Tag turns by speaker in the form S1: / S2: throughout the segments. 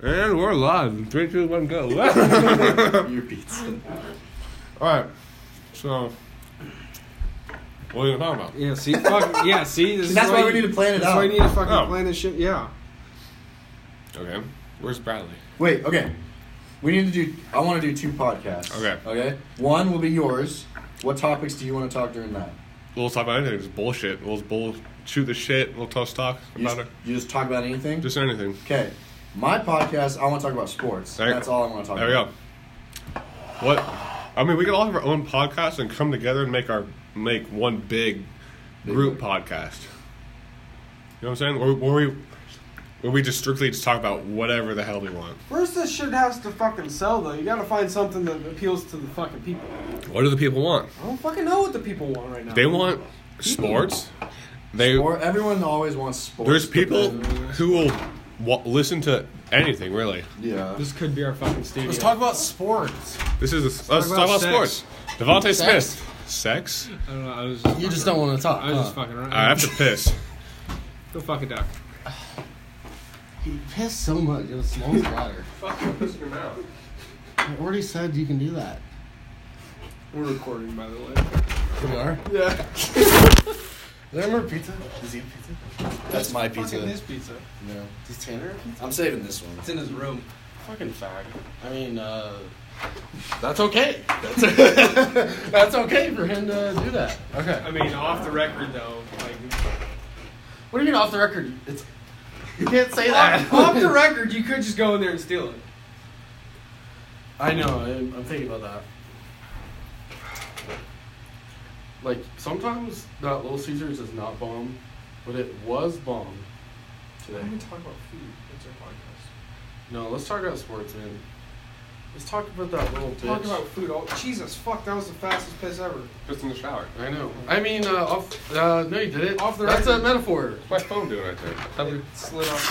S1: And we're live. Three, two, one, go.
S2: Your pizza.
S1: All right. So, what are you talking about?
S3: Yeah, see, fuck, yeah, see. This is
S2: That's why
S3: you-
S2: we need to plan it
S3: That's why you
S2: out.
S3: need to fucking
S1: Oh.
S3: plan this shit. Yeah.
S1: Okay. Where's Bradley?
S2: Wait, okay. We need to do. I want to do two podcasts.
S1: Okay.
S2: Okay. One will be yours. What topics do you want to talk during that?
S1: We'll talk about anything. It's bullshit. We'll just bull shoot the shit. We'll toss talk
S2: You
S1: about
S2: just,
S1: it.
S2: you just talk about anything.
S1: Just anything.
S2: okay. My podcast. I want to talk about sports.
S1: There you
S2: That's
S1: go.
S2: all I want to talk
S1: There we
S2: about.
S1: go. What? I mean, we could all have our own podcast and come together and make our make one big group podcast. You know what I'm saying? Or, or we, or we just strictly just talk about whatever the hell we want.
S3: First, this shit has to fucking sell, though. You gotta find something that appeals to the fucking people.
S1: What do the people want?
S3: I don't fucking know what the people want right now.
S1: They want sports. They
S2: Or everyone always wants sports.
S1: there's
S2: but
S1: people
S2: then-
S1: who will wa listen to anything really.
S2: Yeah.
S3: This could be our fucking studio.
S4: Let's talk about sports.
S1: This is a, let's
S3: talk
S1: talk about
S3: about
S1: sports. Devontae
S4: Sex.
S1: Smith, sex.
S3: I don't know. I was just,
S4: You just don't want to talk.
S3: I was just
S2: uh.
S4: huh?
S3: fucking around.
S1: I have to piss.
S3: Go fuck a duck.
S4: You piss so much. It smells water.
S1: Fuck you, piss in your mouth.
S4: I already said you can do that.
S3: We're recording, by the way.
S4: We are.
S3: Yeah.
S4: Remember pizza?
S2: Is he pizza? That's my pizza.
S3: Fucking this pizza.
S4: No.
S5: Does Tanner have pizza?
S2: I'm saving this one.
S3: It's in his room.
S5: Fucking fag. I mean, uh, that's okay.
S4: That's, that's okay for him to do that.
S3: I
S4: Okay.
S3: mean, off the record, though. Like,
S4: What do you mean off the record? It's. You can't say that.
S3: off the record, you could just go in there and steal it.
S5: I know. I'm, I'm thinking about that. Like sometimes that Little Caesars is not bomb, but it was bomb today.
S3: talk about food. It's our
S5: No, let's talk about sports, man. Let's talk about that little bitch.
S3: Talk about food. Oh, Jesus, fuck, that was the fastest piss ever.
S1: Piss in the shower.
S5: I know. I mean, uh, off. Uh, no, you did it.
S3: Off the
S5: That's
S3: record.
S5: a metaphor.
S1: What's my phone doing right there?
S3: It slid off the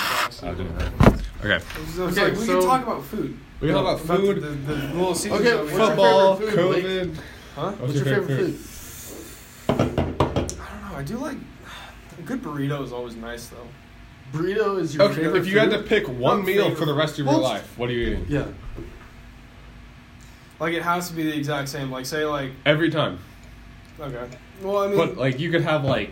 S3: box.
S1: Okay.
S3: It was, it was
S5: Okay,
S3: like, we
S5: so-
S3: can talk about food.
S1: We can talk about
S3: The,
S1: food,
S3: the, the little Caesars
S5: Okay,
S3: over here.
S5: what's
S1: football,
S5: your favorite food,
S1: COVID.
S3: Huh?
S1: What's
S5: What's your favorite food?
S3: I don't know. I do like a good burrito is always nice though.
S5: Burrito is your
S1: Okay,
S5: favorite
S1: if you had to
S5: food?
S1: pick one
S3: Not
S1: meal
S3: favorite.
S1: for the rest of your
S3: Well,
S1: life, what are you eating?
S5: Yeah.
S3: Like it has to be the exact same. Like say like
S1: Every time.
S3: okay. Well, I mean
S1: But uh, like you could have like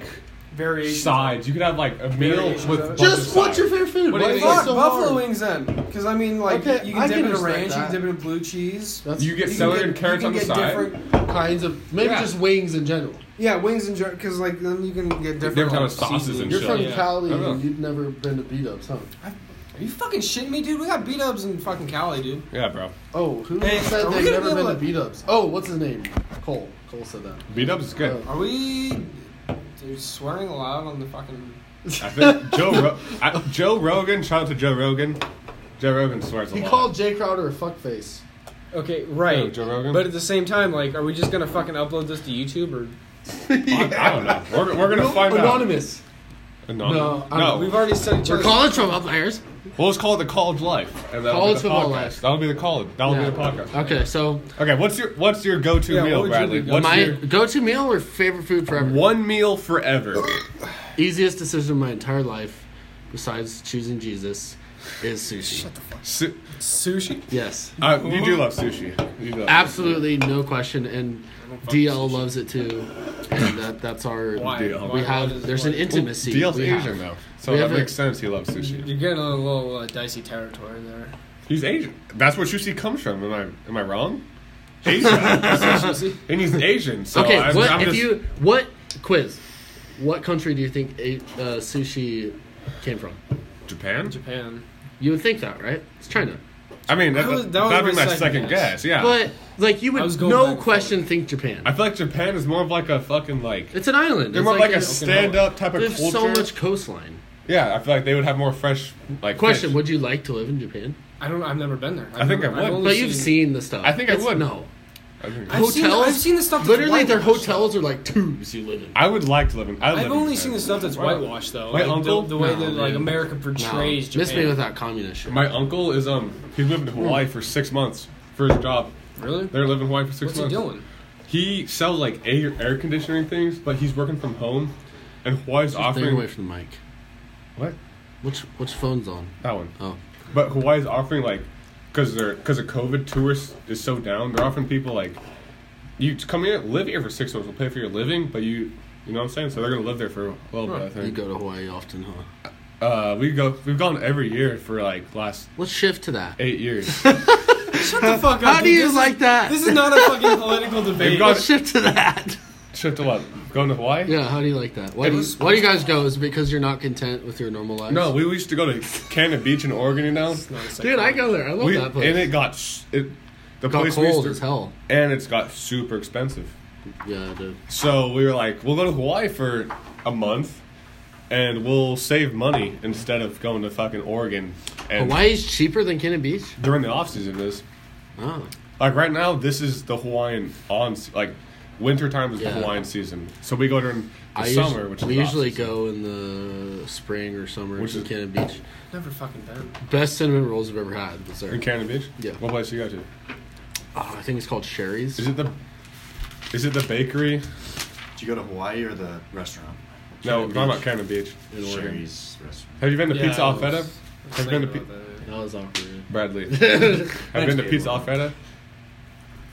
S3: variations.
S1: sides. You could have like a meal
S3: Variations
S1: with
S3: of it.
S1: bunch of
S4: Just what's your
S1: sides.
S4: favorite food?
S1: What do
S4: Why
S1: you
S4: is
S1: think?
S4: it
S3: Fuck,
S4: so
S3: buffalo
S4: hard?
S3: wings then, because I mean like
S4: Okay,
S3: you can
S4: I
S3: dip
S4: can
S3: it in
S4: respect
S3: ranch, you
S4: that.
S3: can dip it in blue cheese.
S4: That's
S1: You get
S3: You can
S1: celery
S3: get-
S1: and carrots
S3: you
S1: on
S3: can
S1: the
S3: get
S1: side.
S3: different-
S4: kinds of maybe
S1: Yeah.
S4: just wings in general.
S3: Yeah, wings and because like then you can get different.
S1: Different type
S3: like,
S1: of sauces
S3: seasonings.
S1: and
S4: You're
S1: shit.
S4: from
S3: Yeah.
S1: I
S4: Cali
S1: don't
S4: and
S1: know.
S4: you've never been to beat ups, huh?
S3: Are you fucking shitting me, dude? We got beat ups in fucking Cali, dude.
S1: Yeah, bro.
S4: Oh, who
S3: Hey, are
S4: said
S3: we
S4: they've
S3: gonna
S4: never
S3: be
S4: been
S3: able
S4: to beat ups? Oh, what's his name? Cole. Cole said that.
S1: Beat ups is
S4: Oh.
S1: good.
S3: Are we? Dude, swearing aloud on the fucking.
S1: I think Joe Ro- I, Joe Rogan. Shout out to Joe Rogan. Joe Rogan swears a
S4: He
S1: lot.
S4: called Jay Crowder a fuckface.
S3: Okay,
S1: Yeah, Joe Rogan.
S3: But at the same time, like, are we just gonna fucking upload this to YouTube or?
S1: I, I don't know. We're, we're gonna find
S4: Anonymous.
S1: out. Anonymous.
S4: No,
S1: No.
S4: I'm-
S3: We've already said each
S4: We're
S3: other.
S4: calling Trump upliers.
S1: Well, let's call it the college life. And that'll
S4: College
S1: be the
S4: football
S1: podcast.
S4: life.
S1: That'll be the college. That'll
S4: Yeah.
S1: be the podcast.
S4: Okay, so
S1: Okay. What's your What's your go to
S3: Yeah,
S1: meal,
S3: what would you
S1: Bradley?
S3: do?
S1: What's
S4: my
S1: your
S4: go-to meal or favorite food forever?
S1: one meal forever?
S4: Easiest decision of my entire life, besides choosing Jesus, is sushi.
S1: Su-
S3: Sushi.
S4: Yes,
S1: uh, you do love sushi. You do love
S4: absolutely no question, and DL loves it too. And that, that's our
S1: Deal.
S4: we have. There's an intimacy.
S1: Sushi. DL's
S4: we have.
S1: Asian though, so
S4: We
S1: that
S4: have a-
S1: makes sense. He loves sushi.
S3: You're getting a little uh, dicey territory there.
S1: He's Asian. That's where sushi comes from. Am I Am I wrong? Asia.
S3: Sushi.
S1: and he's Asian. So
S4: Okay,
S1: I'm,
S4: what
S1: I'm
S4: if
S1: just,
S4: you what quiz? What country do you think a, uh, sushi came from?
S1: Japan?
S3: Japan.
S4: You would think that, right? It's China.
S1: I mean, that,
S3: That was- that was
S1: that'd be
S3: my
S1: my
S3: second
S1: second guess.
S3: guess.
S1: Yeah,
S4: But like you
S3: I was
S4: would
S3: going back
S4: no
S3: and
S4: question think Japan.
S1: I feel like Japan is more of like a fucking like
S4: It's an island.
S1: they're
S4: It's
S1: more of like,
S4: an-
S1: a stand up type of
S4: There's
S1: culture.
S4: so much coastline.
S1: yeah, I feel like they would have more fresh like
S4: Question:
S1: fish.
S4: Would you like to live in Japan?
S3: I don't. I've never been there. I've
S1: I think
S3: never-
S1: I would.
S3: I've only
S4: But you've seen the stuff.
S1: I think I
S4: It's-
S1: would.
S4: No
S1: I, think-
S3: I've seen-
S4: hotels.
S3: I've seen the stuff that's
S4: Literally, their
S3: whitewashed.
S4: hotels are like tubes you live in.
S1: I would like to live in. I live
S3: I've
S1: in
S3: only
S1: Japan.
S3: seen the stuff that's
S1: Wow.
S3: whitewashed though.
S1: My
S3: like, the-
S1: uncle-
S3: the, way
S4: No,
S3: that like
S4: dude.
S3: America
S4: No.
S3: portrays Japan.
S4: Miss me with that communist shit.
S1: My uncle is um he's living in
S4: Hmm.
S1: Hawaii for six months for his job.
S3: Really?
S1: They're living in Hawaii for six
S3: What's he
S1: months.
S3: doing?
S1: He sells like air air conditioning things, but he's working from home, and Hawaii's
S4: Stay away
S1: offering
S4: from the mic.
S1: what
S4: Which which phone's on?
S1: that one.
S4: Oh,
S1: But Hawaii's offering like, because they're because of COVID, tourists is so down. They're offering people like, you just come here, live here for six months, we'll pay for your living, but you, you know what I'm saying? So they're gonna live there for a little bit. I
S4: You
S1: think.
S4: go to Hawaii often, huh?
S1: Uh, we go, we've gone every year for like last
S4: Let's shift to that.
S1: eight years.
S3: Shut the fuck up.
S4: How do
S3: dude.
S4: you
S3: This is-
S4: like that?
S3: This is not a fucking political debate.
S1: They've got-
S4: Let's shift to that.
S1: Shipped a lot. Going to Hawaii?
S4: Yeah, how do you like that? Why do you,
S1: was-
S4: why do you guys go? Is it because you're not content with your normal life?
S1: No, we used to go to Cannon Beach in Oregon, you know.
S4: Dude, I go there. I love
S1: We,
S4: that
S1: and
S4: place.
S1: it got s- it. The
S4: got
S1: place we used
S4: cold
S1: to-
S4: as hell.
S1: and it's got super expensive.
S4: Yeah, dude.
S1: So we were like, we'll go to Hawaii for a month, and we'll save money instead of going to fucking Oregon. And
S4: Hawaii's cheaper than Cannon Beach?
S1: during the off season is
S4: Oh.
S1: like right now. This is the Hawaiian on like winter time is
S4: Yeah.
S1: the Hawaiian season. So we go during the
S4: I
S1: summer,
S4: usu-
S1: which is
S4: we
S1: the
S4: usually
S1: off-season.
S4: go in the spring or summer
S1: Which
S4: to
S1: is-
S4: Cannon Beach.
S3: Never fucking done.
S4: Best cinnamon rolls I've ever had. Was there.
S1: in Cannon Beach.
S4: Yeah.
S1: What place you go to?
S4: Oh, I think it's called Sherry's.
S1: Is it the is it the bakery?
S2: Did you go to Hawaii or the restaurant?
S1: No,
S4: Cannon
S1: I'm talking
S4: Beach.
S1: about Cannon Beach in Oregon.
S2: Sherry's restaurant.
S1: Have you been to
S3: Yeah,
S1: Pizza
S3: I
S1: Alfetta?
S3: was-
S1: Have you been to Pi-
S4: That was awkward.
S1: Bradley? Have
S2: Thanks,
S1: you been to
S2: Gabe.
S1: Pizza Alfetta?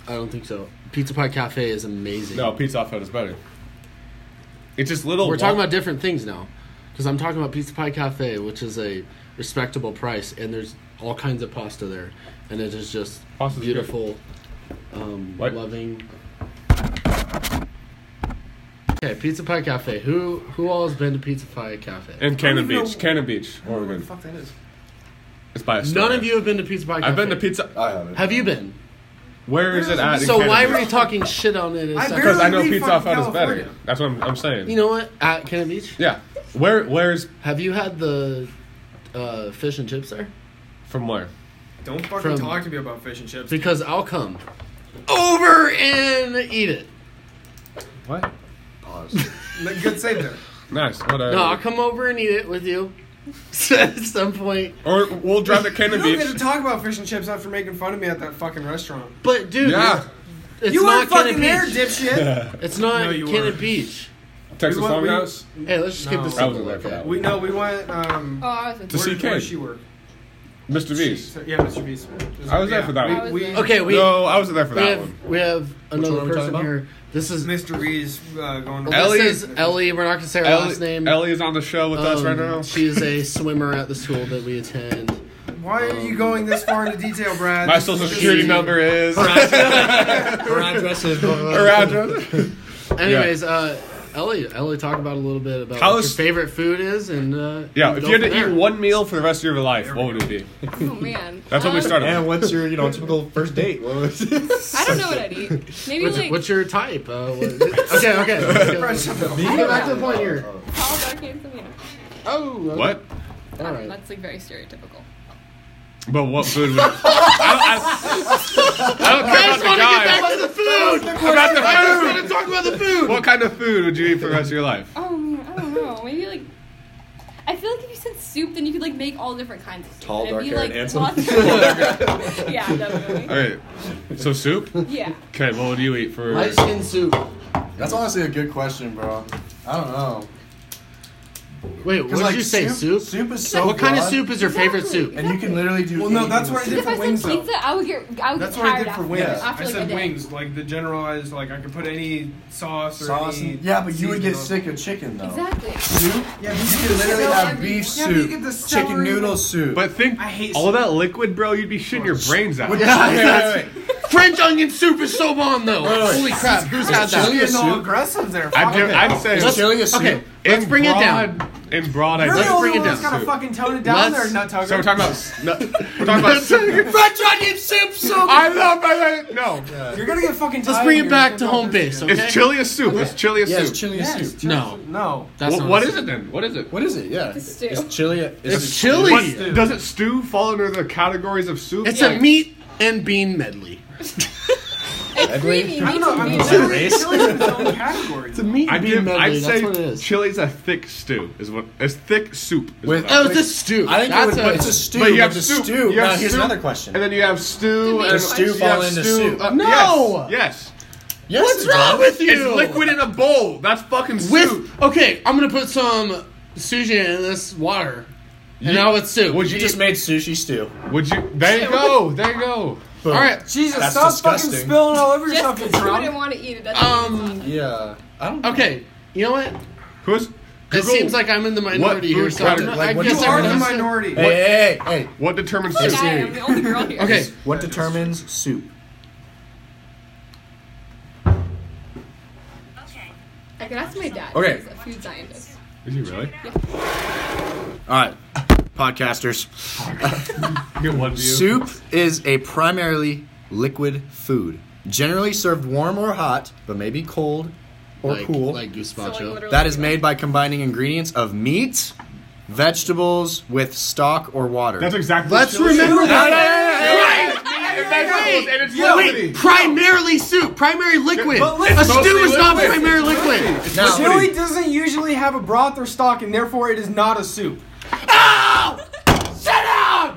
S4: I don't think so. Pizza Pie Cafe is amazing.
S1: No, Pizza Alfetta's better. It's just little.
S4: We're talking
S1: wa-
S4: about different things now. Because I'm talking about Pizza Pie Cafe, which is a respectable price, and there's all kinds of pasta there. And it is just
S1: Pasta's good.
S4: beautiful, um,
S1: What?
S4: loving. Okay, Pizza Pie Cafe. Who who all has been to Pizza Pie Cafe?
S1: And Cannon
S3: even
S1: Beach,
S3: know-
S1: Cannon Beach,
S3: What
S1: Oregon.
S3: the fuck that is?
S1: It's by Astoria.
S4: None of you have been to Pizza Pie Cafe.
S1: I've been to Pizza.
S2: I haven't.
S4: Have you been?
S1: Where is it at? in
S4: So
S1: Cannon
S4: why were
S1: Beach?
S4: you talking shit on it?
S3: I
S4: As
S1: Because
S3: barely-
S1: I know
S3: Leave
S1: Pizza
S3: fucking
S1: Alfetta's better.
S3: California.
S1: That's what I'm, I'm saying.
S4: you know what? At Cannon Beach,
S1: yeah. Where? Where's
S4: have you had the uh, fish and chips there?
S1: from where?
S6: Don't fucking
S4: From-
S6: talk to me about fish and chips.
S4: Because I'll come over and eat it.
S1: What?
S2: Pause.
S6: Like, Good save there.
S1: Nice. uh, Whatever.
S4: No, I'll come over and eat it with you at some point.
S1: Or we'll drive to Cannon
S3: You don't get to
S1: Beach.
S3: talk about fish and chips after making fun of me at that fucking restaurant.
S4: But dude,
S1: Yeah.
S4: it's
S3: you
S4: not
S3: weren't
S4: Cannon
S3: fucking
S4: Beach.
S3: there, dipshit.
S4: It's not
S6: No, you
S4: Cannon
S6: weren't.
S4: Beach.
S1: Texas
S3: We went- we-
S1: Longhouse.
S4: Hey, let's just
S6: No.
S4: get this.
S1: I
S4: simple
S1: wasn't there for
S4: like
S1: that
S4: that.
S1: one.
S3: We no, we went. Um,
S7: Oh, I was with
S1: To
S7: you.
S1: see
S3: where,
S1: CK.
S3: where she worked.
S1: Mr. V's.
S3: So, yeah, Mr. Beast.
S1: I was there for that
S7: I
S1: one.
S7: was
S3: we-
S7: there.
S4: Okay, we
S1: no, I wasn't there for
S4: we
S1: that
S4: have
S1: one.
S4: we have
S1: one are
S4: another
S1: we
S4: person
S1: talking
S4: here. This is
S6: Mr. Reeves uh, going to.
S1: Ellie-
S4: This is Ellie. We're not gonna say her
S1: Ellie,
S4: last name.
S1: Ellie is on the show with us right
S4: Um,
S1: now.
S4: She is a swimmer at the school that we attend.
S3: Why are you going this far into detail, Brad?
S1: My social security
S4: she-
S1: number is.
S6: Her address is.
S1: Her address.
S4: Anyways, uh, Ellie, Ellie, talk about a little bit about
S1: How
S4: what
S1: is-
S4: your favorite food is, and uh,
S1: Yeah,
S4: and
S1: if
S4: go
S1: you had to
S4: from there.
S1: eat one meal for the rest of your life, what would it be?
S7: Oh man.
S1: That's what we
S7: Um,
S1: started. with.
S6: And what's your, you know, typical first date? What was
S7: I don't know what I'd eat. Maybe
S4: What's,
S7: like
S4: what's your type? Uh, what, okay, okay. let's go.
S3: Brad, shut the
S4: Let's go back to the point here.
S7: Paul Darkin Samina.
S4: Oh,
S1: What?
S4: All right.
S7: Um, That's like very stereotypical.
S1: But what food would? I, don't- I, I don't care about the guy.
S4: to the food.
S1: About the food.
S4: talk about the food.
S1: What kind of food would you eat for the rest of your life?
S7: Oh, man, I don't know. Maybe like. I feel like if you said soup, then you could like make all different kinds of soup.
S2: Tall,
S7: It'd be,
S2: dark-haired, handsome.
S7: lots of- yeah, definitely.
S1: All right. So soup.
S7: Yeah.
S1: Okay. What would you eat for?
S4: Light skin soup.
S2: That's honestly a good question, bro. I don't know.
S4: Wait, what
S2: 'Cause,
S4: did
S2: like,
S4: you say? Soup.
S2: Soup is so
S4: What kind of
S2: broad,
S4: soup is your favorite
S7: Exactly.
S4: soup?
S2: And you can literally do.
S3: Well, no,
S2: anything
S3: that's
S2: with
S3: what I
S2: soup.
S3: did
S7: If I
S3: for
S7: said
S3: wings, though.
S7: pizza, I would get I would
S3: That's
S7: get
S3: what I
S7: tired
S3: did for
S7: after,
S3: wings.
S7: after
S6: I
S7: like a
S6: said
S7: day.
S6: wings, like the generalized, like I could put any sauce or
S2: Sauce.
S6: any.
S2: And, yeah, but you would get
S6: seasoning
S2: sick of chicken though.
S7: Exactly.
S2: Soup.
S3: Yeah,
S2: You
S3: but
S2: could literally
S7: Yeah,
S2: have
S7: but
S2: beef
S7: you
S3: get
S2: soup, chicken
S3: the celery
S2: noodle
S3: with-
S2: soup.
S1: But think
S6: I hate
S1: all
S6: soup.
S1: that liquid, bro. You'd be shitting your brains out.
S2: Would-
S4: Yeah,
S2: Wait,
S4: that's-
S2: wait, wait.
S4: French onion soup is so bomb though.
S2: wait.
S4: Holy crap! Who's had
S2: Is chili
S4: that?
S2: a
S3: Being all
S2: soup?
S3: aggressive there.
S1: I'd,
S3: fuck.
S1: give- I'd say.
S2: Is chili a soup?
S4: Okay, let's
S1: in
S4: bring it
S1: broad-
S4: down.
S1: In broad, I
S3: You're
S4: Let's
S3: the
S1: guess.
S3: only
S4: bring it
S3: one that's
S4: down.
S3: gotta fucking tone it down
S4: Let's-
S3: there, Nutugger.
S1: So we're talking about. No, we're talking about. soup.
S4: French onion soup. So
S1: I love my no.
S3: You're gonna get fucking tired.
S4: let's bring
S3: of
S4: it
S3: your
S4: back
S3: shit
S4: to
S3: about
S4: home
S3: this
S4: base.
S3: shit.
S4: Okay.
S1: It's chili a soup. It's chili a
S2: Yeah, it's
S1: soup.
S2: chili
S3: Yes,
S2: soup.
S4: No.
S3: No.
S4: That's
S1: Wh-
S4: not
S1: what
S4: a
S1: is
S4: soup.
S1: it then? What is it?
S2: What is it? Yeah.
S7: It's stew.
S2: It's chili. It's,
S4: It's
S2: a-
S4: chili.
S1: What- does it stew fall under the categories of soup?
S4: It's
S7: Yeah.
S4: a meat and bean medley.
S7: It's creamy.
S3: I
S7: me
S3: don't know.
S7: too,
S3: I mean,
S7: me too.
S3: chili's chili's in its own category.
S4: meat
S1: I'd, give, I'd say
S4: That's what it is.
S1: chili's a thick stew. Is what it's thick soup. Is
S2: With-
S1: what I-
S4: Oh, it's a stew.
S2: I think it
S4: That's
S2: would,
S4: a,
S2: but it's a stew.
S1: But you have
S2: but the
S1: soup.
S2: stew.
S1: You have
S2: now, here's
S1: soup.
S2: another question.
S1: and then you have stew
S7: The
S1: and
S7: meat
S2: stew
S7: you
S2: fall
S1: have
S2: into
S1: stew.
S2: soup.
S1: Uh,
S4: No!
S1: Yes. yes.
S2: Yes,
S4: What's
S2: it
S4: wrong
S2: does.
S4: with you?
S1: It's liquid in a bowl. That's fucking
S4: With
S1: soup.
S4: okay, I'm gonna put some sushi in this water. And now it's soup.
S1: Would
S4: Would
S1: you
S4: you
S1: eat-
S4: just
S2: Just made sushi stew.
S1: Would you? There you go. There you go.
S2: Boom.
S4: all right?
S3: Jesus,
S2: That's
S3: stop
S2: disgusting.
S3: fucking spilling all over
S7: Just
S3: yourself, you
S7: 'cause you
S3: drunk.
S7: wouldn't want to eat it. That's
S4: Um,
S2: Yeah. I don't.
S4: Okay, you know what?
S1: Who's?
S4: It
S1: Google-
S4: seems like I'm in the minority here.
S1: food
S4: So I'm
S1: category-
S4: not-
S2: like,
S4: I
S2: what
S4: guess
S2: do
S6: You
S2: you
S6: are
S4: I'm
S6: the
S2: Listen.
S6: minority.
S2: Hey, hey, hey, hey.
S1: What determines
S7: Like
S1: soup?
S7: I am the only girl here.
S4: Okay.
S2: What determines soup?
S7: I could ask my dad.
S2: Okay.
S7: He's a food scientist.
S1: Is he really?
S2: All right, podcasters.
S1: You get one view.
S2: Soup is a primarily liquid food, generally served warm or hot, but maybe cold or
S4: like,
S2: cool.
S4: like
S7: So,
S4: gazpacho.
S7: like, literally,
S2: That is made by combining ingredients of meat, vegetables with stock or water.
S1: That's exactly.
S4: Let's
S1: what soup
S4: remember
S1: is.
S4: that. Right.
S1: Vegetables and it's
S4: Wait,
S1: liquidy.
S4: primarily soup, primary liquid.
S1: But
S4: A
S1: listen-
S4: stew is not
S1: Mostly
S4: primary liquid.
S2: Now-
S3: Chili doesn't usually have a broth or stock, and therefore it is not a soup.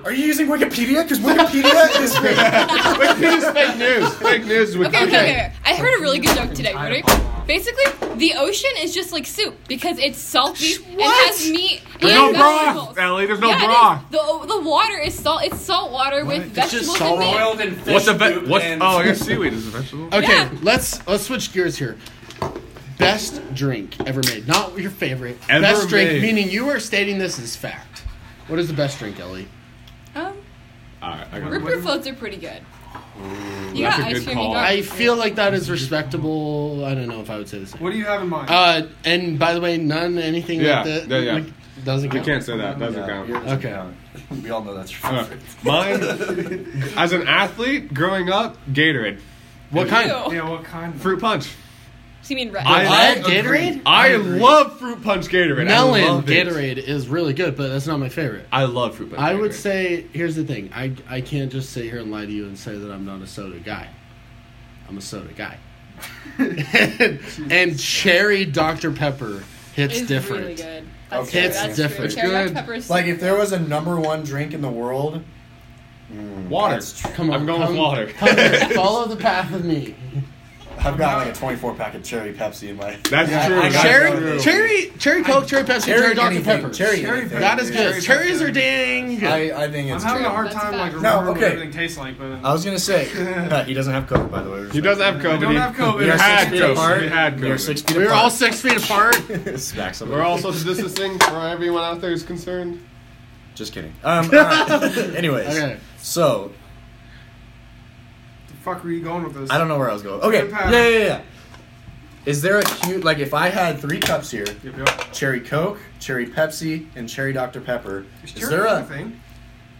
S2: Are you using Wikipedia? Because Wikipedia is
S1: Wait, this is fake news. Fake news. is
S7: Okay, okay,
S1: Wikipedia.
S7: okay, okay. I heard a really good joke today. Ready? Basically, the ocean is just like soup because it's salty and has meat
S1: There's no
S7: and
S1: broth,
S7: vegetables.
S1: Ellie. There's no
S7: yeah, it is.
S1: broth.
S7: The, the water is salt. It's salt water with
S4: It's just
S7: vegetables
S4: salt
S7: and meat.
S4: oil.
S5: and fish
S1: What's a ve-
S5: poop
S1: what's,
S5: and-
S1: Oh, I guess seaweed is a vegetable.
S4: Okay,
S7: Yeah.
S4: let's let's switch gears here. Best drink ever made, not your favorite.
S1: Ever
S4: best drink,
S1: made.
S4: meaning you are stating this as fact. What is the best drink, Ellie?
S7: Um,
S1: All right, I got it.
S7: root floats are pretty good. You
S1: that's
S7: got
S1: a
S7: ice
S1: good
S7: cream. You
S1: call.
S7: got
S4: I feel like that is respectable. I don't know if I would say the same.
S6: What do you have in mind?
S4: Uh, and by the way, none anything
S1: Yeah,
S4: like that
S1: yeah, yeah.
S4: like, doesn't
S1: You
S4: count.
S1: can't say that. Doesn't count.
S4: Okay.
S2: We all know that's your
S1: All right. Mine, as an athlete growing up, Gatorade,
S4: What kind?
S7: Ew.
S6: yeah, what kind?
S1: fruit punch.
S7: So you mean red?
S1: I-
S4: I
S2: agree.
S4: Gatorade.
S1: I love fruit punch Gatorade. I
S4: Melon
S1: love it.
S4: Gatorade is really good, but that's not my favorite.
S1: I love fruit punch.
S4: I would
S1: Gatorade.
S4: say here's the thing. I I can't just sit here and lie to you and say that I'm not a soda guy. I'm a soda guy. and, and cherry Dr Pepper hits
S7: It's
S4: different.
S7: really good. That's
S2: Okay.
S7: true.
S2: It's
S7: That's
S4: different.
S7: True. Cherry
S1: Good.
S7: Dr. Pepper is
S2: Like if there was a number one drink in the world,
S1: water.
S2: That's tr-
S4: Come on,
S1: I'm going with
S4: come-
S1: water.
S4: come here, follow the path of me.
S2: I've got like a 24 pack of cherry Pepsi in my.
S1: That's
S2: Yeah,
S1: true.
S2: I got
S1: That's
S2: it.
S1: true.
S4: Cherry, cherry, cherry Coke, cherry Pepsi, cherry, Dr
S2: anything,
S4: Pepper.
S2: Cherry.
S6: Cherry
S2: anything.
S6: Pepper.
S4: That is good.
S6: Cherry
S4: Cherries
S6: Pepsi.
S4: are dang good.
S2: I, I think
S6: I'm
S2: it's.
S6: having a
S2: cherry.
S6: hard
S7: That's
S6: time
S7: a
S6: like
S7: fact.
S6: remembering
S2: No,
S6: what
S2: okay.
S6: everything tastes like, but
S2: I was gonna say uh, he doesn't have COVID, by the way.
S1: He does have COVID.
S6: don't
S1: He-
S6: have COVID.
S1: He
S6: We are
S1: had
S6: six feet
S1: COVID.
S2: apart.
S1: He had COVID.
S2: We are six feet
S4: we were all
S2: apart.
S4: six feet apart.
S2: Smack somebody.
S1: We're all social distancing for everyone out there who's concerned.
S2: Just kidding. Um. all right. Anyways,
S4: Okay.
S2: so
S6: the fuck were you going with this?
S2: I don't know where I was going. Okay. Yeah,
S6: Impact.
S2: yeah, yeah, yeah. Is there a huge like if I had three cups here,
S6: Yep, yep.
S2: cherry Coke, cherry Pepsi, and cherry Dr Pepper?
S6: Is
S2: Is,
S6: cherry
S2: there a
S6: thing?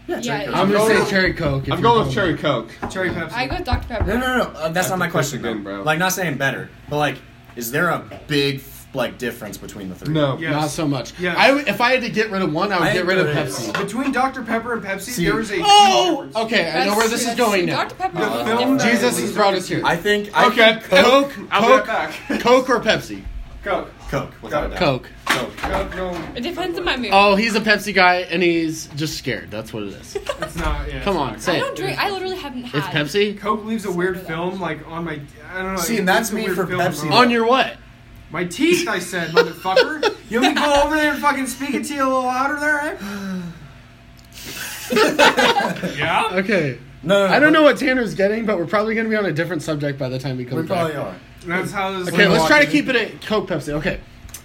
S2: yeah, cherry
S7: Yeah,
S2: Coke.
S4: I'm
S1: going
S4: gonna
S1: with-
S4: say cherry Coke. if
S1: I'm
S4: you're
S1: going with
S4: going-
S1: cherry Coke.
S6: Cherry Pepsi.
S7: I go with Dr. Pepper.
S2: No, no, no. Uh, that's
S1: That's
S2: not my
S1: the
S2: question,
S1: question,
S2: though.
S1: bro.
S2: Like, not saying better, but like, is there a big f- like difference between the three?
S1: No.
S6: Yeah.
S4: Not
S6: Yes.
S4: so much.
S6: Yes.
S4: I would- if I had to get rid of one, I would
S2: I
S4: get rid of
S2: agree.
S4: Pepsi.
S6: Between Dr Pepper and Pepsi,
S2: See-
S6: there is a huge
S4: Oh,
S6: difference.
S4: okay. I know
S7: That's
S4: where
S7: true,
S4: this is
S7: that's
S4: going
S7: true.
S4: now.
S7: Dr. Pepper
S6: The
S7: is
S6: film
S7: different.
S6: that-
S4: Jesus has brought us here.
S2: I think I
S1: Okay.
S2: think
S1: Coke.
S6: I'll be
S1: Coke.
S6: right back.
S4: Coke or Pepsi?
S6: Coke.
S2: Coke. Without a doubt.
S4: Coke.
S2: Coke.
S6: Coke, no.
S7: It depends on my mood.
S4: Oh, he's a Pepsi guy and he's just scared. That's what it is.
S6: It's not, yeah.
S4: Come
S6: it's
S4: on,
S6: not.
S4: say
S7: I
S4: it.
S7: don't drink. I literally haven't
S4: It's
S7: had.
S4: Pepsi.
S6: Coke leaves a weird film, like, on my. I don't know.
S2: See,
S6: it
S2: and that's
S6: leaves a
S2: me
S6: weird
S2: for
S6: film
S2: Pepsi.
S6: on-
S4: On your what?
S6: My teeth, I said, motherfucker. You want me to go over there and fucking speak it to you a little louder there, eh? yeah?
S4: Okay.
S2: No, no, no.
S4: I don't know what Tanner's getting, but we're probably going to be on a different subject by the time he
S2: We
S4: comes
S2: probably
S4: back.
S2: are.
S6: That's how this
S4: Okay, let's try to
S6: walking.
S4: keep it at Coke Pepsi. Okay.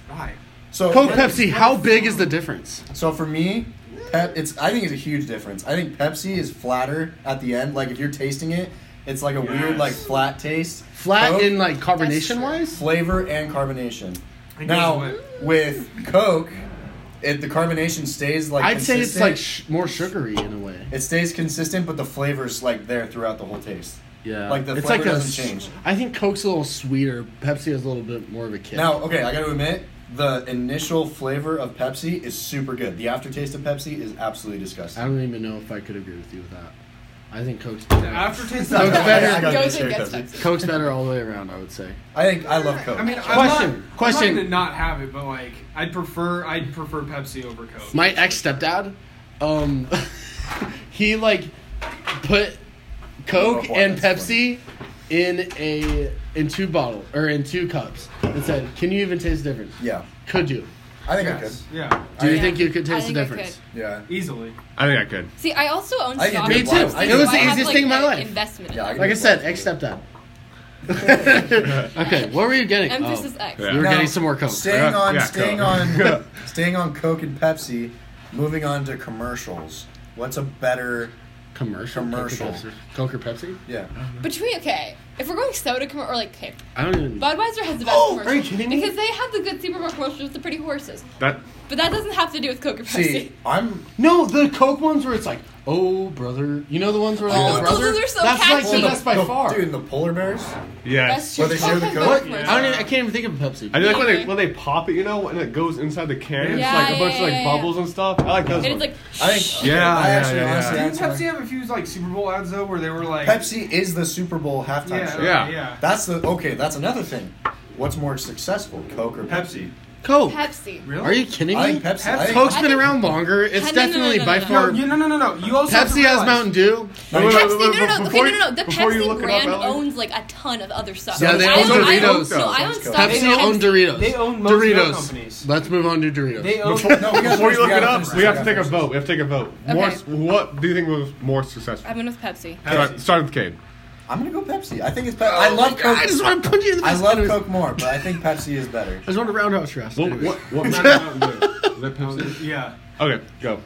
S6: Why?
S2: So
S4: Coke Pepsi, how big is the difference?
S2: So for me, Pep, it's I think it's a huge difference. I think Pepsi is flatter at the end. Like if you're tasting it, it's like a weird like flat taste.
S4: Flat
S2: Coke,
S4: in like
S7: true.
S4: carbonation wise?
S2: flavor and carbonation.
S6: It goes
S2: Now
S6: away.
S2: with Coke, it the carbonation stays like
S4: I'd say it's
S2: consistent.
S4: like sh- more sugary in a way.
S2: It stays consistent, but the flavor's like there throughout the whole taste.
S4: Yeah.
S2: Like, the
S4: it's
S2: flavor
S4: like a
S2: doesn't
S4: s-
S2: change.
S4: I think Coke's a little sweeter. Pepsi has a little bit more of a kick.
S2: Now, okay, I gotta admit, the initial flavor of Pepsi is super good. The aftertaste of Pepsi is absolutely disgusting.
S4: I don't even know if I could agree with you with that. I think Coke's
S6: The
S4: better.
S6: aftertaste
S2: I
S6: of
S2: gotta-
S4: better.
S2: I gotta
S7: Goes
S2: say
S7: and gets
S2: Pepsi.
S7: Pepsi.
S4: Coke's better all the way around, I would say.
S2: I think I love Coke.
S6: I mean, I'm
S4: Question,
S6: Not,
S4: question.
S6: I'm not gonna not have it, but like, I'd prefer, I'd prefer Pepsi over Coke.
S4: My ex stepdad, um, he like put Coke
S2: Oh, boy,
S4: and
S2: that's
S4: Pepsi in a in two bottle or in two cups and said, "Can you even taste the difference?
S2: yeah,
S4: Could you?"
S2: I think
S6: Yes. Yeah.
S4: Do you
S7: Yeah.
S4: think you could
S7: I
S4: taste the
S7: think I
S4: difference?
S2: I could. Yeah.
S6: Easily.
S1: I think I could.
S7: See, I also own
S2: I
S7: stock.
S2: can do
S7: in
S2: it. Me too.
S7: Blockbuster,
S2: It was
S7: so
S2: the
S7: I have,
S4: easiest
S7: like,
S4: thing in my
S7: an
S4: life.
S7: Investment.
S2: Yeah, I
S7: in
S2: can-
S4: Like I said, X stepped up. okay, what were you
S7: it.
S4: getting?
S7: Emphasis
S4: oh.
S7: X.
S1: Yeah.
S4: You were
S2: Now,
S4: getting some more coke.
S2: Staying
S1: Yeah,
S2: on,
S1: yeah,
S2: staying
S1: Coke.
S2: on, staying on Coke and Pepsi. Moving on to commercials. What's a better?
S4: commercial.
S2: Commercial.
S4: Coke or Pepsi? Coke or Pepsi?
S2: Yeah.
S7: Between okay, if we're going soda com- or like okay,
S4: I don't even.
S7: Budweiser has the best
S2: Oh,
S7: commercial
S2: are you kidding me?
S7: because they have the good supermarket commercials with the pretty horses.
S1: That
S7: But that doesn't have to do with Coke or Pepsi.
S2: See, I'm
S4: no, the Coke ones where it's like, oh brother, you know the ones where like
S7: Oh,
S4: the
S7: those
S4: brother.
S7: ones are so
S4: That's like
S7: catchy.
S4: the best by
S2: the-
S4: far.
S2: Dude, the polar bears.
S1: yes.
S7: That's true.
S2: Where they share the
S7: Coke
S2: Coke?
S7: has both
S4: I
S7: commercials.
S4: don't. Even, I can't even think of Pepsi.
S1: I do like when they
S7: Okay.
S1: when they pop it, you know, and it goes inside the can.
S7: Yeah,
S1: it's like
S7: yeah,
S1: a bunch
S7: yeah,
S1: of
S7: yeah,
S1: like bubbles and stuff. I like those.
S7: And it's
S1: ones.
S7: like
S2: I think.
S1: Yeah,
S2: I
S1: yeah,
S2: actually
S1: yeah,
S2: honestly,
S1: yeah.
S6: Didn't
S2: that's
S6: Pepsi
S2: where-
S6: have a few like Super Bowl ads though where they were like
S2: Pepsi is the Super Bowl halftime
S6: Yeah,
S2: show.
S1: Yeah.
S6: yeah.
S2: That's the okay. That's another thing. What's more successful, Coke or Pepsi?
S6: Pepsi.
S4: Coke.
S7: Pepsi.
S6: Really?
S4: Are you kidding
S2: I
S4: me?
S2: think Pepsi.
S6: Pepsi.
S2: I think,
S4: Coke's
S7: I
S4: been
S7: think-
S4: around longer. It's
S7: No, no, no,
S4: definitely
S7: no,
S4: by
S7: no, no.
S6: No,
S4: far.
S6: you, no, no, no, no. You also have to
S4: Pepsi has
S6: realize-
S4: Mountain Dew.
S7: Pepsi,
S1: Wait, wait, wait,
S7: no,
S1: wait,
S7: no, no.
S1: before
S7: Okay,
S1: you-
S7: no, no. The
S1: before you
S7: Pepsi
S1: look it up,
S7: brand
S1: Ellie.
S7: owns like a ton of other stuff.
S4: Yeah, they
S7: I
S4: own
S7: own I own,
S1: Doritos.
S7: no, I own stuff.
S4: Pepsi
S7: in
S4: owned Doritos.
S6: They own most milk companies.
S4: Let's move on to Doritos.
S6: They
S2: no,
S6: own
S2: we gotta
S1: Before
S2: finish-
S1: you look it
S2: gotta
S1: up,
S2: finish
S1: we
S2: this,
S1: have to
S2: gotta
S1: take a
S2: finish
S1: vote. We have to take a vote.
S7: Okay.
S1: More, what do you think was more successful?
S7: I'm in with Pepsi.
S1: Start, start with Cade.
S2: this. I'm gonna go Pepsi. I think it's. Pe-
S4: Oh
S2: I love Coke.
S4: I just want to punch you in the
S2: I
S4: face.
S2: love Coke more, but I think Pepsi is better.
S4: I just want a roundhouse thrust.
S1: What?
S4: Anyways.
S1: What? what
S5: Is that pounded?
S6: Yeah.
S1: okay, go.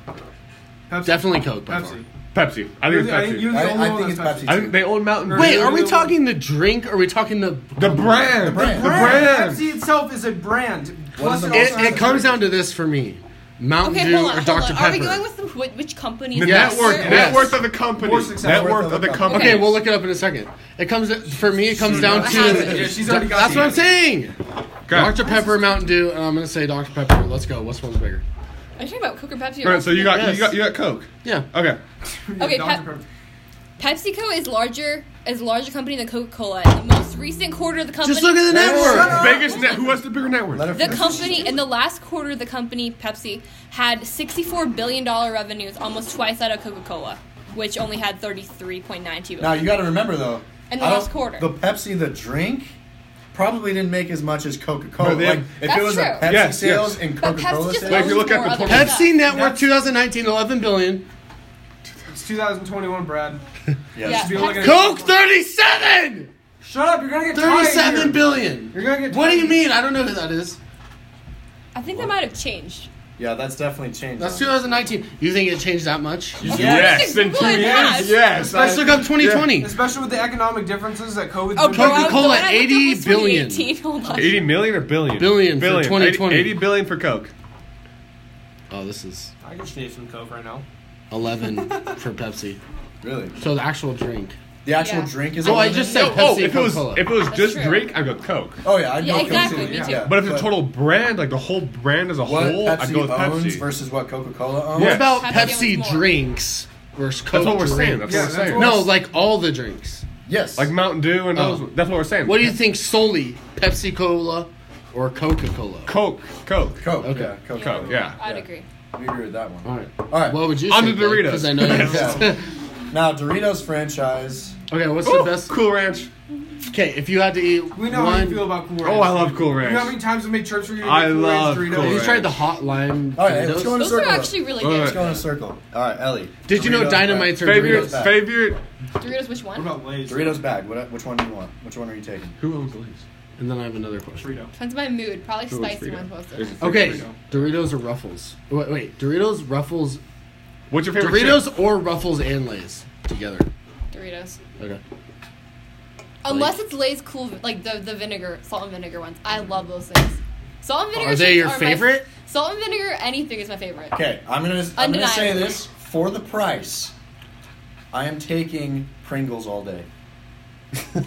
S6: Pepsi.
S4: Definitely Coke. By
S6: Pepsi.
S1: Pepsi. I think it's
S6: I think
S1: Pepsi.
S6: you-
S2: I,
S6: only
S2: I
S6: one
S2: think it's
S6: that's
S2: Pepsi.
S6: Pepsi.
S1: I
S2: too.
S1: think they own Mountain
S4: Far. Wait, are we
S6: Really?
S4: talking the drink? Or are we talking the?
S1: The brand.
S2: The brand.
S1: brand.
S6: Pepsi itself is a brand.
S2: What is
S6: Plus,
S2: the
S6: it
S2: most-
S4: It,
S6: also has
S4: it comes down to this for me: Mountain
S7: Okay,
S4: Dew
S7: hold on,
S4: or
S7: hold
S4: Dr
S7: on.
S4: Pepper.
S7: Are we going with the, which, which company?
S1: The
S7: is
S4: Yes.
S1: network.
S7: better?
S4: Yes.
S1: Net worth of the company.
S6: More
S1: Net
S6: successful.
S1: worth of the company.
S4: Okay, we'll look it up in a second. It comes for me. It comes down
S7: She knows.
S4: to
S6: Yeah, she's already got
S4: that's
S6: the
S4: what I'm
S6: answer.
S4: saying.
S1: Okay.
S4: Dr Pepper, Mountain Dew, and I'm gonna say Dr Pepper. Let's go. Which one's bigger?
S7: Are you talking about Coke or Pepsi? Or
S1: All right, so you got
S4: Yes.
S1: you got you got Coke.
S4: Yeah.
S1: Okay.
S7: Okay,
S6: Dr.
S7: Pep-
S6: Pepper.
S7: PepsiCo is larger is a larger company than Coca Cola. In the most recent quarter of the company,
S4: Just look at the network.
S1: Biggest net. Who has the bigger net worth?
S2: Let her
S7: The
S2: finish.
S7: company in the last quarter of the company Pepsi had sixty-four billion dollar revenues, almost twice that of Coca-Cola, which only had thirty-three point nine two.
S2: Now you got to remember though.
S7: And the
S2: I don't-
S7: last quarter.
S2: The Pepsi, the drink, probably didn't make as much as Coca Cola.
S1: But they
S2: Like,
S1: have-
S2: if
S7: That's
S2: it was a
S7: true.
S2: Pepsi
S1: Yes,
S2: sales
S1: yes.
S2: and
S7: But
S2: Coca
S7: Pepsi
S2: Cola
S7: just
S2: sales,
S1: Wait, if you look
S7: owns
S1: at the
S7: more
S1: total-
S7: other
S4: Pepsi
S7: stuff.
S4: Network 2019 11 billion.
S6: It's 2021, Brad.
S7: Yeah.
S6: Be looking at-
S4: Coke 37.
S6: Shut up! You're gonna get tired.
S4: 37
S6: here.
S4: billion.
S6: You're gonna get
S4: What do you
S6: tired.
S4: mean? I don't know who that is.
S7: I think that might have changed.
S2: yeah, that's definitely changed.
S4: That's
S2: on it.
S4: 2019. You think it changed that much?
S1: Yes.
S7: Yes.
S1: In two
S7: Yes.
S1: years. Yes.
S4: Let's look up 2020.
S6: Especially with the economic differences that COVID.
S7: Oh, bro, I-
S4: Coca-Cola,
S7: the one I looked up was
S4: 80 billion.
S7: 2018. Hold on.
S1: 80 million or billion?
S4: Billion for 2020.
S1: 80 billion for Coke.
S4: Oh, this is
S6: I can sneeze some coke right now.
S4: 11 for Pepsi.
S2: Really,
S4: So the actual drink.
S2: the actual
S7: Yeah.
S2: drink is.
S4: Oh,
S2: all
S4: I
S2: in
S4: just
S2: it?
S4: said
S1: oh,
S4: Pepsi
S1: if it was
S4: Coca-Cola.
S1: if it was
S7: That's
S1: just
S7: true.
S1: drink, I'd go Coke.
S2: Oh yeah, I'd
S7: Yeah,
S2: go
S7: exactly,
S2: Pepsi.
S7: me
S2: yeah.
S7: too.
S1: But if it's a total brand, like the whole brand as a
S2: what
S1: whole,
S2: Pepsi
S1: I'd go with
S2: owns
S1: Pepsi.
S2: versus what Coca Cola owns.
S4: What about
S7: Pepsi owns
S4: Pepsi
S7: more.
S4: drinks versus Coke
S1: That's what we're saying. That's what
S4: drinks?
S6: Yeah,
S1: we're
S6: that's
S1: saying.
S6: what-
S4: No, like all the drinks.
S2: Yes.
S1: like Mountain Dew and
S4: Oh.
S1: those. That's what we're saying.
S4: What do you think solely Pepsi Cola or Coca Cola?
S1: Coke, Coke,
S2: Coke.
S4: Okay.
S2: Yeah, Coke.
S1: Coke. Yeah.
S7: I'd
S2: Yeah.
S7: agree.
S2: We agree with that one.
S4: All right.
S2: All right.
S4: What would you
S1: On
S4: say?
S1: to
S4: Blake?
S1: Doritos.
S4: 'Cause I know you-
S2: Yeah. now Doritos franchise.
S4: okay, what's
S1: Ooh,
S4: the best?
S1: Cool Ranch.
S4: Okay, if you had to eat
S6: We know how
S4: one,
S6: you feel about Cool Ranch.
S1: Oh, I love Cool
S6: You know how many
S1: Ranch.
S6: times we made trips for you? to
S1: I
S6: get Cool Ranch
S1: love
S6: Doritos?
S1: Cool
S4: Have you
S1: Ranch.
S4: tried the hot lime?
S2: All right, hey, let's
S4: Doritos?
S2: go in a
S7: Those are
S2: circle.
S7: actually really
S1: Wait,
S7: good.
S1: wait,
S2: Let's go in a circle. All right, Ellie.
S4: Did you know
S2: Doritos
S4: dynamiite's
S2: bag.
S4: are
S1: Favorite,
S4: Doritos?
S2: back.
S1: favorite.
S7: Doritos, which one?
S6: What about Lay's?
S2: Doritos bag. What, which one do you want? Which one are you taking?
S1: Who owns Lay's?
S4: And then I have another question.
S6: Dorito.
S7: Depends my mood. Probably
S1: Who owns
S7: spicy ones
S1: Doritos?
S7: most of
S1: There's
S7: them.
S1: a
S4: Okay,
S1: favorite.
S4: Doritos or Ruffles? Wait, wait, Doritos, Ruffles,
S1: What's your favorite? chip?
S4: Doritos or Ruffles and Lay's together?
S7: Doritos.
S4: Okay.
S7: Unless it's Lay's cool, like the the vinegar, salt and vinegar ones. I love those things. Salt and vinegar.
S4: Are they
S7: chips
S4: your
S7: my-
S4: favorite?
S7: salt and vinegar, anything is my favorite.
S2: Okay, I'm gonna I'm gonna say
S7: Undeniable.
S2: this for the price. I am taking Pringles all day.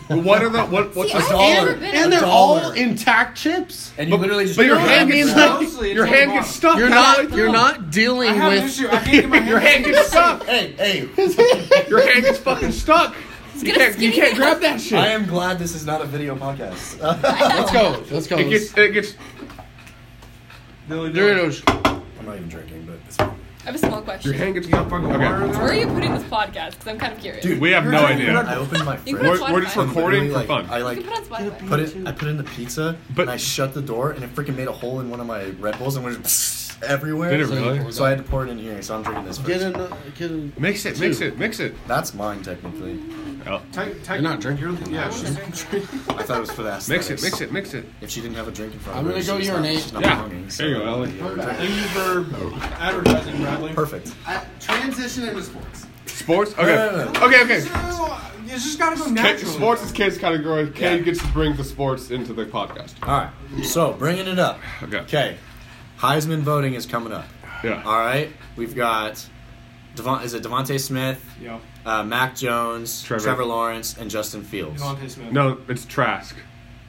S1: What are the what? What's
S7: See,
S1: the
S7: I've
S1: dollar?
S7: never been And
S2: they're all Dollar.
S4: intact chips.
S2: And you literally just
S1: But your
S2: grab
S1: hand
S2: it
S1: gets
S2: and grab
S1: stuck.
S2: it.
S6: Mostly it's
S1: Your
S6: on
S1: hand
S6: the
S1: gets
S6: bottom.
S1: stuck.
S4: You're not. You're not
S6: I
S4: dealing
S6: have an
S4: with.
S6: issue. I can't get my
S1: Your hand gets stuck.
S2: Hey, hey!
S1: Your hand gets fucking stuck. You
S7: gonna
S1: can't, you
S7: skinny
S1: can't grab
S7: down.
S1: that shit.
S2: I am glad this is not a video podcast.
S4: Let's go. Let's go.
S1: it gets. It gets.
S6: Dilly dilly.
S4: Doritos.
S2: I'm not even drinking, but it's fine.
S7: I have a small
S1: Your
S7: question.
S1: hand gets
S6: You got fucking
S1: Okay.
S6: water in
S7: Where are
S6: there?
S7: you putting this podcast? Because I'm kind of curious.
S1: We have no idea.
S2: I opened my fridge.
S7: You can put
S1: We're,
S7: it on
S1: we're just
S7: Spotify.
S1: recording
S2: Literally,
S1: for
S2: like,
S1: fun.
S2: I like
S7: you can put it on Spotify.
S2: put it. I put in the pizza,
S1: But-
S2: and I shut the door, and it freaking made a hole in one of my Red Bulls, and went everywhere.
S1: Did it
S2: so,
S1: really?
S2: so I had to pour it in here. So I'm drinking this first.
S4: Get in, get in.
S1: Mix it, mix it, mix it.
S2: That's mine technically.
S1: Oh.
S6: Take- take-
S4: You're not drinking.
S6: you're- Yeah, she's
S2: I thought it was for the aesthetics.
S1: Mix it, mix it, mix it.
S2: If she didn't have a drink in front
S4: I'm
S2: of her,
S4: gonna go
S2: she's not-
S4: urinate.
S2: she's not
S1: Yeah.
S2: belonging, so-
S1: There you go, Ellie.
S3: Thank you
S1: Oh.
S3: for advertising, Bradley.
S2: Perfect.
S6: I- transition into sports.
S1: Sports?
S2: No, no,
S1: Okay.
S2: no.
S1: Okay,
S6: So,
S1: okay.
S6: uh, you just gotta go
S1: Kid,
S6: naturally.
S1: sports is kids category. Kay
S2: Yeah.
S1: gets to bring the sports into the podcast.
S2: All right. So bringing it up.
S1: Okay.
S2: Okay. Heisman voting is coming up.
S1: Yeah.
S2: All right. We've got. Devon, is it Devonte Smith,
S6: Yeah.
S2: uh, Mac Jones,
S1: Trevor.
S2: Trevor. Lawrence, and Justin Fields?
S6: Devontae Smith.
S1: No, it's Trask.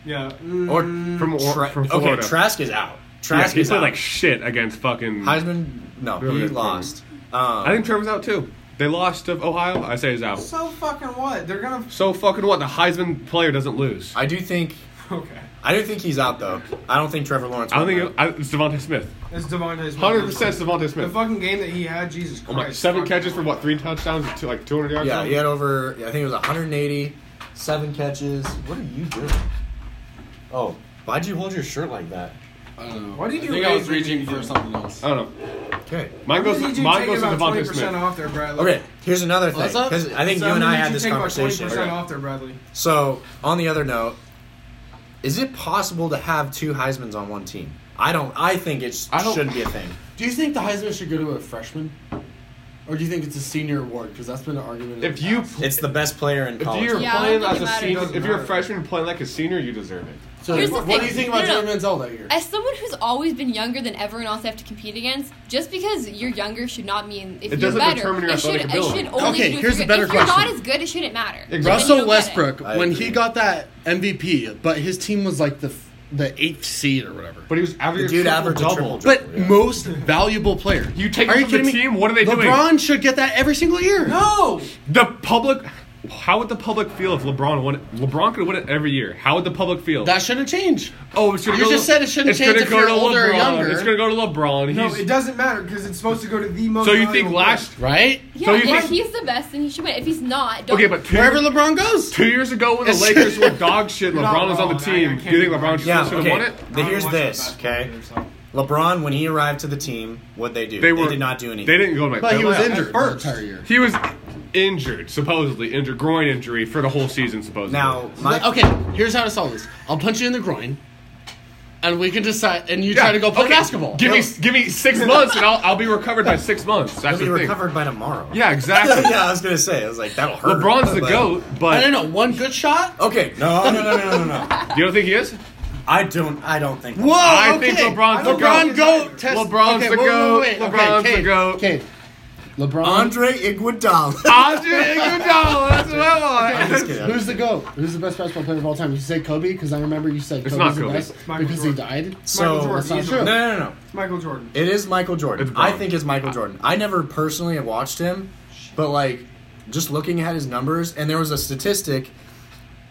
S3: Yeah.
S2: Or
S1: From, or,
S2: Tra-
S1: from
S2: okay,
S1: Florida.
S2: Trask is out.
S1: Yeah,
S2: Trask
S1: he
S2: is
S1: played
S2: out.
S1: like shit against fucking.
S2: Heisman, no,
S1: Really
S2: he
S1: good
S2: lost. Um,
S1: I think Trevor's out too. They lost to Ohio. I say he's out.
S3: So fucking what? They're gonna.
S1: So fucking what? The Heisman player doesn't lose. I,
S2: I do think.
S3: Okay.
S2: I do think he's out though. I don't think Trevor Lawrence.
S1: don't think
S2: will.
S1: it, I, it's Devontae Smith.
S3: It's Devontae's.
S1: Hundred percent Devontae
S3: The
S1: Smith.
S3: fucking game that he had, Jesus
S1: Oh
S3: Christ.
S1: my, seven catches for what? Three touchdowns, to like two hundred yards.
S2: yeah,
S1: something?
S2: he had over. I think it was 180, seven catches. What are you doing? Oh, why'd you hold your shirt like that?
S4: I don't know.
S6: Why did
S4: I
S6: you
S4: think I was
S6: raise-
S4: reaching for something else.
S1: I don't know.
S2: Okay.
S1: Mine
S3: Why
S1: goes.
S3: did you
S1: Mine
S3: take
S1: goes to
S3: about
S1: Devontae
S3: 20%
S1: Smith.
S3: off there, Bradley.
S2: Okay. Here's another thing.
S4: What's up?
S2: 'cause I think
S3: So
S2: you
S3: how
S2: and I
S3: many did
S2: had
S3: you
S2: this
S3: take about
S2: conversation.
S3: 20%
S1: Okay.
S3: off there, Bradley.
S2: So, on the other note, is it possible to have two Heisman's on one team? I don't. I think it sh-
S4: I don't-
S2: shouldn't be a thing.
S4: Do you think the Heisman should go to a freshman, or do you think it's a senior award? Because that's been an argument. in
S1: If
S4: the
S1: you
S4: past.
S2: It's the best player in
S1: if
S2: college.
S1: you're
S7: Yeah, I
S1: playing
S7: don't think
S1: as
S7: it
S1: a
S7: matters.
S1: senior, if
S3: Doesn't
S1: you're a
S3: matter.
S1: freshman playing like a senior, you deserve it.
S4: so
S7: Here's the
S4: what, what do
S7: thing.
S4: you think about
S7: No, no,
S4: Johnny
S7: no.
S4: Manziel that year?
S7: As someone who's always been younger than everyone else I have to compete against, just because you're younger should not mean if
S1: It
S7: you're
S1: doesn't
S7: better.
S1: determine your
S7: it should,
S1: athletic ability.
S7: It should only
S4: Okay,
S7: do if
S4: here's
S7: you're
S4: a
S7: good.
S4: better
S7: if you're not
S4: question.
S7: as good, it shouldn't matter.
S1: Exactly.
S7: Then you
S4: Russell
S7: don't get it.
S4: Westbrook,
S2: I
S4: when
S2: agree.
S4: he got that MVP, but his team was like the f- the eighth seed or whatever.
S1: But he was average.
S2: The dude averaged a triple.
S4: But most valuable player.
S1: You take
S4: Are
S1: him
S4: you
S1: from the
S4: kidding me?
S1: team, what are they doing?
S4: LeBron should get that every single year.
S6: No!
S1: The public. How would the public feel if LeBron won? It? LeBron could win it every year. How would the public feel?
S4: That shouldn't change.
S1: oh, it's gonna
S4: You
S1: go
S4: just
S1: to-
S4: said it shouldn't
S1: it's
S4: change
S1: gonna
S4: if
S1: go
S4: you're
S1: to
S4: older or
S1: LeBron.
S4: younger.
S1: It's gonna go to LeBron.
S3: No,
S1: He's-
S3: it doesn't matter because it's supposed to go to the most.
S1: so you think
S3: valuable
S1: last?
S4: Right?
S7: Yeah,
S1: So you
S7: if
S1: think-
S7: he's the best, then he should win. If he's not, don't.
S1: Okay, but two,
S4: Wherever LeBron goes.
S1: two years ago when the
S4: It's-
S1: Lakers were dog shit,
S3: not
S1: LeBron was on the
S3: wrong. I- I
S1: team.
S3: can't
S1: Do you think
S3: be
S1: LeBron
S3: wrong.
S1: should
S2: Yeah,
S1: have won
S2: okay.
S1: it?
S2: The,
S6: I don't
S2: here's
S6: watch
S2: this,
S6: basketball
S2: okay?
S6: either, so.
S2: LeBron, when he arrived to the team, what they do?
S1: They were
S2: did not do anything.
S1: They didn't go to my.
S4: But he was
S1: Yeah.
S4: injured the
S6: first.
S4: entire year.
S1: He was injured, supposedly injured, groin injury for the whole season, supposedly.
S2: Now, my,
S4: Like, okay, here's how to solve this. I'll punch you in the groin, and we can decide. And you
S1: Yeah,
S4: try to go play
S1: okay,
S4: basketball.
S1: Give me give me six months and I'll I'll be recovered by six months. That's
S2: he'll be
S1: the thing.
S2: recovered by tomorrow.
S1: Yeah, exactly.
S2: yeah, I was gonna say. I was like, that'll hurt.
S1: LeBron's the
S2: But-
S1: goat,
S4: I don't
S1: but
S4: know. One good shot.
S2: Okay, no, no, no, no, no, no.
S1: you don't think he is?
S2: I don't. I don't think.
S4: Whoa!
S1: I
S4: okay.
S1: think LeBron's the goat.
S4: LeBron goat. Test.
S1: LeBron's
S4: okay,
S1: the
S4: wait, wait,
S1: goat.
S4: wait, okay,
S1: LeBron's the
S4: Cade,
S1: goat.
S4: Cade. LeBron.
S2: Andre Iguodala.
S1: Andre Iguodala. That's what I
S2: I'm just
S1: want.
S2: kidding.
S4: Who's the goat? Who's the best basketball player of all time? You say Kobe because I remember you said
S1: It's
S4: Kobe's
S1: not
S4: the
S1: Kobe.
S4: best
S3: Michael
S4: because he
S3: Jordan.
S4: died.
S2: so
S3: Michael
S4: That's not
S3: Jordan.
S4: true.
S2: No, no, no, no.
S3: Michael Jordan.
S2: It is Michael Jordan.
S1: It's
S2: I
S1: Bron.
S2: think it's Michael Jordan. I never personally have watched him, but like just looking at his numbers, and there was a statistic.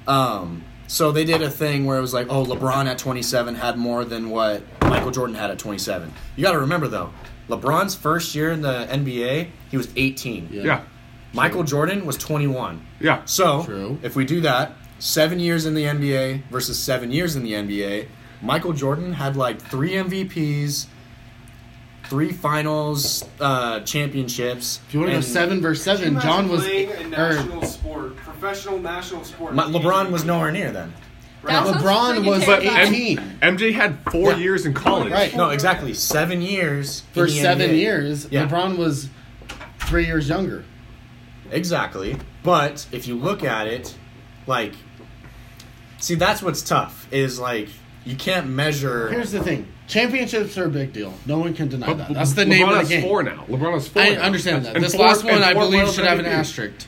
S2: Um, so they did a thing where it was like, oh, LeBron at 27 had more than what Michael Jordan had at 27. You got to remember though, LeBron's first year in the NBA, he was 18.
S1: Yeah,
S2: Michael Jordan was 21.
S1: yeah.
S2: So
S4: True.
S2: if we do that, seven years in the NBA versus seven years in the NBA, Michael Jordan had like three MVPs, three finals uh, championships.
S4: If you want to go
S2: and
S4: seven versus seven,
S3: Imagine
S4: John was. er,
S3: playing a
S4: Or,
S3: national sport, professional national sport.
S2: my- LeBron was nowhere near then.
S7: That sounds
S4: LeBron
S7: freaking
S4: was
S1: But
S7: terrifying.
S1: M-
S4: eighteen.
S1: MJ had four
S2: Yeah.
S1: years in college.
S4: Right.
S2: No, exactly. Seven years in
S4: for
S2: the
S4: seven
S2: NBA.
S4: years,
S2: Yeah.
S4: LeBron was three years younger.
S2: Exactly. But if you look at it, like, see, that's what's tough. Is like you can't measure.
S4: Here's the thing: championships are a big deal. No one can deny
S1: But
S4: that.
S1: Le-
S4: That's the
S1: LeBron
S4: name of
S1: has
S4: the game.
S1: four now. LeBron has four.
S4: I
S1: now.
S4: understand that.
S1: And
S4: this
S1: four-
S4: last one,
S1: and
S4: I
S1: four
S4: believe,
S1: World
S4: should have an
S1: MVPs.
S4: asterisk.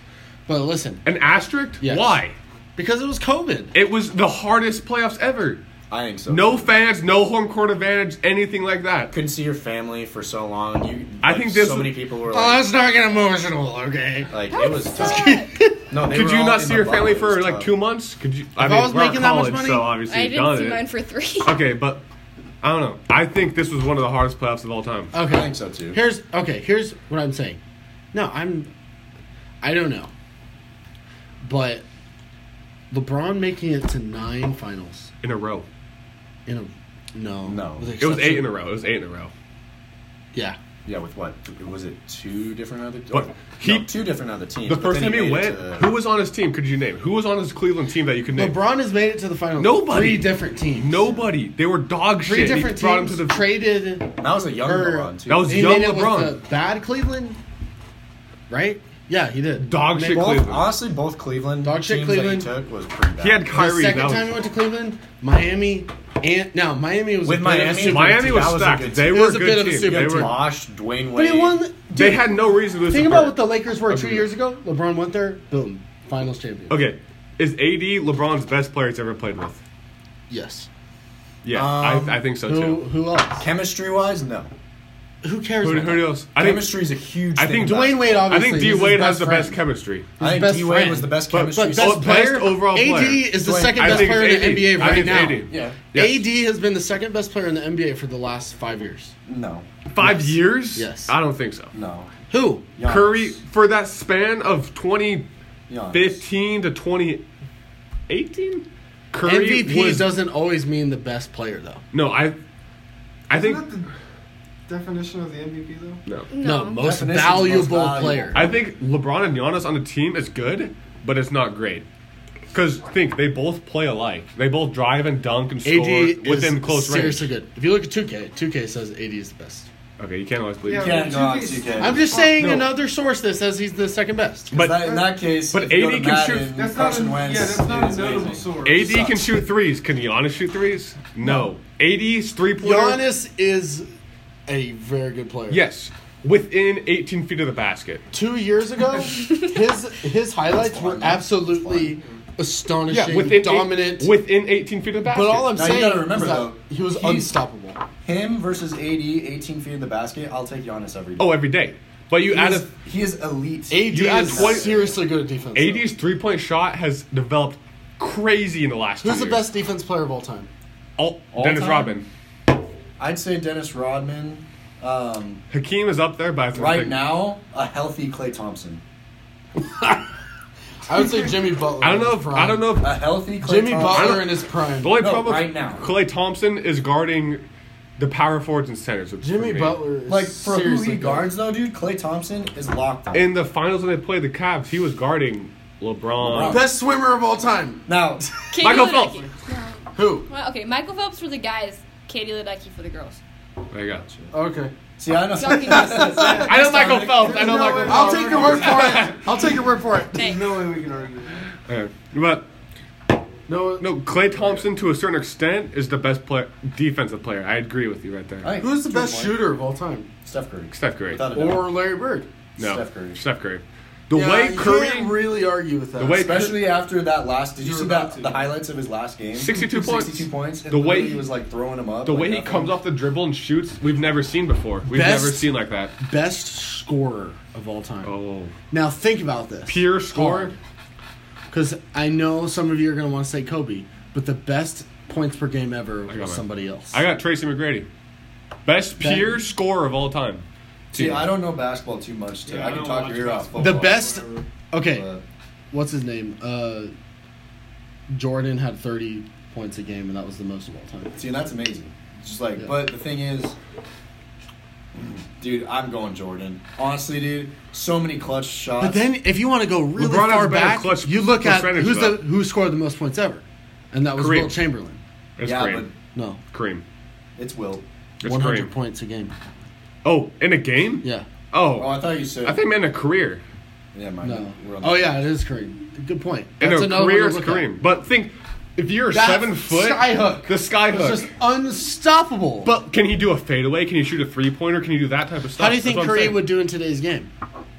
S4: But listen,
S1: An asterisk?
S4: Yes.
S1: Why?
S4: because it was COVID.
S1: It was the hardest playoffs ever.
S2: I think so.
S1: No fans, no home court advantage, anything like that.
S2: couldn't see your family for so long. You,
S1: I
S2: like,
S1: think this
S2: so
S1: was-
S2: many people were
S4: Oh,
S2: like,
S4: let's not get emotional, okay?
S2: like
S7: That
S2: it was
S7: was
S2: tough.
S7: sad.
S2: No, they
S1: Could
S2: were
S1: you
S2: all
S1: not
S2: in
S1: see
S2: the
S1: your family
S2: bubble. It
S1: for
S2: was
S1: like
S2: tough.
S1: two months? Could you? I
S4: If
S1: mean,
S4: I was
S1: we're
S4: making
S1: in
S4: that much
S1: college,
S4: money,
S1: so obviously
S7: I
S1: you've
S7: didn't
S1: done
S7: see
S1: it.
S7: mine for three.
S1: Okay, but I don't know. I think this was one of the hardest playoffs of all time.
S4: Okay.
S2: I think so, too.
S4: Here's okay, here's what I'm saying. No, I'm I don't know. But LeBron making it to nine finals
S1: in a row.
S4: in a no.
S2: No.
S4: with the
S1: It was eight
S4: exception-
S1: in a row. It was eight in a row.
S4: Yeah.
S2: Yeah, with what? Was it two different other?
S1: But
S2: no,
S1: he-
S2: two different other teams.
S1: The
S2: but
S1: first
S2: then
S1: time he
S2: made it
S1: went,
S2: to the-
S1: who was on his team? Could you name? Who was on his Cleveland team that you could name?
S4: LeBron has made it to the finals.
S1: Nobody.
S4: Three different teams.
S1: Nobody. They were dog
S4: Three
S1: shit. He
S4: different
S1: brought him
S4: teams
S1: to the
S4: traded.
S2: That was a young
S4: Or-
S2: LeBron too.
S1: That was
S4: he
S1: young
S4: made it
S1: LeBron.
S4: with the bad Cleveland, right? Yeah, he did.
S1: Dog
S4: Made-
S1: shit
S2: both,
S1: Cleveland.
S2: honestly both Cleveland
S4: Dog shit
S2: teams
S4: Cleveland.
S2: that he took was pretty bad.
S1: He had
S4: The
S1: Kyrie.
S4: second
S1: that was-
S4: time he went to Cleveland, Miami, and now Miami was
S2: With
S4: a bit of a
S2: Miami?
S4: super-
S1: Miami
S2: That
S1: was,
S2: was a
S1: stacked.
S2: good
S1: they
S2: team.
S1: were
S4: It was
S1: a
S4: a
S1: good
S4: bit of a
S1: team.
S4: super
S1: they
S2: You had
S1: were.
S2: Bosh, Dwayne Wade.
S4: But he won. the- Dude,
S1: They had no reason to lose.
S4: Think
S1: to
S4: about
S1: Bird.
S4: what the Lakers were two
S1: Agreed.
S4: years ago. LeBron went there, boom, finals champion.
S1: Okay, is AD LeBron's best player he's ever played with?
S4: Yes.
S1: Yeah,
S2: Um,
S1: I, I think so
S4: Who
S1: too.
S4: who else?
S2: Chemistry wise, no.
S4: Who cares?
S1: Who,
S4: about
S1: who
S4: that?
S1: else? I think
S2: Chemistry is a huge.
S1: I
S2: thing
S1: think
S2: about
S4: Dwayne
S2: it.
S4: Wade
S1: I
S4: obviously.
S1: think
S4: he's
S1: D
S4: his
S1: Wade has
S4: best
S1: the best
S4: friend.
S1: chemistry.
S2: I
S4: He's
S2: think
S4: best
S2: D Wade
S4: friend.
S2: was the best
S1: But-
S2: chemistry.
S1: but
S4: But best
S1: best
S4: player
S1: overall
S4: AD
S1: player.
S4: is the
S2: Dwayne.
S4: second
S1: I
S4: best
S1: think
S4: player in
S1: AD.
S4: the NBA
S1: I
S4: right
S1: think
S4: now.
S1: AD.
S2: yeah.
S1: Yes.
S4: AD has been the second best player in the NBA for the last five years.
S2: No.
S1: Five years?
S4: Yes.
S1: I don't think so.
S2: No.
S4: Who?
S2: Giannis.
S1: Curry for that span of twenty
S2: Giannis.
S1: fifteen to twenty eighteen. Curry
S4: MVP
S1: was
S4: doesn't always mean the best player though.
S1: no. I I think
S3: Isn't that the definition of the MVP
S1: no.
S3: though?
S4: No, most
S2: Definition's
S4: valuable,
S2: most valuable.
S4: player.
S1: I think LeBron and Giannis on the team is good, but it's not great. Because think they both play alike. They both drive and dunk and score
S4: AD
S1: within
S4: is
S1: close range.
S4: seriously good. If you look at 2K, 2K says AD is the best.
S1: Okay, you can't always believe. it.
S2: can't
S3: but
S2: go on
S3: 2K 's-
S2: 2K.
S4: I'm just saying
S1: No.
S4: another source that says he's the second best.
S1: But-
S2: But that, in that case,
S1: but
S2: if you go
S1: AD
S2: to
S1: can
S2: Madden,
S1: shoot-
S3: That's not, a,
S2: Carson
S3: yeah,
S2: Wentz
S3: that's not a
S2: is
S3: notable
S2: amazing.
S3: source.
S1: AD can
S2: Sucks.
S1: shoot threes. Can Giannis shoot threes? No. AD's three pointer.
S4: Giannis is a very good player.
S1: Yes, within 18 feet of the basket.
S4: Two years ago, his his highlights were absolutely astonishing,
S1: Yeah, within eight-
S4: dominant.
S1: within 18 feet of the basket.
S4: but all I'm
S2: Now, you
S4: saying
S2: gotta remember,
S4: is that
S2: though,
S4: he was
S2: he's-
S4: unstoppable.
S2: Him versus AD, 18 feet in the basket. I'll take Giannis every day.
S1: oh every day. But you
S2: he
S1: add
S2: is,
S1: a
S2: he is elite.
S4: AD
S1: You add
S4: is
S1: 20
S4: seriously good at defense. though.
S1: AD's three point shot has developed crazy in the last. two
S4: Who's the
S1: years.
S4: best defense player of all time?
S1: All,
S2: all
S1: Dennis
S2: time?
S1: Rodman.
S2: I'd say Dennis Rodman. Um,
S1: Hakeem is up there, but I don't
S2: right
S1: think-
S2: now, a healthy Clay Thompson.
S4: I would say Jimmy Butler.
S1: I don't know
S4: in
S1: if
S4: his
S1: I don't
S4: prime.
S1: know. If,
S2: A healthy Clay
S4: Jimmy
S2: Thompson.
S4: Butler in his prime.
S1: the only
S2: Uh, No,
S1: problem
S2: right
S1: with
S2: now.
S1: Clay Thompson is guarding the power forwards and centers. which
S4: Jimmy
S1: for me-
S4: Butler, is
S2: Like for
S4: seriously
S2: who he
S4: good.
S2: guards though, dude, Clay Thompson is locked up.
S1: in the finals when they played the Cavs, he was guarding LeBron.
S2: LeBron.
S4: best swimmer of all time.
S2: now,
S7: Katie
S1: Michael
S7: Ledecky.
S1: Phelps.
S7: No.
S4: Who?
S7: Well, okay, Michael Phelps for the guys, Katie Ledecky for the girls.
S1: There you go.
S4: Okay,
S2: see, I know.
S7: Dunking contest.
S1: I know Michael Phelps. I know
S3: No
S1: Michael
S3: way.
S1: Phelps.
S4: I'll take your word for it. I'll take your word for it.
S7: Thanks.
S3: No way we can argue. that.
S1: Okay. But
S4: No, no.
S1: no, Clay Thompson to a certain extent is the best player, defensive player. I agree with you right there.
S2: Hey,
S4: Who's the
S2: two
S4: best
S2: point.
S4: shooter of all time?
S2: Steph Curry.
S1: Steph Curry.
S2: Without a doubt.
S4: Or Larry Bird?
S1: No,
S2: Steph Curry.
S1: Steph Curry. The
S4: Yeah,
S1: way
S4: you
S1: Curry,
S4: can't really argue with that.
S1: the way
S2: Especially after that last, did you,
S3: You were
S2: see
S3: about
S2: that
S3: to.
S2: the highlights of his last game?
S1: 62 points.
S2: 62 points. And
S1: The way
S2: literally
S1: he-
S2: he was like throwing him up.
S1: the
S2: like
S1: way he
S2: nothing.
S1: comes off the dribble and shoots, we've never seen before. We've
S4: Best-
S1: never seen like that.
S4: best scorer of all time.
S1: Oh,
S4: Now think about this.
S1: pure score.
S4: Because I know some of you are going to want to say Kobe, but the best points per game ever
S1: got
S4: was
S1: mine.
S4: somebody else.
S1: I got Tracy McGrady, best
S4: That-
S1: pure scorer of all time.
S2: See, I don't know basketball too much. To,
S3: Yeah,
S2: I
S3: I
S2: can
S3: don't
S2: talk
S3: watch
S2: your ear off.
S3: basketball.
S4: the
S2: football,
S4: best.
S3: Whatever.
S4: Okay,
S2: but-
S4: what's his name? Uh, Jordan had 30 points a game, and that was the most of all time.
S2: See, and that's amazing. It's just like,
S4: Yeah.
S2: but the thing is, dude, I'm going Jordan. Honestly, dude, so many clutch shots.
S4: But then, if you want to go really
S1: LeBron has
S4: far
S1: a better
S4: back,
S1: clutch
S4: you look at
S1: percentage,
S4: who's
S1: though.
S4: the who scored the most points ever, and that was
S1: Kareem.
S4: Wilt Chamberlain.
S1: It's
S2: yeah,
S1: Kareem.
S4: No,
S1: But... Kareem.
S2: but it's Will.
S1: It's
S4: 100
S1: Kareem.
S4: points a game.
S1: Oh, in a game?
S4: Yeah,
S1: Oh,
S2: Oh, I thought you said.
S1: I think man a career.
S2: Yeah, my.
S4: no.
S2: we're on the-
S4: Oh yeah, it is Kareem. Good point.
S1: In a
S4: another one
S1: career,
S4: to
S1: it's
S4: look at.
S1: Kareem. But think, if you're
S4: That's
S1: seven foot,
S4: skyhook.
S1: the sky
S4: It's
S1: hook.
S4: just unstoppable.
S1: But can he do a fadeaway? Can he shoot a three pointer? Can he do that type of stuff?
S4: how do you
S1: That's
S4: think
S1: what I'm
S4: Curry
S1: saying.
S4: would do in today's game?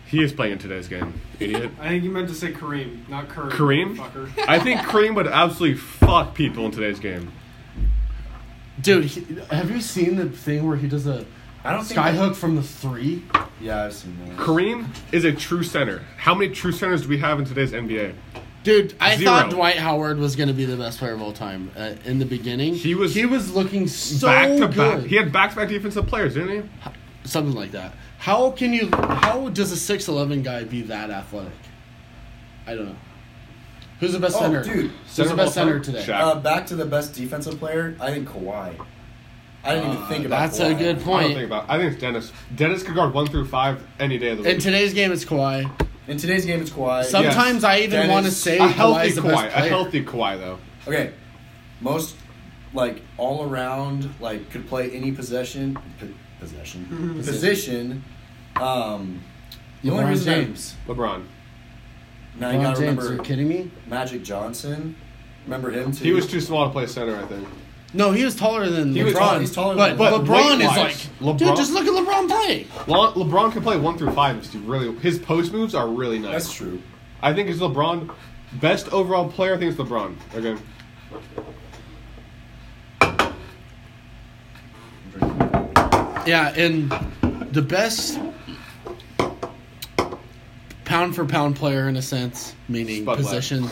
S1: He is playing in today's game, idiot.
S3: I think you meant to say Kareem, not Curry.
S1: Kareem?
S3: Fucker.
S1: I think Kareem would absolutely fuck people in today's game.
S4: Dude, he, have you seen the thing where he does a
S2: I don't think
S4: sky
S2: that-
S4: hook from the three?
S2: Yeah, I've seen that.
S1: Kareem is a true center. How many true centers do we have in today's NBA?
S4: Dude, I
S1: Zero.
S4: thought Dwight Howard was going to be the best player of all time uh, in the beginning.
S1: He was-
S4: he was looking so
S1: back to
S4: good.
S1: back. He had back to back defensive players, didn't he?
S4: something like that. How can you? How does a six eleven guy be that athletic? I don't know. Who's the best
S2: Oh,
S4: center?
S2: dude.
S4: Who's
S1: Center
S4: the
S1: of all
S4: best center
S1: time?
S4: today?
S1: Shaq.
S2: Uh, back to the best defensive player, I think Kawhi. I didn't even
S4: Uh,
S2: think about
S4: that's
S2: Kawhi.
S4: a good
S1: I don't think
S4: point.
S1: about. I think it's Dennis. Dennis could guard one through five any day of the week.
S4: In today's game, it's Kawhi.
S2: In today's game, it's Kawhi.
S4: Sometimes I even
S2: Dennis-
S4: want to say
S1: a healthy
S4: Kawhi's the
S1: Kawhi,
S4: best
S1: a
S4: player.
S1: healthy Kawhi though.
S2: Okay, most like all around, like could play any possession, p-
S1: Mm-hmm.
S2: possession, position. Um, the only
S4: LeBron
S2: reason I-
S4: James.
S1: LeBron.
S2: now you gotta
S4: LeBron James, are you
S2: remember
S4: kidding me?
S2: Magic Johnson. Remember him too.
S1: He was too small to play center, I think.
S4: No, he was taller than
S1: He
S4: LeBron.
S1: was
S2: tall- he's taller than
S4: but,
S1: LeBron.
S4: but LeBron is like,
S1: Weight-wise, LeBron-
S4: dude, just look at LeBron play.
S1: Le- LeBron can play one through five. If you really, his post moves are really nice.
S2: That's true.
S1: I think it's LeBron. Best overall player, I think it's LeBron. Okay.
S4: Yeah, and the best pound for pound player in a sense, meaning
S1: Spud Webb.
S4: position.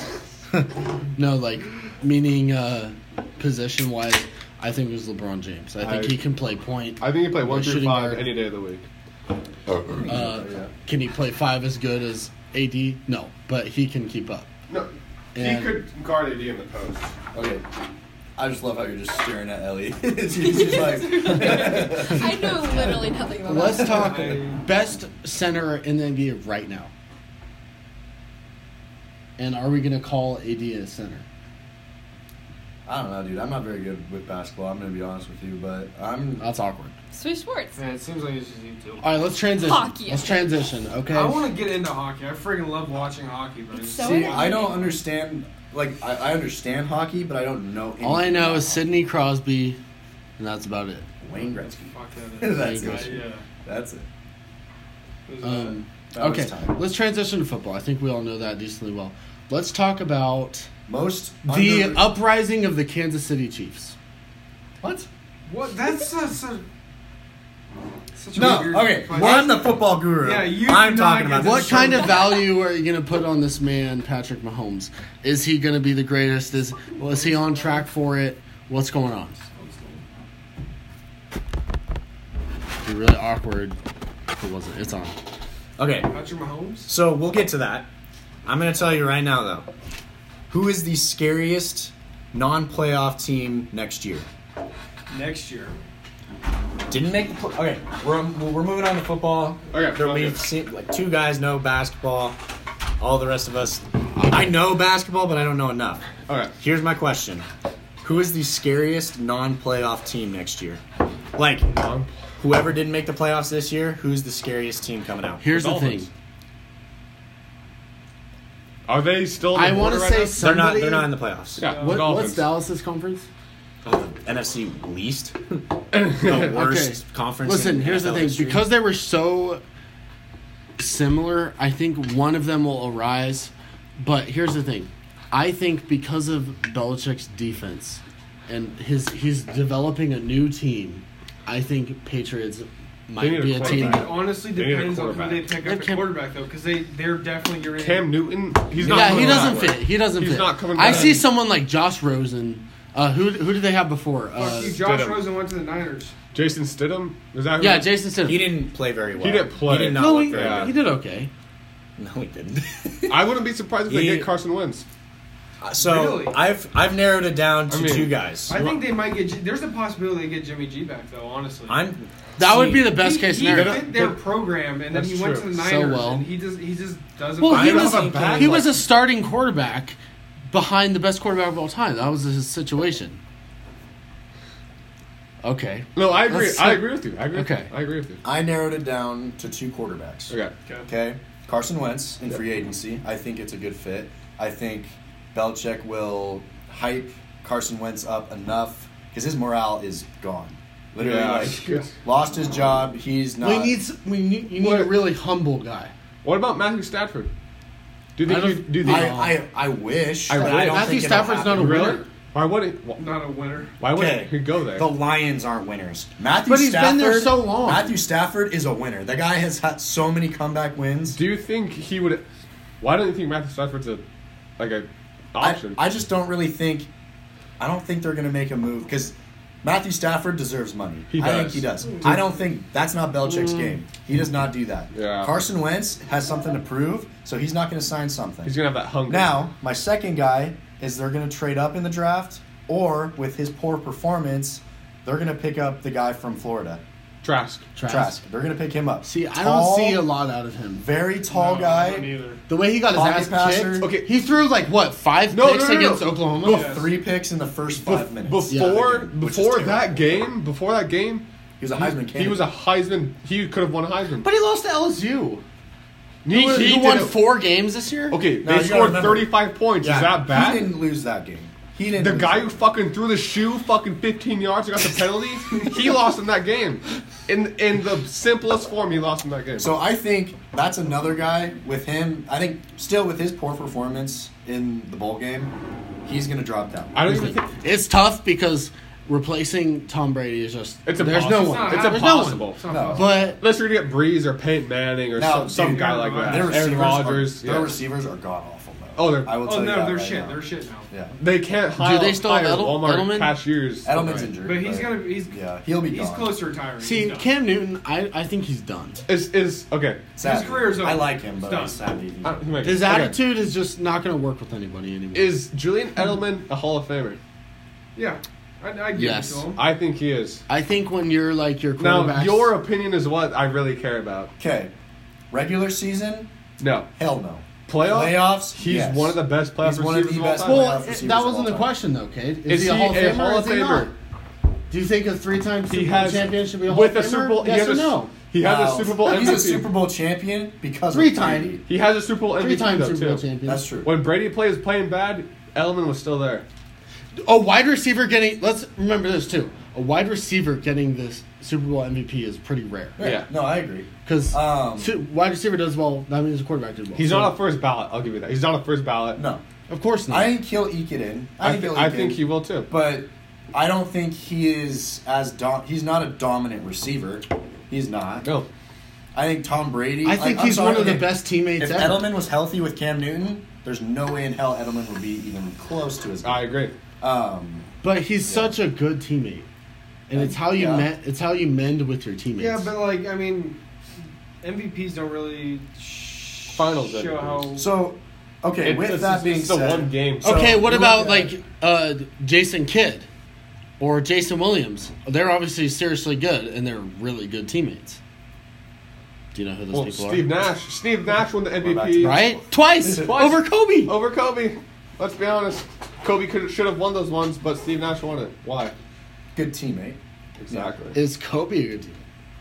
S4: no, like meaning uh, position wise, I think it was LeBron James. I think
S1: I-
S4: he can play point.
S1: I think he played one
S4: Like
S1: through
S4: shooting
S1: five
S4: guard.
S1: any day of the week.
S4: uh, Can he play five as good as AD? No, but he can keep up.
S1: No,
S4: And-
S1: he could guard AD in the post.
S2: Okay, I just love how you're just staring at Ellie. She's just like,
S7: I know literally nothing about
S4: Let's
S7: that.
S4: talk best center in the NBA right now. And are we going to call AD a center?
S2: I don't know, dude. I'm not very good with basketball. I'm gonna be honest with you, but I'm.
S4: That's awkward.
S7: Swiss Schwartz.
S6: Man, it seems like it's just you two.
S4: All right, let's transition.
S7: Hockey.
S4: Let's transition. Okay.
S6: I want to get into hockey. I freaking love watching hockey, bro.
S7: It's so
S2: See,
S7: entertaining.
S2: I don't understand. Like, I, I understand hockey, but I don't know. Anything
S4: All I know
S2: about
S4: is Sidney Crosby, and that's about it.
S2: it. Wayne Gretzky.
S6: Fuck that. is-
S2: That's
S4: Wayne
S2: it.
S6: Yeah.
S2: That's it.
S6: Who's
S4: Um,
S2: That was
S4: okay,
S2: time.
S4: let's transition to football. I think we all know that decently well. Let's talk about
S2: Most
S4: the
S2: under-
S4: uprising of the Kansas City Chiefs.
S2: what?
S6: that? What? That's such a. Such a
S2: No,
S6: weird
S2: okay.
S6: fucking-
S2: Well, I'm the football guru.
S6: Yeah, you
S2: I'm
S6: do
S2: talking
S6: not
S2: about
S6: get
S4: What
S2: this.
S4: kind of value are you going to put on this man, Patrick Mahomes? Is he going to be the greatest? Is was he on track for it? What's going on? It'd be really awkward. If it wasn't. It's on.
S2: Okay,
S6: Patrick Mahomes?
S2: so we'll get to that. I'm gonna tell you right now, though. Who is the scariest non-playoff team next year?
S6: Next year.
S2: Didn't make the pl- okay. We're we're moving on to football.
S1: Okay,
S2: There-
S1: okay.
S2: we've seen like two guys know basketball. All the rest of us, I know basketball, but I don't know enough.
S1: All right.
S2: Here's my question: Who is the scariest non-playoff team next year? Like, whoever didn't make the playoffs this year, who's the scariest team coming out?
S4: Here's
S1: The
S4: the thing.
S1: Dolphins. Are they still? in the
S4: I want to
S1: border
S4: say
S1: right
S2: They're not.
S4: somebody.
S2: They're not in the playoffs. Oh,
S1: now? Yeah,
S4: What,
S1: the
S4: what's
S1: Dolphins.
S4: Dallas's conference?
S2: NFC least, the worst conference.
S4: Listen,
S2: in
S4: here's the
S2: NFL
S4: thing.
S2: history.
S4: Because they were so similar, I think one of them will arise. But here's the thing. I think because of Belichick's defense and his he's developing a new team, I think Patriots
S1: They
S4: might
S1: need a
S4: be a team.
S6: It
S1: quarterback.
S6: honestly
S1: They need a
S6: depends on who they
S1: quarterback.
S6: pick
S4: They
S6: up
S4: have
S6: at
S4: Cam-
S6: quarterback, though, because they, they're definitely your
S1: Cam Newton. He's not.
S4: Yeah,
S1: coming
S4: he doesn't
S1: back.
S4: fit. He doesn't
S1: He's
S4: fit.
S1: not coming
S4: I
S1: back.
S4: see someone like Josh Rosen. Uh, who who did they have before? Uh,
S6: Fuck you, Josh
S1: Stidham.
S6: Rosen went to the Niners.
S1: Jason Stidham. Is that? Who
S4: yeah, Jason Stidham.
S2: he didn't play very well.
S1: He didn't play.
S2: He did not
S4: no,
S2: look
S4: he,
S2: very
S1: yeah.
S4: he did okay.
S2: good. No, he didn't.
S1: I wouldn't be surprised if they
S2: He-
S1: get Carson Wentz.
S2: So
S6: Really?
S2: I've I've narrowed it down to
S1: I mean,
S2: two guys.
S6: I think they might get. G- There's a possibility they get Jimmy G back, though. Honestly,
S2: I'm
S4: That would be the
S6: He-
S4: best case
S6: he
S4: scenario.
S6: fit their program, and then
S1: That's
S6: he went
S1: true.
S6: to the
S4: So
S6: Niners,
S4: well.
S6: and he just he just doesn't.
S4: Well, he
S6: find
S4: was
S6: out.
S1: a bad-
S4: he was a starting quarterback behind the best quarterback of all time. That was his situation. Okay.
S1: No, I agree.
S4: That's-
S1: I agree with you. I agree.
S4: Okay.
S1: With you. I agree with you.
S2: I narrowed it down to two quarterbacks.
S1: Okay.
S2: Okay. Carson Wentz in free agency. I think it's a good fit. I think Belichick will hype Carson Wentz up enough because his morale is gone. Literally,
S1: Yeah.
S2: like lost his job. He's not.
S4: we need s- we need you need a
S1: What-
S4: really humble guy.
S1: What about Matthew Stafford? Do you
S4: I
S1: think?
S4: don't-
S1: you, do you think?
S2: I, I I wish.
S1: I
S2: but
S1: wish.
S2: don't
S4: Matthew
S2: think it'll
S4: Stafford's not a
S2: happen.
S1: really?
S4: winner.
S1: Why wouldn't? wh-
S6: not a winner.
S1: Why wouldn't
S2: Okay.
S1: he go there?
S2: The Lions aren't winners. Matthew
S4: But he's
S2: Stafford,
S4: been there so long.
S2: Matthew Stafford is a winner. The guy has had so many comeback wins.
S1: Do you think he would? Why don't you think Matthew Stafford's a like a
S2: I,
S1: option.
S2: I just don't really think. I don't think they're going to make a move because Matthew Stafford deserves money.
S1: He
S2: I think
S1: does.
S2: he does. I don't think that's not Belichick's game. He does not do that.
S1: Yeah.
S2: Carson Wentz has something to prove, so he's not going to sign something.
S1: He's gonna have that hunger.
S2: Now, my second guy is they're going to trade up in the draft, or with his poor performance, they're going to pick up the guy from Florida,
S1: Trask.
S4: Trask.
S2: Trask. They're going to pick him up.
S4: See, I
S2: Tall,
S4: don't see a lot out of him.
S2: Very tall
S6: No,
S2: guy.
S6: me neither.
S4: The way he got
S2: Pocket
S4: his ass
S2: passer.
S4: kicked.
S1: Okay.
S4: He threw like what five
S1: No,
S4: picks
S1: no, no, no.
S4: against Oklahoma.
S1: Go f-
S2: Three picks in the first five minutes.
S1: Before
S2: Which is
S1: before
S2: terrible.
S1: that game, before that game,
S2: he was a Heisman candidate.
S1: he was a Heisman. He could have won a Heisman.
S4: But he lost to LSU.
S1: he,
S4: who
S1: he
S4: who won
S1: didn't-
S4: four games this year?
S1: Okay,
S2: No, you
S1: they
S2: gotta
S1: scored
S2: remember-
S1: 35 points. Is that
S2: He
S1: bad?
S2: didn't lose that game. He didn't.
S1: The
S2: lose
S1: guy
S2: that
S1: who
S2: game.
S1: fucking threw the shoe fucking 15 yards and got the penalty, he lost in that game. In in the simplest form, he lost in that game.
S2: So I think that's another guy with him. I think still with his poor performance in the bowl game, he's going to drop down.
S1: I don't even think
S4: It's tough because replacing Tom Brady is just
S1: it's
S4: there's
S1: impossible.
S4: no
S1: It's,
S4: one.
S6: It's not-
S4: There's no one.
S1: impossible.
S6: It's not
S2: No.
S6: possible.
S4: But
S1: Unless you're gonna get Breeze or Peyton Manning or
S2: No,
S1: some, some
S2: dude,
S1: guy like that.
S2: Their receivers
S1: Aaron Rodgers.
S2: Are, their
S1: yeah.
S2: receivers are god awful though.
S1: Oh, they're-
S2: I will tell
S6: Oh
S2: you
S6: no,
S2: that
S6: they're
S2: right
S6: shit.
S2: now.
S6: They're shit now.
S2: Yeah,
S1: They can't hire,
S4: they still have
S1: hire
S4: Edel-
S1: Walmart
S4: Edelman?
S1: cashiers.
S2: Edelman's injured,
S6: But he's gonna. He's
S2: Yeah, he'll be
S6: He's
S2: gone.
S6: close to retiring.
S4: see,
S6: He's done.
S4: Cam Newton, I, I think he's done.
S1: Is is okay?
S2: Sadly.
S6: His career's over.
S2: I like him, but
S6: It's done.
S2: it's sadly he's
S1: I-
S2: done.
S1: wait,
S4: His
S1: okay.
S4: attitude is just not going to work with anybody anymore.
S1: is Julian Edelman a Hall of Famer.
S6: Yeah, I, I give
S4: Yes.
S6: it to him.
S1: I think he is.
S4: I think when you're like your quarterback,
S1: Now, your opinion is what I really care about.
S2: Okay, regular season,
S1: No,
S2: hell no.
S1: playoff.
S2: Playoffs,
S1: He's
S2: yes.
S1: one of the best playoff
S2: He's
S1: receivers
S2: one of the
S1: all
S2: best
S1: time.
S2: playoff
S4: well,
S2: receivers
S4: it-
S2: of
S4: that
S2: all
S4: wasn't the
S2: time.
S4: question though, Cade.
S1: Is, he a Hall of Famer?
S4: or is he not? Do you think a three-time Super
S1: He
S4: Bowl
S1: has
S4: champion should be a Hall
S1: with
S4: of
S1: a
S4: Famer?
S1: Super Bowl. he
S4: yes
S1: has
S4: or
S1: a,
S4: no?
S1: He has
S2: No.
S1: a Super Bowl MVP.
S2: He's a Super Bowl champion because of
S4: Three-time.
S2: Brady.
S1: He has a Super Bowl MVP
S4: Three-time
S1: though,
S4: Super Bowl
S1: too.
S4: champion.
S2: That's true.
S1: When Brady plays playing bad, Edelman was still there.
S4: A wide receiver getting let's remember this too. A wide receiver getting this Super Bowl MVP is pretty rare
S1: yeah.
S2: No, I agree.
S4: because
S2: Um,
S4: wide receiver does well. That means the quarterback did well.
S1: He's
S4: So,
S1: not a first ballot. I'll give you that. He's not a first ballot.
S2: No,
S4: of course not.
S2: I think he'll eke it in. I
S1: I,
S2: think
S1: thi-
S2: he'll
S1: I
S2: eke
S1: think
S2: it
S1: he
S2: in.
S1: will too.
S2: But I don't think he is as dom. He's not a dominant receiver. He's not.
S1: no,
S2: I think Tom Brady.
S4: I
S2: like,
S4: think
S2: I'm
S4: he's
S2: sorry,
S4: one of the
S2: okay,
S4: best teammates
S2: If
S4: ever.
S2: Edelman was healthy with Cam Newton, there's no way in hell Edelman would be even close to his.
S1: I agree.
S2: Um,
S4: but he's such a good teammate, and it's how you
S2: Yeah.
S4: met. It's how you mend with your teammates.
S3: Yeah, but like I mean, MVPs don't really sh-
S1: Finals
S3: show how.
S1: MVPs.
S2: so, okay.
S1: It-
S2: with
S1: this
S2: that
S1: is-
S2: being
S1: this is the
S2: said,
S1: one game.
S2: so
S4: okay, what
S2: you
S4: about
S2: look at-
S4: like uh, Jason Kidd or Jason Williams? They're obviously seriously good, and they're really good teammates. Do you know who those
S1: Well,
S4: people
S1: Steve
S4: are?
S1: Nash. Steve Nash won the
S2: back
S1: MVP.
S2: to-
S4: Right, twice,
S1: Twice. Oh.
S4: over Kobe.
S1: over Kobe. Let's be honest. Kobe could should have won those ones, but Steve Nash won it. Why?
S2: good teammate?
S1: Exactly.
S4: Is Kobe a good teammate?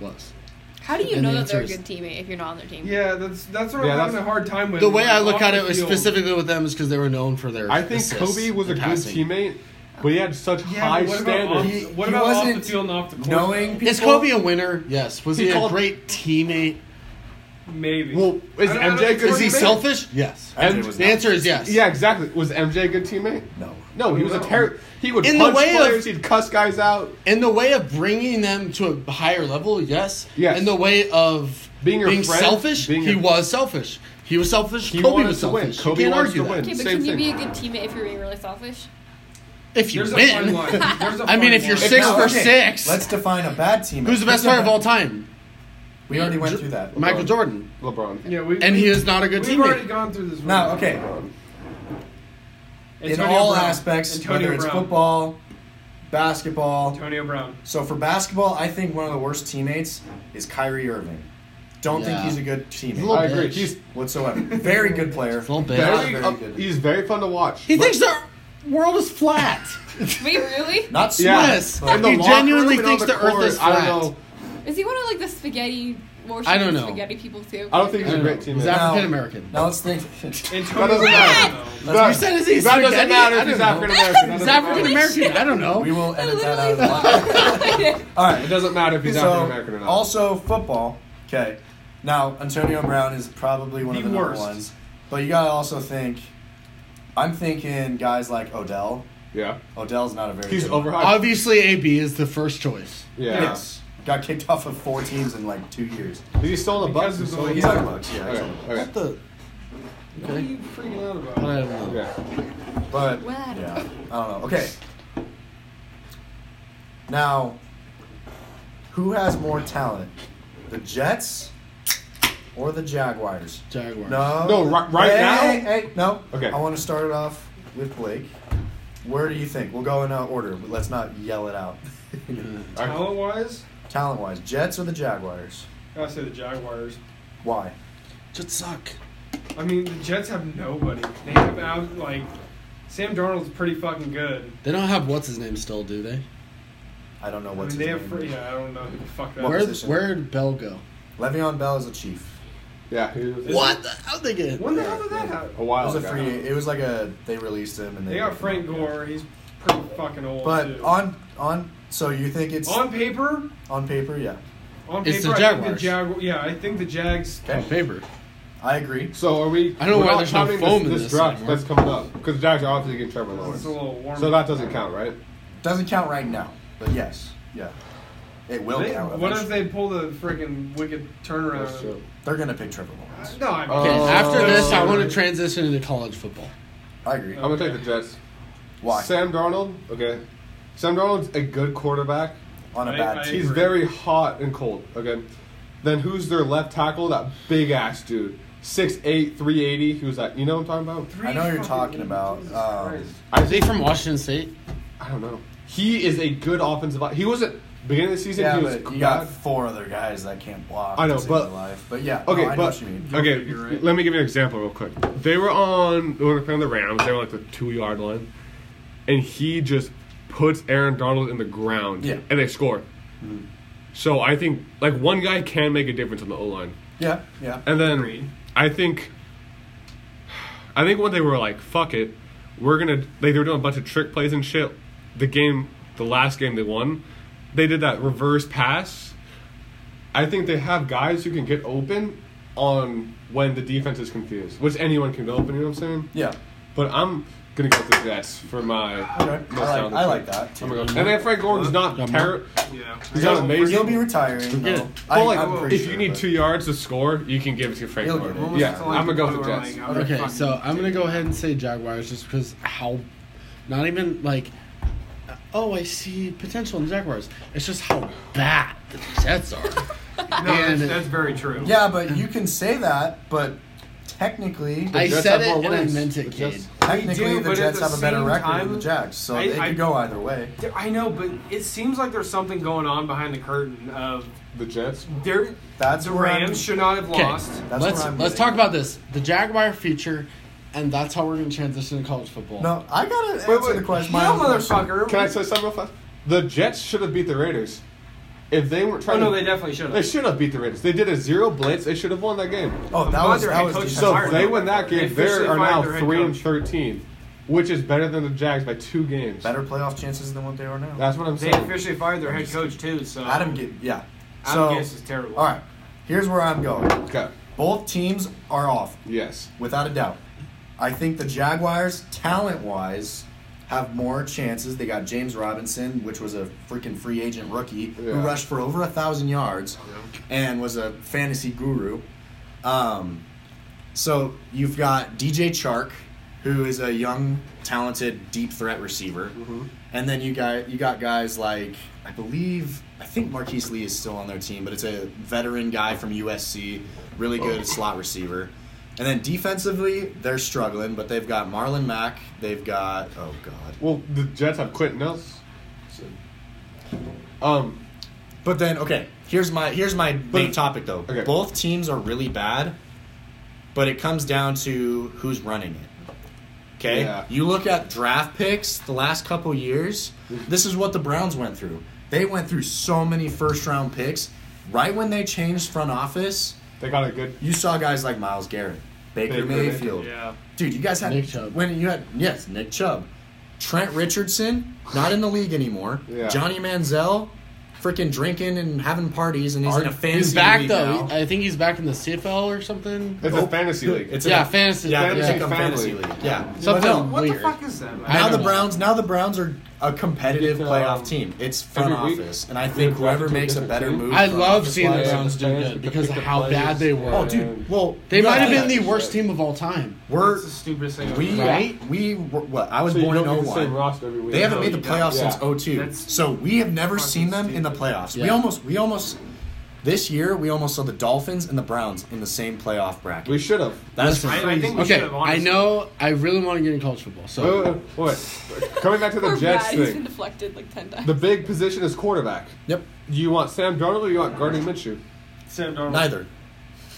S4: Was.
S7: How do you
S4: And
S7: know
S4: the
S7: that they're a
S4: answer is-
S7: good teammate if you're not on their team?
S3: Yeah, that's that's what
S1: Yeah,
S3: I'm
S1: that's-
S3: having a hard time with.
S4: The way I look
S3: Off
S4: at
S3: the
S4: it was
S3: field.
S4: specifically with them is because they were known for their.
S1: I think
S4: assists
S1: Kobe was a
S4: and
S1: good
S4: passing.
S1: teammate, but he had such
S3: Yeah,
S1: high
S3: but what about, off,
S1: standards.
S2: He-
S3: what
S2: he
S3: about off the
S2: wasn't
S3: field and off the court?
S2: Knowing
S4: Is
S2: people-
S4: Kobe a winner? Yes. Was he,
S1: He
S4: a
S1: called-
S4: great teammate?
S3: maybe.
S1: well, is
S3: I don't- I don't
S1: MJ
S3: think
S1: good?
S4: Is he
S1: teammate?
S4: selfish? Yes.
S2: MJ
S1: And
S2: was
S4: The
S2: not-
S4: answer is yes.
S1: Yeah, exactly. Was MJ a good teammate?
S2: No.
S1: No, he was a terror. He would
S4: In the
S1: punch
S4: way of-
S1: players. he'd cuss guys out.
S4: In the way of bringing them to a higher level, yes.
S1: Yes.
S4: In the way of
S1: Being your friend,
S4: selfish,
S1: being
S4: he
S1: your-
S4: was selfish. He was selfish.
S1: He
S4: Kobe
S1: wanted
S4: was
S1: to win.
S4: selfish.
S1: Kobe
S4: you can't
S1: wants
S4: argue
S1: to
S4: that.
S1: win.
S7: Okay, but
S1: Same
S7: can you
S1: thing.
S7: be a good teammate if you're being really selfish?
S4: If you
S6: There's a fine
S4: win,
S6: line. There's a
S4: I mean,
S6: fine
S4: if you're
S6: line.
S4: six
S2: No,
S4: for
S2: okay,
S4: six,
S2: Let's define a bad teammate.
S4: who's the best player of all time?
S2: We already went through that.
S4: Michael Jordan.
S1: LeBron.
S3: Yeah, we,
S4: And he is not a good
S3: we've
S4: teammate.
S3: already gone through this.
S2: Now,
S3: round.
S2: okay, in
S3: Antonio
S2: all
S3: Brown.
S2: aspects,
S3: Antonio
S2: whether it's
S3: Brown.
S2: football, basketball.
S3: Antonio Brown.
S2: So for basketball, I think one of the worst teammates is Kyrie Irving. Don't
S4: Yeah.
S2: think he's a good teammate
S1: I agree.
S4: bitch.
S1: He's
S2: whatsoever. Very good player.
S4: A little bit.
S1: very.
S2: very
S1: uh,
S2: good.
S1: he's very fun to watch.
S4: He thinks the world is flat.
S7: Wait, really?
S2: Not smart.
S1: Yeah.
S4: Yes.
S2: but-
S1: In the
S4: He
S1: locker room
S4: genuinely
S1: and on
S4: thinks the earth is
S1: I don't
S4: flat.
S1: know.
S7: Is he one of like the spaghetti more
S4: I don't know.
S7: spaghetti people too?
S1: I don't think
S4: I
S1: he's a
S4: don't
S1: great
S4: know. He's
S1: teammate.
S4: African
S2: Now-
S4: American.
S2: Now let's think.
S3: Antonio
S1: doesn't
S3: Brown.
S1: matter.
S3: though.
S1: That-
S4: You said is he
S1: that doesn't
S4: spaghetti?
S1: matter
S4: I
S1: if he's
S4: don't know.
S1: African American.
S4: He's African American. I don't know.
S2: we will edit that out. Of
S7: literally-
S2: the line. All
S1: It
S2: right.
S1: doesn't matter if he's African American or
S2: So
S1: not.
S2: also football. Okay. Now Antonio Brown is probably one of
S3: The
S2: the number
S3: worst.
S2: ones, but you gotta also think. I'm thinking guys like Odell.
S1: yeah,
S2: Odell's not a very.
S1: he's
S2: good one.
S1: overhyped.
S4: Obviously, AB is the first choice.
S1: yeah.
S2: Yes. Got kicked off of four teams in like two years.
S1: Is he still in the Bucks?
S3: Because of the
S1: Still in
S3: way
S1: the
S2: He's
S3: he's
S2: on the
S1: Bucks?
S2: Bucks, yeah. he's
S1: Okay.
S2: on the Bucks.
S1: okay.
S4: What the?
S3: What are you freaking out about?
S4: But I don't know.
S1: Yeah.
S2: But
S7: Well,
S2: yeah, I don't know. Okay. Now, who has more talent, the Jets or the Jaguars?
S4: Jaguars.
S2: No.
S1: No, ri- right
S2: Hey,
S1: now?
S2: Hey, hey, no.
S1: Okay.
S2: I want to start it off with Blake. Where do you think? We'll go in uh, order, but let's not yell it out.
S1: I,
S3: Talent wise,
S2: Talent wise, Jets or the Jaguars?
S3: I say the Jaguars.
S2: Why?
S4: Just suck.
S3: I mean, the Jets have nobody. They have out like Sam Darnold's pretty fucking
S2: Uh,
S3: good.
S4: They don't have what's his name still, do they?
S2: I don't know what's
S3: I mean, they
S2: his
S3: have.
S2: name.
S3: Free, yeah, I don't know who the fuck that
S2: Where-
S4: Where
S3: is.
S2: position?
S4: where'd Bell go?
S2: Le'Veon Bell is a chief.
S1: yeah. he was-
S4: What? the- How'd they get?
S3: When the hell did that happen?
S1: A
S2: It
S1: while
S2: was a
S1: ago.
S2: free. It was like a they released him and they,
S3: They got Frank Gore. He's pretty fucking old
S2: But
S3: too.
S2: on on so you think it's
S3: on paper,
S2: on paper? Yeah,
S3: on paper,
S4: It's the
S3: I think the
S4: Jaguars.
S3: Jaguar. Yeah, I think the Jags.
S4: On paper.
S2: I agree.
S1: So are we?
S4: I don't know
S1: we're
S4: why
S1: not
S4: there's no
S1: counting
S4: foam in
S1: this,
S4: this
S1: draft
S4: anymore.
S1: that's coming up because Jags are obviously getting Trevor Lawrence,
S3: It's a little warm.
S1: so that doesn't count, right?
S2: Doesn't count right now, but yes, yeah, it will
S3: They,
S2: count.
S3: what if
S2: eventually.
S3: they pull the freaking wicked turnaround?
S4: Oh,
S1: That's true.
S2: They're gonna pick Trevor Lawrence.
S3: No, I
S1: Oh.
S4: Okay,
S2: Uh,
S4: after this, I want
S3: Oh.
S4: to transition into college football.
S2: I agree.
S1: I'm gonna take the Jets.
S2: Why
S1: Sam Darnold. Okay. Sam Darnold's a good quarterback.
S2: on a
S3: I-
S2: bad
S3: I-
S2: team?
S1: He's
S3: agree.
S1: very hot and cold. Okay. Then who's their left tackle? That big ass dude, 6'8", 380. Who's that? You know what I'm talking about?
S2: I know who you're talking about.
S3: Jesus
S2: Um,
S3: Christ.
S4: Is he from Washington State?
S1: I don't know. He is a good offensive. Line. He wasn't beginning of the season.
S2: Yeah,
S1: he was
S2: but you got
S1: bad.
S2: four other guys that can't block.
S1: I know,
S2: to save their
S1: but-
S2: life. but yeah,
S1: Okay,
S2: no, Oh, I know
S1: but
S2: what you mean.
S1: okay,
S3: You're right.
S1: let me give you an example real quick. They were on they were playing the Rams. They were like the two yard line, and he just puts Aaron Donald in the ground.
S2: Yeah. Mm-hmm.
S1: and they score. So I think like one guy can make a difference on the O line,
S2: Yeah, yeah.
S1: and then I think I think when they were like "fuck it," we're gonna they, they were doing a bunch of trick plays and shit. The game, the last game they won, they did that reverse pass. I think they have guys who can get open on when the defense is confused, which anyone can get open. You know what I'm saying?
S2: Yeah.
S1: But I'm gonna go with the Jets for my.
S2: Okay. I
S1: most
S2: like,
S1: talented
S2: I like
S1: player.
S2: that. Too.
S1: I'm gonna go- And then Frank Gordon's not
S4: Got more?
S1: terrible.
S3: Yeah.
S1: He's not amazing.
S2: He'll be retiring.
S4: Forget
S2: though.
S4: it.
S2: I,
S1: But like,
S2: I'm pretty
S1: if
S2: sure,
S1: you need
S2: but-
S1: two yards to score, you can give it to Frank
S2: He'll
S1: Gordon.
S2: get it.
S3: Almost
S1: Yeah,
S3: to like
S1: I'm gonna go
S3: point
S1: with the
S3: where I'm
S1: Jets.
S3: like, I'm
S4: Okay,
S3: fucking
S4: so I'm gonna
S3: taking
S4: go
S3: it.
S4: ahead and say Jaguars just because how, not even like, oh I see potential in Jaguars. It's just how bad the Jets are.
S6: No,
S4: And-
S6: that's, that's very true.
S2: Yeah, but you can say that, but technically,
S4: I
S1: Jets
S4: said
S1: have more
S4: it and I
S1: wins.
S4: meant it,
S1: The Jets-
S4: Cade.
S2: technically
S6: do,
S2: the
S6: but at
S2: Jets
S6: the
S2: have a better
S6: same
S2: record
S6: time,
S2: than the Jags, so
S6: I-
S2: they
S6: I-
S2: could go either way.
S6: There- I know, but it seems like there's something going on behind the curtain of
S1: The Jets.
S6: there.
S2: That's
S6: the
S2: where I'm-
S6: Rams should not have
S4: Okay,
S6: lost.
S2: That's
S4: let's
S2: where I'm
S4: let's
S2: getting
S4: talk
S2: at.
S4: about this the Jaguar feature, and that's how we're gonna transition to college football.
S2: No, I gotta answer
S1: Wait, wait.
S2: the question.
S6: You
S2: my own question.
S6: motherfucker.
S1: Can I say something real fast? The Jets should have beat the Raiders. If they weren't
S6: Oh
S1: trying
S6: no,
S1: to.
S6: they definitely should
S1: They
S6: have.
S1: should have beat the Raiders. They did a zero blitz. They should have won that game.
S2: Oh, that
S6: I'm
S2: was
S6: glad their
S2: that
S6: head
S2: was
S6: coach is
S2: defensive.
S1: So
S6: fired
S1: if they
S6: them.
S1: win that
S6: They
S1: game, they are
S6: officially fired
S1: now
S6: their head
S1: three and
S6: coach.
S1: thirteen, which is better than the Jags by two games.
S2: better playoff chances than what they are now.
S1: That's what I'm
S6: They
S1: saying.
S6: officially fired their head coach too. So
S2: Adam get yeah.
S6: Adam
S2: So
S6: Gase is terrible.
S2: all right, here's where I'm going.
S1: Okay.
S2: Both teams are off
S1: Yes.
S2: without a doubt. I think the Jaguars, talent wise, have more chances. They got James Robinson, which was a freaking free agent rookie who
S1: Yeah.
S2: rushed for over a thousand yards and was a fantasy guru. Um, so you've got DJ Chark, who is a young, talented deep threat receiver, and then you got you got guys like I believe I think Marquise Lee is still on their team, but it's a veteran guy from USC, really good slot receiver. And then defensively, they're struggling, but they've got Marlon Mack. They've got oh god.
S1: Well, the Jets have Quentin Nelson. Um.
S2: But then okay, here's my here's my main
S1: But-
S2: topic though.
S1: okay.
S2: Both teams are really bad, but it comes down to who's running it. Okay?
S1: Yeah.
S2: You look at draft picks the last couple years, this is what the Browns went through. They went through so many first round picks. Right when they changed front office,
S1: They got a good.
S2: you saw guys like Miles Garrett, Baker,
S1: Baker
S2: Mayfield.
S3: Yeah.
S2: Dude, you guys had
S4: Nick Chubb.
S2: When you had yes, Nick Chubb, Trent Richardson, not in the league anymore.
S1: Yeah.
S2: Johnny Manziel, freaking drinking and having parties, and he's
S1: Are-
S2: in a fantasy
S4: he's back
S2: league
S4: though.
S2: now.
S4: I think he's back in the CFL or something.
S1: It's a
S2: Nope.
S1: fantasy league.
S2: It's
S4: yeah,
S2: a,
S4: fantasy.
S2: yeah,
S1: fantasy
S2: it's like a
S1: family.
S2: fantasy league. Yeah,
S4: Something
S2: But no,
S6: What
S4: weird.
S6: the fuck is that? man?
S4: I
S2: now
S4: don't
S2: the
S4: know.
S2: Browns. Now the Browns are a competitive
S5: You get to, um,
S2: playoff team. It's front
S5: every week,
S2: office, and I think
S5: get drafted
S2: whoever
S5: to a
S2: makes a
S5: different
S2: better
S5: team.
S2: move.
S4: I
S2: front
S4: love
S2: office
S4: seeing the
S2: wise-
S4: Browns do good because of how bad they were.
S2: Oh, dude. Well,
S4: They
S2: yeah,
S4: might have been
S2: yeah.
S4: the worst team of all time.
S2: We're
S6: That's the stupidest thing. I've
S2: we
S6: ever heard.
S4: Right?
S2: we were, what? I was
S5: So you
S2: born in
S5: don't get the same
S2: 01.
S5: roster every week.
S2: They haven't
S5: No,
S2: made the
S5: you don't.
S2: playoffs
S5: Yeah.
S2: since 02.
S6: That's
S2: So we have never
S6: fucking
S2: seen them in the
S6: stupid.
S2: playoffs. We
S4: Yeah.
S2: almost we almost this year we almost saw the Dolphins and the Browns in the same playoff bracket.
S5: We should have.
S2: That's
S4: Listen.
S3: I, I think we
S4: Okay,
S3: should have,
S4: I
S3: honestly.
S4: know. I really want to get in college football. So
S5: Wait, wait, wait, wait. Coming back to the
S7: Poor
S5: Jets
S7: Brad, He's been
S5: thing,
S7: deflected like ten times.
S5: the big position is quarterback.
S2: Yep.
S5: Do you want Sam Darnold or you want Gardner Minshew?
S3: Sam Darnold.
S2: Neither.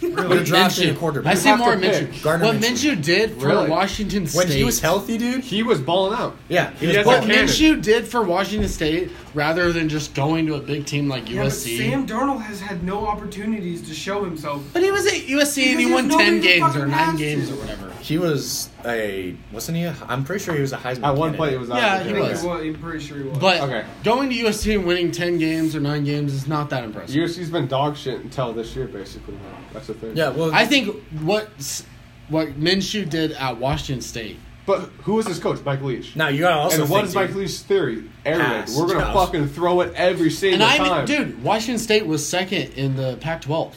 S3: Really?
S2: They're drafting a
S4: Minshew.
S2: quarterback.
S4: I see
S5: have
S4: more
S5: to
S4: Minshew.
S5: pick.
S2: Gardner
S4: what
S2: Minshew.
S4: Minshew, did for
S5: Really?
S4: Washington State.
S2: when he was healthy, dude.
S5: He was balling out.
S2: Yeah,
S1: He
S2: was
S1: has
S2: balling.
S1: a
S4: what
S1: Cannon.
S4: Minshew did for Washington State, rather than just going to a big team like
S3: Yeah, but
S4: USC.
S3: Sam Darnold has had no opportunities to show himself.
S4: But he was at USC and
S3: Because
S4: he won
S3: there's nobody
S4: ten
S3: to
S4: games
S3: fucking
S4: or
S3: pass
S4: nine
S3: to.
S4: games or whatever.
S2: He was a wasn't he? A, I'm pretty sure he was a Heisman.
S5: At one
S2: candidate.
S5: point, it was out.
S4: Yeah,
S5: of
S4: he
S5: the
S3: I
S5: game.
S3: think
S4: was.
S3: he was. I'm pretty sure he was.
S4: But
S5: Okay.
S4: going to USC and winning ten games or nine games is not that impressive.
S5: USC's been dog shit until this year, basically. That's the thing.
S2: Yeah, well,
S4: I think what s- what Minshew did at Washington State.
S5: But who was his coach? Mike Leach.
S2: now you gotta also
S5: and what
S2: think,
S5: is Mike
S2: dude,
S5: Leach's theory? Air raid.
S2: Pass.
S5: We're gonna
S2: Pass.
S5: fucking throw it every single
S4: And I,
S5: time.
S4: dude, Washington State was second in the Pac-12.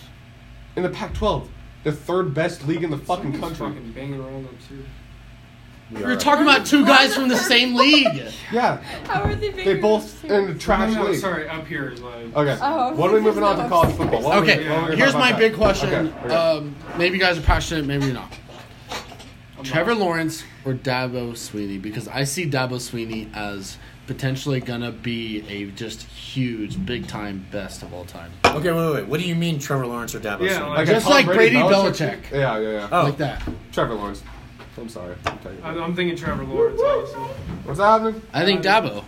S5: in the Pac-12, the third best league in the fucking
S3: Someone's
S5: country.
S3: fucking banging around up too.
S2: we
S4: We
S2: are-
S4: were talking about two guys from the same league.
S5: Yeah,
S7: How are they?
S5: they
S7: bigger
S5: both
S7: than
S5: in the
S7: us?
S5: trash
S3: no, no,
S5: league.
S3: sorry, up here is like.
S5: Okay.
S7: Oh,
S5: when are we moving on
S7: no.
S5: to college football? What are we-
S4: Okay,
S5: what are we gonna
S4: here's
S5: talk
S4: my
S5: about
S4: big
S5: that?
S4: question.
S5: Okay, okay.
S4: Um, maybe you guys are passionate, maybe you're not. Trevor Lawrence or Dabo Sweeney? Because I see Dabo Sweeney as potentially gonna be a just huge, big time best of all time.
S2: Okay, wait, wait, wait. What do you mean, Trevor Lawrence or Dabo?
S3: Yeah,
S2: Sweeney?
S3: like-
S5: a
S4: Just
S5: Tom
S4: like Brady Belichick.
S5: Yeah, yeah, yeah.
S2: Oh.
S4: Like that.
S5: Trevor Lawrence. I'm sorry. I'm taking it.
S3: I'm, I'm thinking Trevor Lawrence. Honestly.
S5: What's happening?
S4: I think Dabo.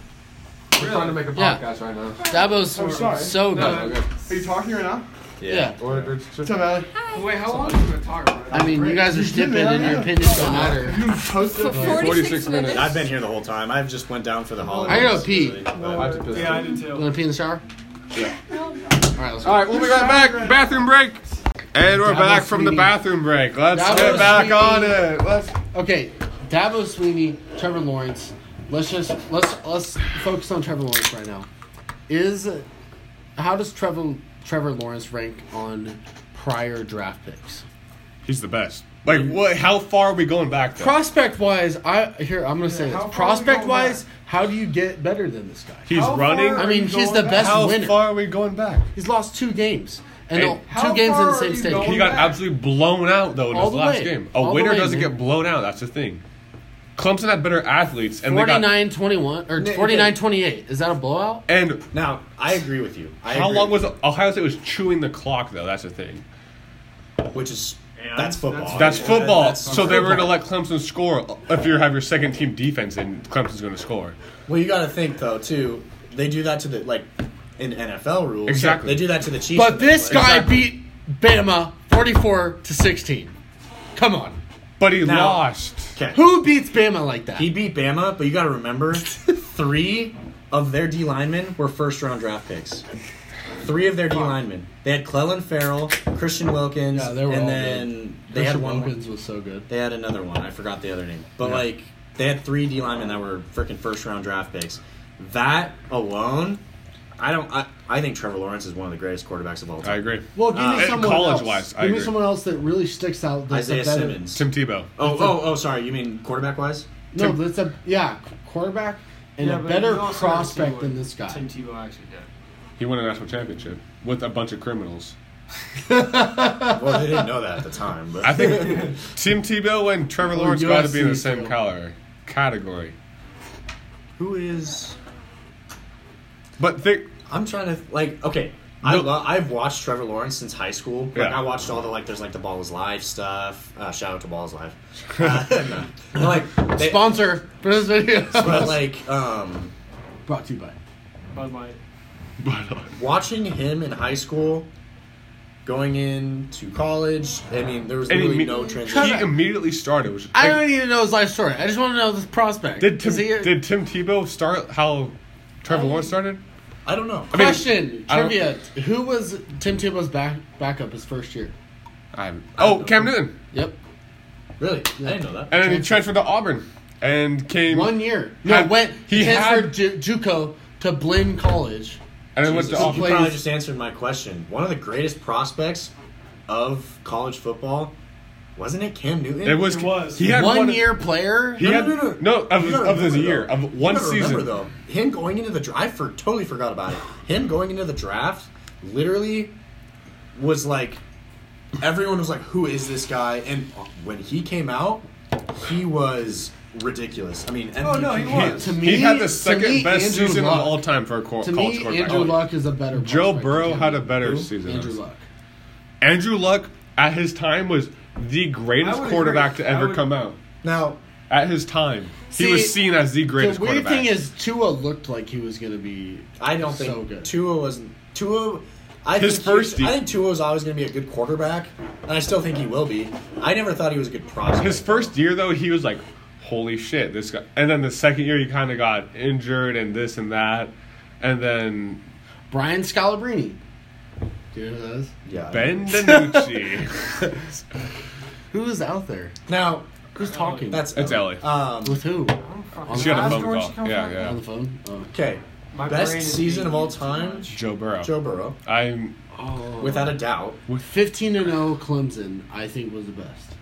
S5: We're trying to make a
S4: Yeah.
S5: podcast right now.
S1: Uh,
S4: Dabo's
S5: Oh,
S6: I'm sorry.
S4: so
S3: No,
S4: good.
S5: Okay.
S6: Are you talking right now?
S4: Yeah.
S5: Or- or just-
S6: Valley?
S3: Oh, Wait, how long are we gonna talk about? it?
S4: I mean, you guys are snipping and your opinions don't matter.
S6: You posted.
S7: For 46,
S5: 46
S7: minutes.
S5: minutes.
S2: I've been here the whole time. I've just went down for the holidays.
S4: I gotta pee.
S5: I have to piss.
S3: Yeah, I did
S4: You
S3: too.
S4: wanna pee in the shower? All right, let's go.
S5: All right, we'll be right back. Bathroom break. And we're
S4: Dabo
S5: back from the
S4: Sweeney.
S5: bathroom break. Let's
S4: Dabo
S5: get back
S4: Sweeney.
S5: on it. Let's.
S4: Okay, Dabo Sweeney, Trevor Lawrence. Let's just let's let's focus on Trevor Lawrence right now. Is how does Trevor Trevor Lawrence rank on prior draft picks?
S1: He's the best. Like what? How far are we going back? Though?
S4: Prospect wise, I here I'm gonna say
S6: how far are
S4: this.
S6: we
S4: Prospect
S6: going
S4: wise, how do you get better than this guy?
S1: He's
S6: How
S1: running.
S6: far-
S4: I mean, he's
S6: Going
S4: the
S6: back.
S4: best
S1: How
S4: winner.
S1: far are we going back?
S4: He's lost two games and
S1: Hey,
S4: no-
S6: how
S4: two games in
S6: far
S4: the
S6: are
S4: same
S6: you
S4: state.
S6: going
S1: He got absolutely blown out though in
S4: All
S1: his
S4: the
S1: last
S4: way.
S1: game. A
S4: All the
S1: winner
S4: way,
S1: doesn't
S4: man.
S1: get blown out. That's the thing. Clemson had better athletes, and they got.
S4: 49 21 or 49 28. Is that a blowout?
S1: And
S2: Now, I agree with you. I
S1: how
S2: agree
S1: long
S2: with
S1: was Ohio State was chewing the clock though? That's the thing.
S2: you. Which is that's football.
S1: That's
S2: Oh, Yeah,
S1: football.
S2: that's-
S1: so they were going to let Clemson score if you have your second team defense, and Clemson's going to score.
S2: Well, you got to think though too. They do that to the like in NFL rules.
S1: Exactly.
S2: They do that to the Chiefs.
S4: But
S2: when they
S4: this
S2: play.
S4: guy beat Bama 44 to 16. Come on.
S1: But he
S2: Now-
S1: lost.
S2: Okay.
S4: Who beats Bama like that?
S2: He beat Bama, but you got to remember, three of their D linemen were first round draft picks. Three of their D linemen. They had Clellan Farrell, Christian Wilkins,
S4: Yeah, they were all
S2: and then they
S4: Christian
S2: had one. more-
S4: Wilkins was so good.
S2: They had another one. I forgot the other name. But like they had three D linemen that were freaking first round draft picks. That alone, I don't. I, I think Trevor Lawrence is one of the greatest quarterbacks of all
S1: I
S2: time.
S1: agree.
S4: Well, give
S2: Uh,
S4: me someone
S1: college
S4: else.
S1: wise, I
S4: give me
S1: agree.
S4: someone else that really sticks out. That's
S2: Isaiah
S4: a better,
S2: Simmons.
S1: Tim Tebow.
S2: Oh, oh, oh! Sorry, you mean quarterback wise?
S4: No, that's a yeah quarterback and
S3: Yeah,
S4: a
S3: but
S4: better
S3: you also gotta see
S4: prospect
S3: what
S4: than this guy.
S3: Tim Tebow actually did.
S1: He won a national championship with a bunch of criminals.
S2: Well, they didn't know that at the time, but
S1: I think Tim Tebow and
S2: Oh,
S1: Trevor Lawrence got to be in the
S4: USC
S1: same
S4: too.
S1: color category.
S2: who is?
S1: But think
S2: I'm trying to like okay. I lo- I've watched Trevor Lawrence since high school. Like,
S1: Yeah.
S2: I watched all the like there's like the Ball is Live stuff. Uh, shout out to Ball is Live. Uh, no. But, like they,
S4: Sponsor for this video.
S2: but like um
S4: Brought to you by.
S3: Bud Light.
S2: watching him in high school, going into college. I mean, there was
S1: and
S2: really
S1: he,
S2: no transition.
S1: he immediately started. Which,
S4: I
S1: like,
S4: don't even know his life story. I just want to know this prospect.
S1: did Tim,
S4: Is he a-
S1: did Tim Tebow start how Trevor Lawrence started?
S2: I don't know.
S1: I mean,
S4: question
S1: I don't-
S4: trivia? Who was Tim Tebow's back backup his first year?
S1: I, oh, Cam Newton,
S4: Yep.
S2: Really, I didn't know that.
S1: and then he transferred to Auburn, and and came
S4: One year. No,
S1: Had-
S4: went
S1: he
S4: he transferred
S1: had-
S4: Ju- JUCO to Blinn College.
S1: and I went to
S4: Jesus.
S2: You
S1: Auburn.
S2: probably
S4: plays-
S2: just answered my question. One of the greatest prospects of college football wasn't it Cam Newton?
S1: It was,
S3: It was.
S1: he had
S4: one,
S1: one,
S4: year player.
S1: He
S2: No,
S1: had
S2: no,
S1: no,
S2: no, no.
S1: of,
S2: You gotta
S1: of this
S2: remember,
S1: year
S2: though.
S1: of
S2: You
S1: one
S2: gotta
S1: season.
S2: Remember though, him going into the draft for totally forgot about it. Him going into the draft literally was like everyone was like, "Who is this guy?" And when he came out, he was ridiculous. I mean, MVP.
S6: Oh, no, he
S1: He,
S6: was.
S4: To
S1: he
S4: me-
S1: had the
S4: to
S1: second
S4: me,
S1: best
S4: Andrew
S1: season
S4: Luck-
S1: of all time for a cor-
S4: to
S1: college
S4: me,
S1: quarterback.
S4: Andrew Luck is a better.
S1: Joe
S4: prospect
S1: Burrow
S4: than
S1: had a
S4: Cam
S1: better
S4: Newton.
S1: season.
S4: Andrew Luck.
S1: Andrew Luck at his time was the
S3: I
S1: greatest
S3: would
S1: quarterback
S3: agree.
S1: to
S3: I
S1: ever
S3: would-
S1: come out.
S2: now
S1: At his time,
S4: See,
S1: he was seen as the
S4: The
S1: greatest
S4: weird
S1: quarterback.
S4: thing is, Tua looked like he was going to be.
S2: I don't
S4: so
S2: think
S4: good.
S2: Tua wasn't Tua. I
S1: His
S2: think
S1: first
S2: he,
S1: de-
S2: I think Tua was always going to be a good quarterback, and I still think he will be. I never thought he was a good prospect.
S1: His first year though, he was like, "Holy shit, this guy!" And then the second year, he kind of got injured and this and that, and then
S4: Brian Scalabrine. Do you know who that is?
S2: yeah.
S1: Ben DiNucci.
S4: Who is out there?
S2: Now
S4: Who's talking?
S2: that's
S1: It's Ellie.
S2: Um,
S4: with who?
S1: She got a
S6: Last
S1: phone
S6: door she
S1: call.
S6: come
S1: Yeah,
S6: from?
S1: yeah.
S4: On the phone. Oh.
S2: okay,
S3: My
S2: best
S3: brain is
S2: season of
S3: being
S2: all
S3: used too
S2: time,
S3: much.
S1: Joe Burrow.
S2: Joe Burrow,
S1: I'm
S2: without a doubt.
S4: Fifteen and zero Clemson, I think, was the best.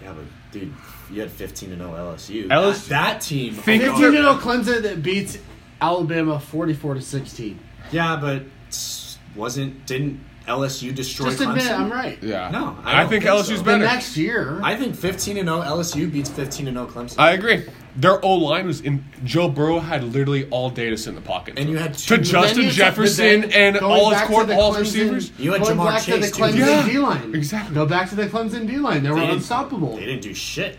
S2: Yeah, but dude, you had oh 15 to 0 LSU.
S1: LSU
S2: that, that team.
S1: Think
S2: oh,
S1: of
S4: Fifteen and
S1: the-
S4: zero Clemson that beats Alabama forty-four to sixteen.
S2: yeah, but s- wasn't didn't LSU destroy
S4: Just
S2: Clemson?
S4: admit, I'm right.
S1: yeah.
S2: No, I
S1: I,
S2: don't
S1: think,
S2: think
S1: LSU's
S2: so.
S4: The
S1: better.
S4: next year,
S2: I think oh 15 to 0 LSU beats 15 to 0 Clemson.
S1: I agree. Their O line was in. Joe Burrow had literally all Davis in the pocket.
S2: and you had
S1: to
S2: two.
S4: But then
S1: Justin
S4: you-
S1: Jefferson
S4: but then
S1: and
S4: going
S1: all his
S4: back to
S1: court,
S4: the
S1: all
S4: Clemson-
S1: his receivers.
S2: You had
S4: going
S2: Ja'Marr
S4: back to the
S2: Chase, too.
S4: Clemson
S1: Yeah,
S4: D line.
S1: exactly.
S4: Go back to the Clemson D line. They were
S2: They didn't-
S4: unstoppable. Hmm?
S2: They didn't do shit.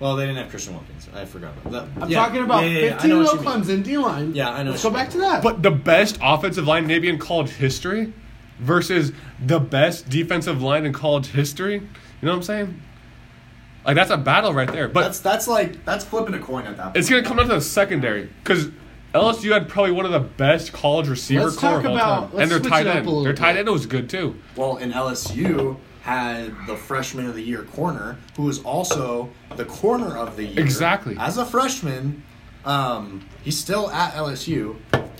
S2: Well, they didn't have Christian Wilkins. I forgot about that.
S4: I'm
S2: Yeah,
S4: talking about
S2: yeah, yeah, yeah, I
S4: 15
S2: know
S4: and
S2: what
S4: 0
S2: you mean.
S4: Clemson D line.
S2: Yeah, I know
S4: Let's
S2: what
S4: go
S2: you
S4: back to
S2: mean.
S4: that.
S1: But the best offensive line maybe in college history versus the best defensive line in college history. You know what I'm saying? Like that's a battle right there. But
S2: That's that's like that's flipping a coin at that point.
S1: it's gonna come down to the secondary because LSU had probably one of the best college receiver
S4: Let's
S1: core
S4: talk
S1: of all
S4: about-
S1: time,
S4: let's
S1: and their
S4: switch
S1: tight
S4: it up
S1: end.
S4: a little
S1: Their tight
S4: bit.
S1: end was good too.
S2: Well, and LSU had the freshman of the year corner, who was also the corner of the year.
S1: Exactly.
S2: As a freshman, um, he's still at LSU.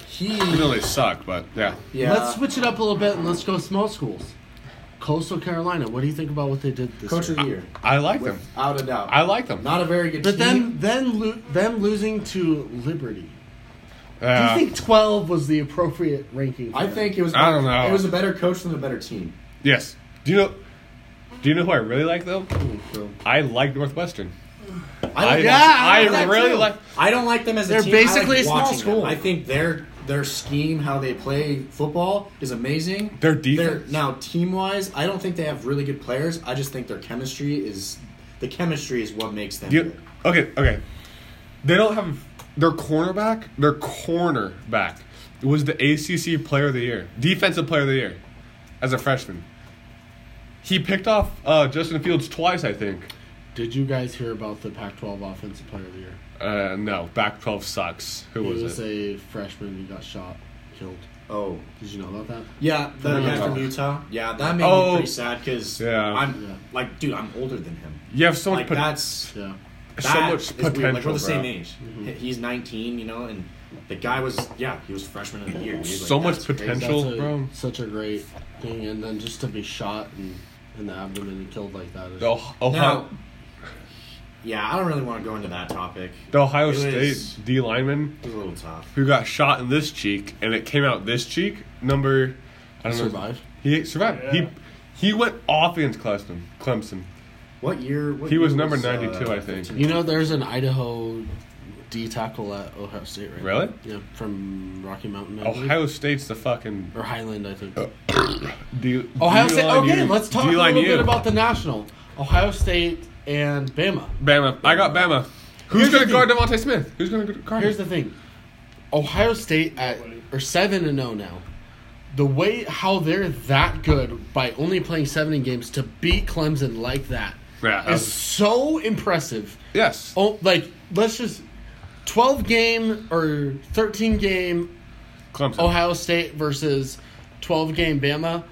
S2: He
S1: You know they suck, but yeah.
S2: yeah.
S4: Let's switch it up a little bit and let's go small schools. Coastal Carolina. What do you think about what they did this
S2: coach of
S4: year?
S2: the year,
S1: I like them.
S2: out of doubt.
S1: I like them.
S2: Not a very good
S4: But
S2: team.
S4: then, then lo- them losing to Liberty. Do you
S1: Yeah.
S4: think 12 was the appropriate ranking? for
S2: I
S4: them?
S2: think it was.
S1: I don't know.
S2: It was a better coach than a better team.
S1: yes. Do you know? Do you know who I really like though? I like Northwestern. I,
S4: Oh, Yeah, I
S1: I,
S4: like that
S1: really
S4: too.
S1: like.
S2: I don't like them as a
S4: They're
S2: team.
S4: basically
S2: I like
S4: a small
S2: watching them.
S4: school.
S2: I think their their scheme, how they play football, is amazing.
S1: Their defense?
S2: They're- now team wise, I don't think they have really good players. I just think their chemistry is the chemistry is what makes them.
S1: You,
S2: good.
S1: okay, okay. They don't have their cornerback. Their cornerback was the ACC Player of the Year, Defensive Player of the Year, as a freshman. He picked off uh, Justin Fields twice, I think.
S4: Did you guys hear about the Pac 12 Offensive Player of the Year?
S1: Uh, no, back twelve sucks. Who
S4: He
S1: was,
S4: was
S1: it?
S4: a freshman who got shot, killed.
S2: Oh
S4: Did you know about that?
S2: yeah, the
S4: From
S2: guy
S4: Utah.
S2: from Utah. Yeah, that made
S1: Oh.
S2: me pretty sad because
S1: Yeah.
S2: I'm
S4: Yeah.
S2: like, dude, I'm older than him.
S1: You have so much
S2: Like
S1: pot-
S2: that's
S4: Yeah.
S1: so
S2: that
S1: much
S2: is
S1: potential.
S2: Weird. Like we're the same
S1: bro.
S2: age.
S4: Mm-hmm.
S2: He's 19, you know, and the guy was yeah, he was freshman of the year. dude. Like,
S1: So much
S2: that's
S1: potential.
S2: crazy.
S4: That's a,
S1: bro.
S4: such a great thing. And then just to be shot in, in the abdomen and killed like that. Is,
S1: The Oh-
S2: Now,
S1: Ohio,
S2: yeah, I don't really want to go into that topic.
S1: the Ohio
S2: it
S1: State
S2: was-
S1: D lineman
S2: It was a little tough.
S1: who got shot in this cheek and it came out this cheek. Number, I don't know.
S4: survived.
S1: He survived.
S3: Yeah.
S1: He he went off against Clemson. Clemson.
S2: What year? uh, What
S1: He was
S2: year
S1: number 92, I think.
S2: 15?
S4: You know, there's an Idaho D tackle at Ohio State, right? now.
S1: Really?
S4: Yeah, from Rocky Mountain. I believe.
S1: Ohio Uh, State's the fucking
S4: Or Highland, I think.
S1: D,
S4: Ohio State.
S1: D-line
S4: Okay,
S1: U.
S4: let's talk a
S1: D-line
S4: little bit
S1: U.
S4: about the national. Ohio State and Bama.
S1: Bama. I got Bama. Who's
S4: Here's
S1: going
S4: the
S1: to guard Devontae Smith? Who's going to guard
S4: Here's
S1: him?
S4: the thing. Ohio State at or seven and zero now. The way how they're that good by only playing seventeen games to beat Clemson like that is
S1: Yeah, that was-
S4: so impressive.
S1: yes.
S4: Oh, like let's just twelve game or thirteen game
S1: Clemson.
S4: Ohio State versus twelve game Bama,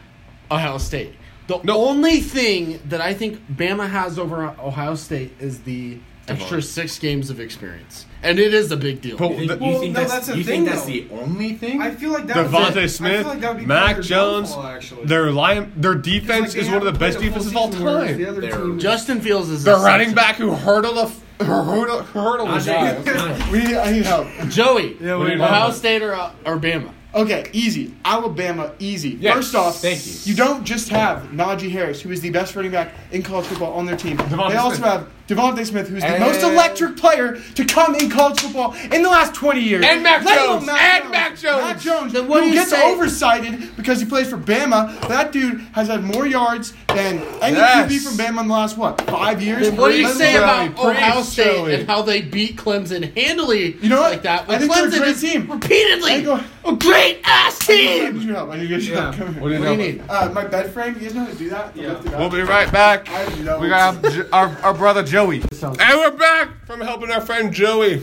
S4: Ohio State. The
S1: No.
S4: only thing that I think Bama has over Ohio State is the extra six games of experience, and it is a big deal.
S1: But
S8: You think,
S1: the-
S8: you
S6: Well,
S8: think
S6: no,
S8: that's,
S6: that's the
S8: you
S6: thing,
S8: think that's
S6: though.
S8: the only thing?
S6: I feel like that. was it. I
S1: Devontae
S6: feel
S1: Smith,
S6: like that would be
S1: Mac
S6: Parker's
S1: Jones,
S6: downfall, actually.
S1: their line, their
S6: It's like
S1: defense
S6: they
S1: is one of the
S6: haven't
S1: best
S6: played a full
S1: defenses of all
S6: season, whereas The
S1: time.
S6: other
S8: They're-
S6: team,
S4: Justin Fields is
S1: The
S4: a
S1: running
S4: six-
S1: back who hurdled a f- hurdle hurdle a
S4: Josh.
S1: guy. We I need help.
S4: Joey,
S1: we need
S4: Ohio
S1: Bama.
S4: State or, uh, or Bama?
S9: Okay, easy. Alabama, easy.
S1: Yes,
S9: First off,
S8: Oh, thank you.
S9: You don't just have Najee Harris, who is the best running back in college football on their team.
S1: Devontae
S9: they also
S1: Smith.
S9: have Devontae Smith, who's the
S8: And-
S9: most electric player to come in college football in the last 20 years.
S1: And Mac
S9: Let alone
S1: Jones. And Mac Jones.
S9: Mac Jones,
S4: Then what do
S9: who
S4: you
S9: gets
S4: say-
S9: oversighted because he plays for Bama. That dude has had more yards than any
S1: Yes.
S9: QB from Bama in the last, what, five years?
S4: What do you
S1: Praise
S4: say
S1: Joey,
S4: about
S1: praise
S4: Ohio State
S1: Joey.
S4: and how they beat Clemson handily
S9: You know what?
S4: like that?
S9: I think they're a
S4: Clemson
S9: great
S4: is
S9: team. I
S4: repeatedly
S9: think
S4: a great ass
S9: I
S4: team.
S9: need your help. I need your help.
S6: Yeah.
S9: Come here.
S1: What do you
S4: What do you
S1: know?
S4: need?
S9: Uh, my bed frame, you guys know how to do that?
S6: Yeah.
S9: Lift it up.
S1: We'll be right back.
S9: I have no
S1: We got our, our, our brother Joey. And we're back from helping our friend Joey.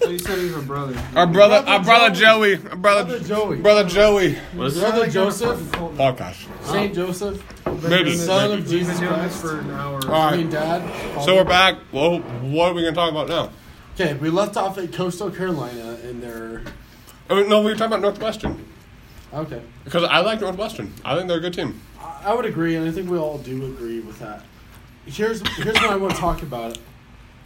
S6: So you said he's a brother.
S1: Our brother, our brother Joey. Our brother,
S4: Brother Joey.
S1: brother Joey. Oh,
S4: Brother Joseph,
S1: Podcast.
S4: Saint Joseph,
S1: Maybe.
S4: son of
S6: We've been
S4: Jesus
S6: doing this
S4: Christ.
S6: for an hour.
S1: All
S4: I mean,
S1: right.
S4: Dad.
S1: So we're back. Well, what are we gonna talk about now?
S4: Okay, we left off at Coastal Carolina, and they're
S1: Oh, no, we were talking about Northwestern
S4: okay.
S1: because I like Northwestern. I think they're a good team.
S4: I I would agree, and I think we all do agree with that. Here's here's what I want to talk about: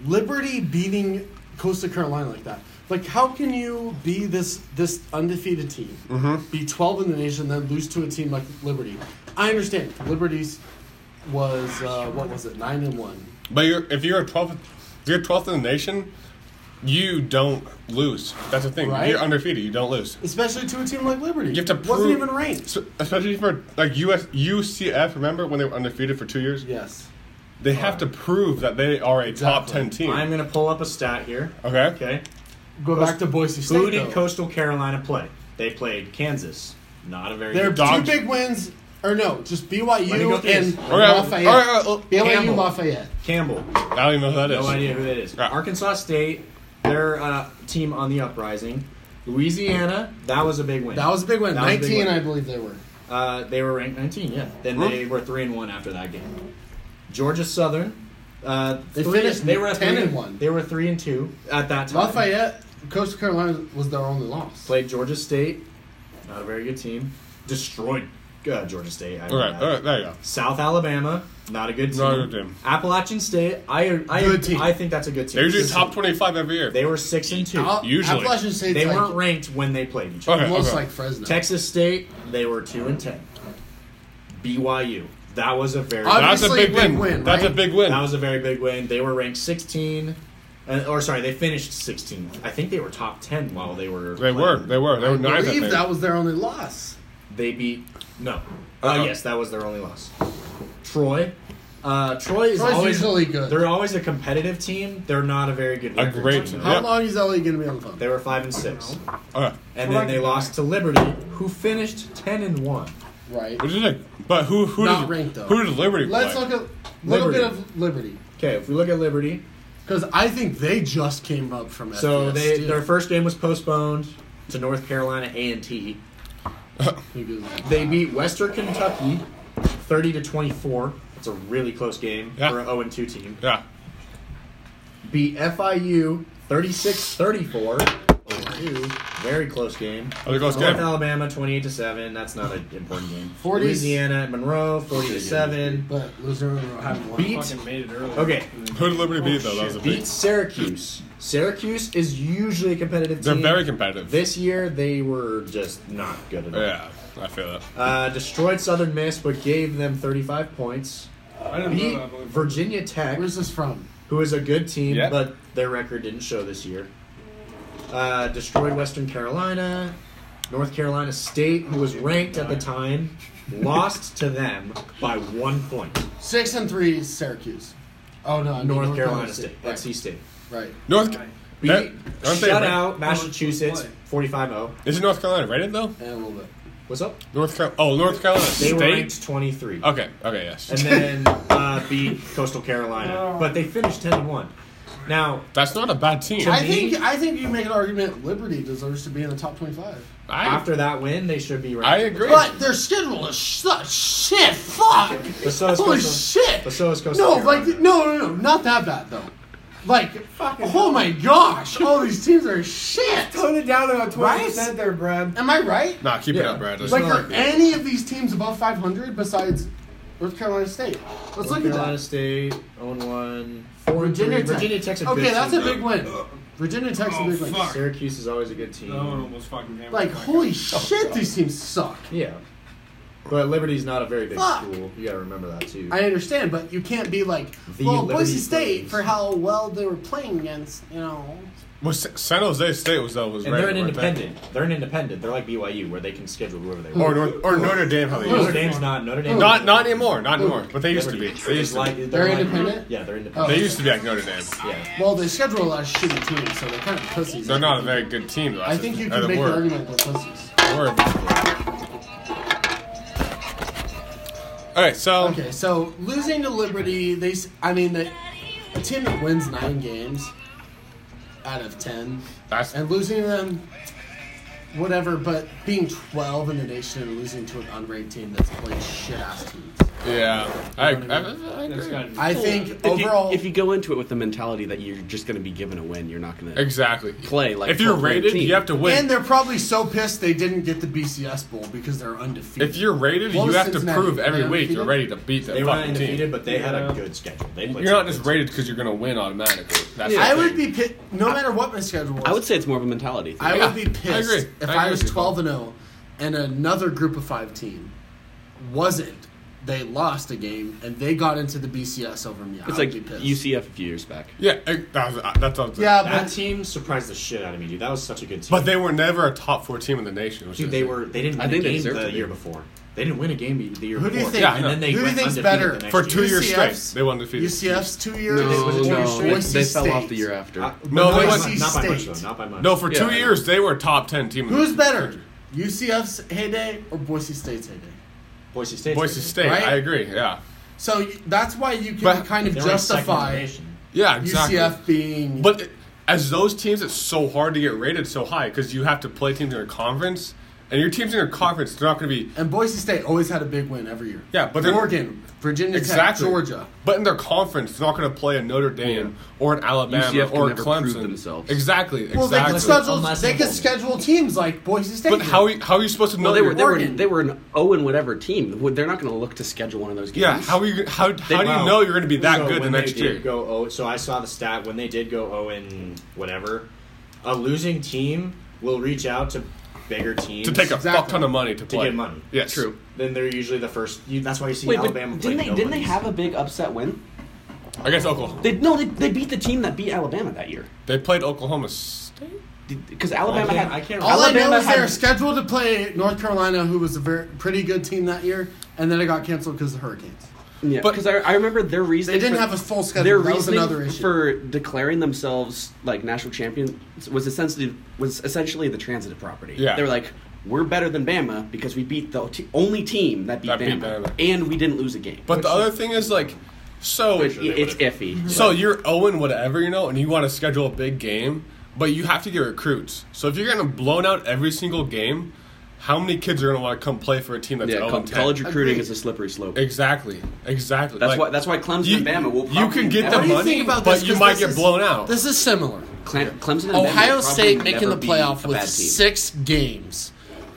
S4: Liberty beating Coastal Carolina like that. Like, how can you be this this undefeated team,
S1: Mm-hmm.
S4: be 12 in the nation, then lose to a team like Liberty? I understand Liberty's was uh, what was it nine and one.
S1: But you're, if you're a 12th, if you're 12th in the nation, you don't lose. That's the thing.
S4: Right.
S1: You're undefeated. You don't lose.
S4: Especially to a team like Liberty,
S1: You have to
S4: wasn't
S1: prove-
S4: even ranked.
S1: So, especially for like US UCF. Remember when they were undefeated for two years?
S4: Yes,
S1: They have to prove that they are a top
S4: Exactly.
S1: 10 team.
S2: I'm going to pull up a stat here.
S1: okay.
S2: Okay.
S4: go back to Boise State.
S2: Who did
S4: though.
S2: Coastal Carolina play? They played Kansas. Not a very
S4: Their
S2: good
S4: two
S1: dogs.
S4: big wins, or no,
S2: Let
S4: just
S2: me go
S4: BYU
S2: through
S4: and
S2: this.
S1: All right,
S4: Lafayette.
S1: all right, uh, all right.
S4: BYU
S2: Campbell.
S4: Lafayette.
S2: Campbell.
S1: I don't even know who that is. Ah.
S2: No idea who that is.
S1: Right.
S2: Arkansas State, their uh, team on the uprising. Louisiana, that was a big win.
S4: That was a big win.
S2: That was a big
S4: 19,
S2: win.
S4: I believe they were.
S2: Uh, they were ranked 19. Yeah. Then they were three and one after that game. Georgia Southern. Uh,
S4: They
S2: three-
S4: finished
S2: They were a
S4: 10
S2: three-
S4: and one.
S2: They were three and two at that time.
S4: Lafayette, Coastal Carolina was their only loss.
S2: played Georgia State. Not a very good team. Destroyed uh, Georgia State. I
S1: All
S2: remember
S1: right,
S2: that.
S1: all right, there you go.
S2: South Alabama, not a good team.
S1: Not a good team.
S2: Appalachian State, I I,
S4: Good team.
S2: I think that's a good team.
S1: They're usually top 25 every year.
S2: They were six and two.
S4: Al-
S1: Usually.
S4: Appalachian State's
S2: they
S4: like,
S2: weren't ranked when they played each other.
S1: Okay.
S4: looks like
S1: Oh.
S4: Fresno.
S2: Texas State, they were two and ten. BYU, that was a very
S4: Obvi-
S1: That's a
S4: obviously
S1: big
S4: a big
S1: win.
S4: win,
S1: That's
S4: right?
S1: a big win.
S2: that was a very big win. They were ranked 16, uh, or sorry, they finished 16th. I think they were top 10 while they were.
S1: they
S2: playing.
S1: were. They were. They were
S4: I
S1: ninth. I
S4: believe
S1: think.
S4: that was their only loss.
S2: They beat no. Oh
S1: Uh-oh.
S2: yes, that was their only loss. Troy. Uh, Troy is
S4: Troy's
S2: always
S4: usually good.
S2: They're always a competitive team. They're not a very good.
S1: A
S2: record
S1: great
S2: team.
S1: team.
S4: How
S1: Yeah.
S4: long is Ellie going to be on the phone?
S2: They were five and six,
S1: Okay.
S2: and then they lost to Liberty, who finished ten and one.
S4: Right.
S1: Which is like, but who who
S4: Not
S1: does
S4: ranked, though.
S1: who does Liberty play?
S4: Let's look at a little
S2: Liberty.
S4: bit of Liberty.
S2: Okay, if we look at Liberty,
S4: Because I think they just came up from
S2: so
S4: FBS,
S2: they
S4: too.
S2: their first game was postponed to North Carolina A and T.
S4: Because-
S2: They beat Western Kentucky, thirty to twenty four. It's a really close game
S1: Yeah.
S2: for an zero and two team.
S1: yeah.
S2: beat FIU 36-34. Oh, Very close game.
S1: Oh, they go
S2: North
S1: good.
S2: Alabama 28 to 7. That's not an important game.
S4: 40s.
S2: Louisiana Monroe 40 to 7.
S4: But loser overall having one.
S2: Beat
S6: Fucking made it early.
S2: Okay.
S1: Who did Liberty beat though? That was a big.
S2: beat Syracuse. Syracuse is usually a competitive
S1: They're
S2: team.
S1: very competitive.
S2: This year they were just not good at all.
S1: yeah, I feel that.
S2: Uh, destroyed Southern Miss, but gave them 35 points.
S6: I didn't know
S2: Beat
S6: that. but-
S2: Virginia Tech.
S4: Where's this from?
S2: who is a good team,
S1: Yeah.
S2: but their record didn't show this year. Uh, destroyed Western Carolina, North Carolina State, who was ranked at the time, lost to them by one point.
S4: Six and three, is Syracuse. Oh no, I mean
S2: North, Carolina State, NC State.
S4: Right. right.
S1: North.
S2: Beat,
S1: That- aren't they
S2: shut
S1: ranked?
S2: out Massachusetts 45-0.
S1: Is it North Carolina rated though?
S4: And a little bit.
S2: What's up?
S1: North Carolina. Oh, North Carolina
S2: They were
S1: State. Oh.
S2: ranked 23.
S1: Okay. Okay. Yes.
S2: And then uh, beat Coastal Carolina, but they finished 10 and 1.
S9: Now,
S1: That's not a bad team.
S4: I think I think you make an argument Liberty deserves to be in the top twenty five.
S1: I,
S9: after that win, they should be
S1: I
S9: ranked.
S1: agree.
S4: But their schedule is such shit. Fuck.
S9: But so is
S4: Holy
S9: Coastal-
S4: shit.
S9: but so is Coastal
S4: no, like
S9: Carolina.
S4: no, no, no, not that bad though. Like, oh my gosh, all these teams are shit.
S6: Tone it down about 20%
S4: Rice?
S6: there, Brad.
S4: Am I right?
S1: Nah, keep it
S9: Yeah.
S1: up, Brad. Let's
S4: Like,
S1: not
S4: are
S1: be-
S4: any of these teams above 500 besides North Carolina State? Let's look at
S9: Carolina
S4: that.
S9: State own one. Four and
S4: Virginia
S9: three.
S4: Tech.
S9: Virginia Tech's a
S4: Okay,
S9: good
S4: that's a
S9: team,
S4: big win. Virginia Tech's a
S3: Oh,
S4: big win.
S3: fuck.
S9: Syracuse is always a good team.
S3: That one almost fucking came
S4: Like,
S3: out my
S9: Oh,
S4: holy shit, these teams suck.
S9: Yeah, but Liberty's not a very big
S4: Fuck.
S9: school. You gotta remember that too.
S4: I understand, but you can't be like,
S9: The
S4: well,
S9: Liberty
S4: Boise State
S9: Flames.
S4: for how well they were playing against, you know.
S1: Well, Sa- San Jose State was that was
S9: and
S1: right
S9: they're an
S1: right back.
S9: independent. They're an independent. They're like BYU, where they can schedule whoever they
S1: or
S9: want.
S1: North, or Notre Dame.
S4: Oh.
S1: How they used
S9: Notre
S1: to. be.
S9: Dame's not. Notre Dame.
S1: Not not anymore. Not anymore. But they used to be.
S9: Liberty.
S1: They used to.
S9: like,
S1: Be.
S4: They're
S9: like-
S4: independent? Oh.
S9: Yeah, they're
S1: They
S9: independent.
S1: used to be like Notre Dame.
S9: Yeah.
S4: Well, they schedule a lot of shitty teams, so they're kind of pussies.
S1: They're not a very good team. Though.
S4: I think you
S1: Or
S4: can
S1: they
S4: make
S1: were.
S4: an argument that pussies.
S1: Were. All right, so
S4: Okay, so losing to Liberty, they. s- I mean, the, a team that wins nine games out of ten,
S1: that's
S4: and losing to them, whatever. But being twelve in the nation and losing to an unranked team that's playing shit ass teams.
S1: yeah. I, I, I
S3: That's
S1: agree.
S3: gotta be-
S4: I think
S10: If you-
S4: overall,
S10: if you, go into it with the mentality that you're just going to be given a win, you're not going to
S1: Exactly.
S10: play like
S1: If you're
S10: 12 ranked
S1: rated,
S10: team.
S1: you have to
S4: and
S1: win.
S4: they're probably so pissed they didn't get the BCS bowl because they're undefeated.
S1: If you're rated,
S4: What
S1: you
S4: was
S1: have to
S4: Cincinnati?
S1: prove every
S4: They
S1: week you're
S4: undefeated?
S1: ready to beat
S9: They
S1: the
S9: were
S1: fucking
S9: undefeated,
S1: team.
S9: but they had
S3: Yeah.
S9: a good schedule. They played
S1: You're not
S9: some
S1: just
S9: good
S1: rated because you're gonna win automatically. That's
S10: Yeah.
S1: the
S4: I would
S1: thing.
S4: be pissed no matter what my schedule was.
S10: I would say it's more of a mentality. Thing.
S4: I
S1: Yeah,
S4: would be pissed
S1: I agree.
S4: if
S1: I
S4: I,
S1: agree
S4: was
S1: with you, Paul.
S4: twelve and zero, and another Group of Five team wasn't. They lost a game and they got into the BCS over me. I
S10: it's
S4: would
S10: like
S4: be pissed.
S10: UCF a few years back.
S1: Yeah, eh, it- uh, that's that's what I'm saying.
S4: yeah,
S9: That
S4: but
S9: team surprised the shit out of me, dude. That was such a good team.
S1: But they were never a top four team in the nation. Which
S9: dude,
S1: is
S9: they were they didn't
S10: I
S9: win a
S10: think they
S9: game
S10: deserve
S9: the
S10: to be.
S9: year before. They didn't win a game the- the year
S4: Who do
S9: before.
S4: you think-
S1: Yeah, I
S9: and
S1: know.
S9: then they
S4: Who do you
S9: went
S4: think's
S9: undefeated
S4: better?
S9: the next
S1: for two
S9: year.
S1: years
S4: UCF's
S1: straight. They won defeated.
S4: UCF's two years.
S10: No, no,
S4: Boise
S10: they, they
S4: State.
S10: fell off the year after.
S9: Uh,
S1: No, they
S9: not by
S1: went-
S9: much- not by much though.
S4: State.
S9: Not by much.
S1: No, for
S10: Yeah, I
S1: two
S10: know.
S1: years they were a top ten team. in the nation.
S4: Who's better, UCF's heyday or Boise State's heyday?
S9: Boise State.
S1: Boise State.
S4: Right?
S1: I agree. Yeah.
S4: So y- that's why you can
S1: But-
S4: kind of
S9: They were in second
S4: justify
S9: division.
S1: Yeah. Exactly.
S4: UCF being.
S1: But it- as those teams, it's so hard to get rated so high because you have to play teams in your conference, and your teams in your conference they're not going to be
S4: and Boise State always had a big win every year.
S1: Yeah, but they're-
S4: Oregon, Virginia
S1: exactly
S4: Tech, Georgia.
S1: But in their conference, they're not going to play a Notre Dame or an Alabama
S10: UCF can
S1: or
S10: never prove
S1: Clemson.
S10: themcoves.
S1: Exactly. Exactly.
S4: Well, they can
S9: Unless-
S4: schedule
S9: unless
S4: they
S9: they
S4: can
S9: win.
S4: schedule teams like Boise State.
S1: but
S4: did.
S1: how are you, how are you supposed to know?
S10: Well, they were
S1: your-
S10: they were
S4: Oregon.
S10: they were an zero and whatever team. Would- They're not going to look to schedule one of those games.
S1: yeah. How are you? How, how do you
S9: Wow.
S1: know you're going to be that
S9: So
S1: good the
S9: when they
S1: next
S9: did
S1: year?
S9: Go oh, so I saw the stat when they did go zero and whatever. A losing team will reach out to bigger teams
S1: to take a
S4: Exactly.
S1: fuck ton of money to
S9: to
S1: play.
S9: get money.
S1: Yes.
S10: True.
S9: Then they're usually the first. You, that's why you see
S10: Wait, but
S9: Alabama.
S10: didn't
S9: play
S10: they didn't they have a big upset win?
S1: I guess Oklahoma.
S10: They no, they, they beat the team that beat Alabama that year
S1: They played Oklahoma State.
S10: because Alabama had
S9: I can't.
S4: All I know
S10: Alabama
S4: is they were
S10: had-
S4: scheduled to play North Carolina, who was a very pretty good team that year, and then it got canceled because of the hurricanes.
S10: yeah,
S1: but-
S10: because I, I remember their reason
S4: They didn't have a full schedule.
S10: their
S4: That was
S10: reasoning
S4: another issue.
S10: for declaring themselves like national champions was essentially was essentially the transitive property.
S1: Yeah.
S10: they were like we're better than Bama because we beat the t- only team that beat,
S1: That beat
S10: Bama,
S1: Bama.
S10: and we didn't lose a game.
S1: But the other thing is like, so
S10: But it- it's iffy.
S1: so you're Owen whatever you know, and you want to schedule a big game, but you have to get recruits. So if you're getting blown out every single game, how many kids are gonna want to come play for a team that's
S10: yeah,
S1: yeah,
S10: co-
S1: Owen
S10: college recruiting
S4: Agreed.
S10: is a slippery slope.
S1: Exactly, exactly.
S10: That's
S1: Like,
S10: why that's why Clemson
S1: you-
S10: and Bama will.
S1: you
S10: probably
S1: can get
S10: never-
S1: the
S4: What do you
S1: money,
S4: think about
S1: but
S4: this?
S1: you
S4: 'Cause
S1: might
S4: this
S1: get
S4: is-
S1: blown out.
S4: This is similar.
S10: Cle- Clemson and Bama
S4: Ohio
S10: will
S4: State
S10: probably
S4: making the
S10: never be
S4: playoff
S10: a
S4: with
S10: bad team.
S4: six games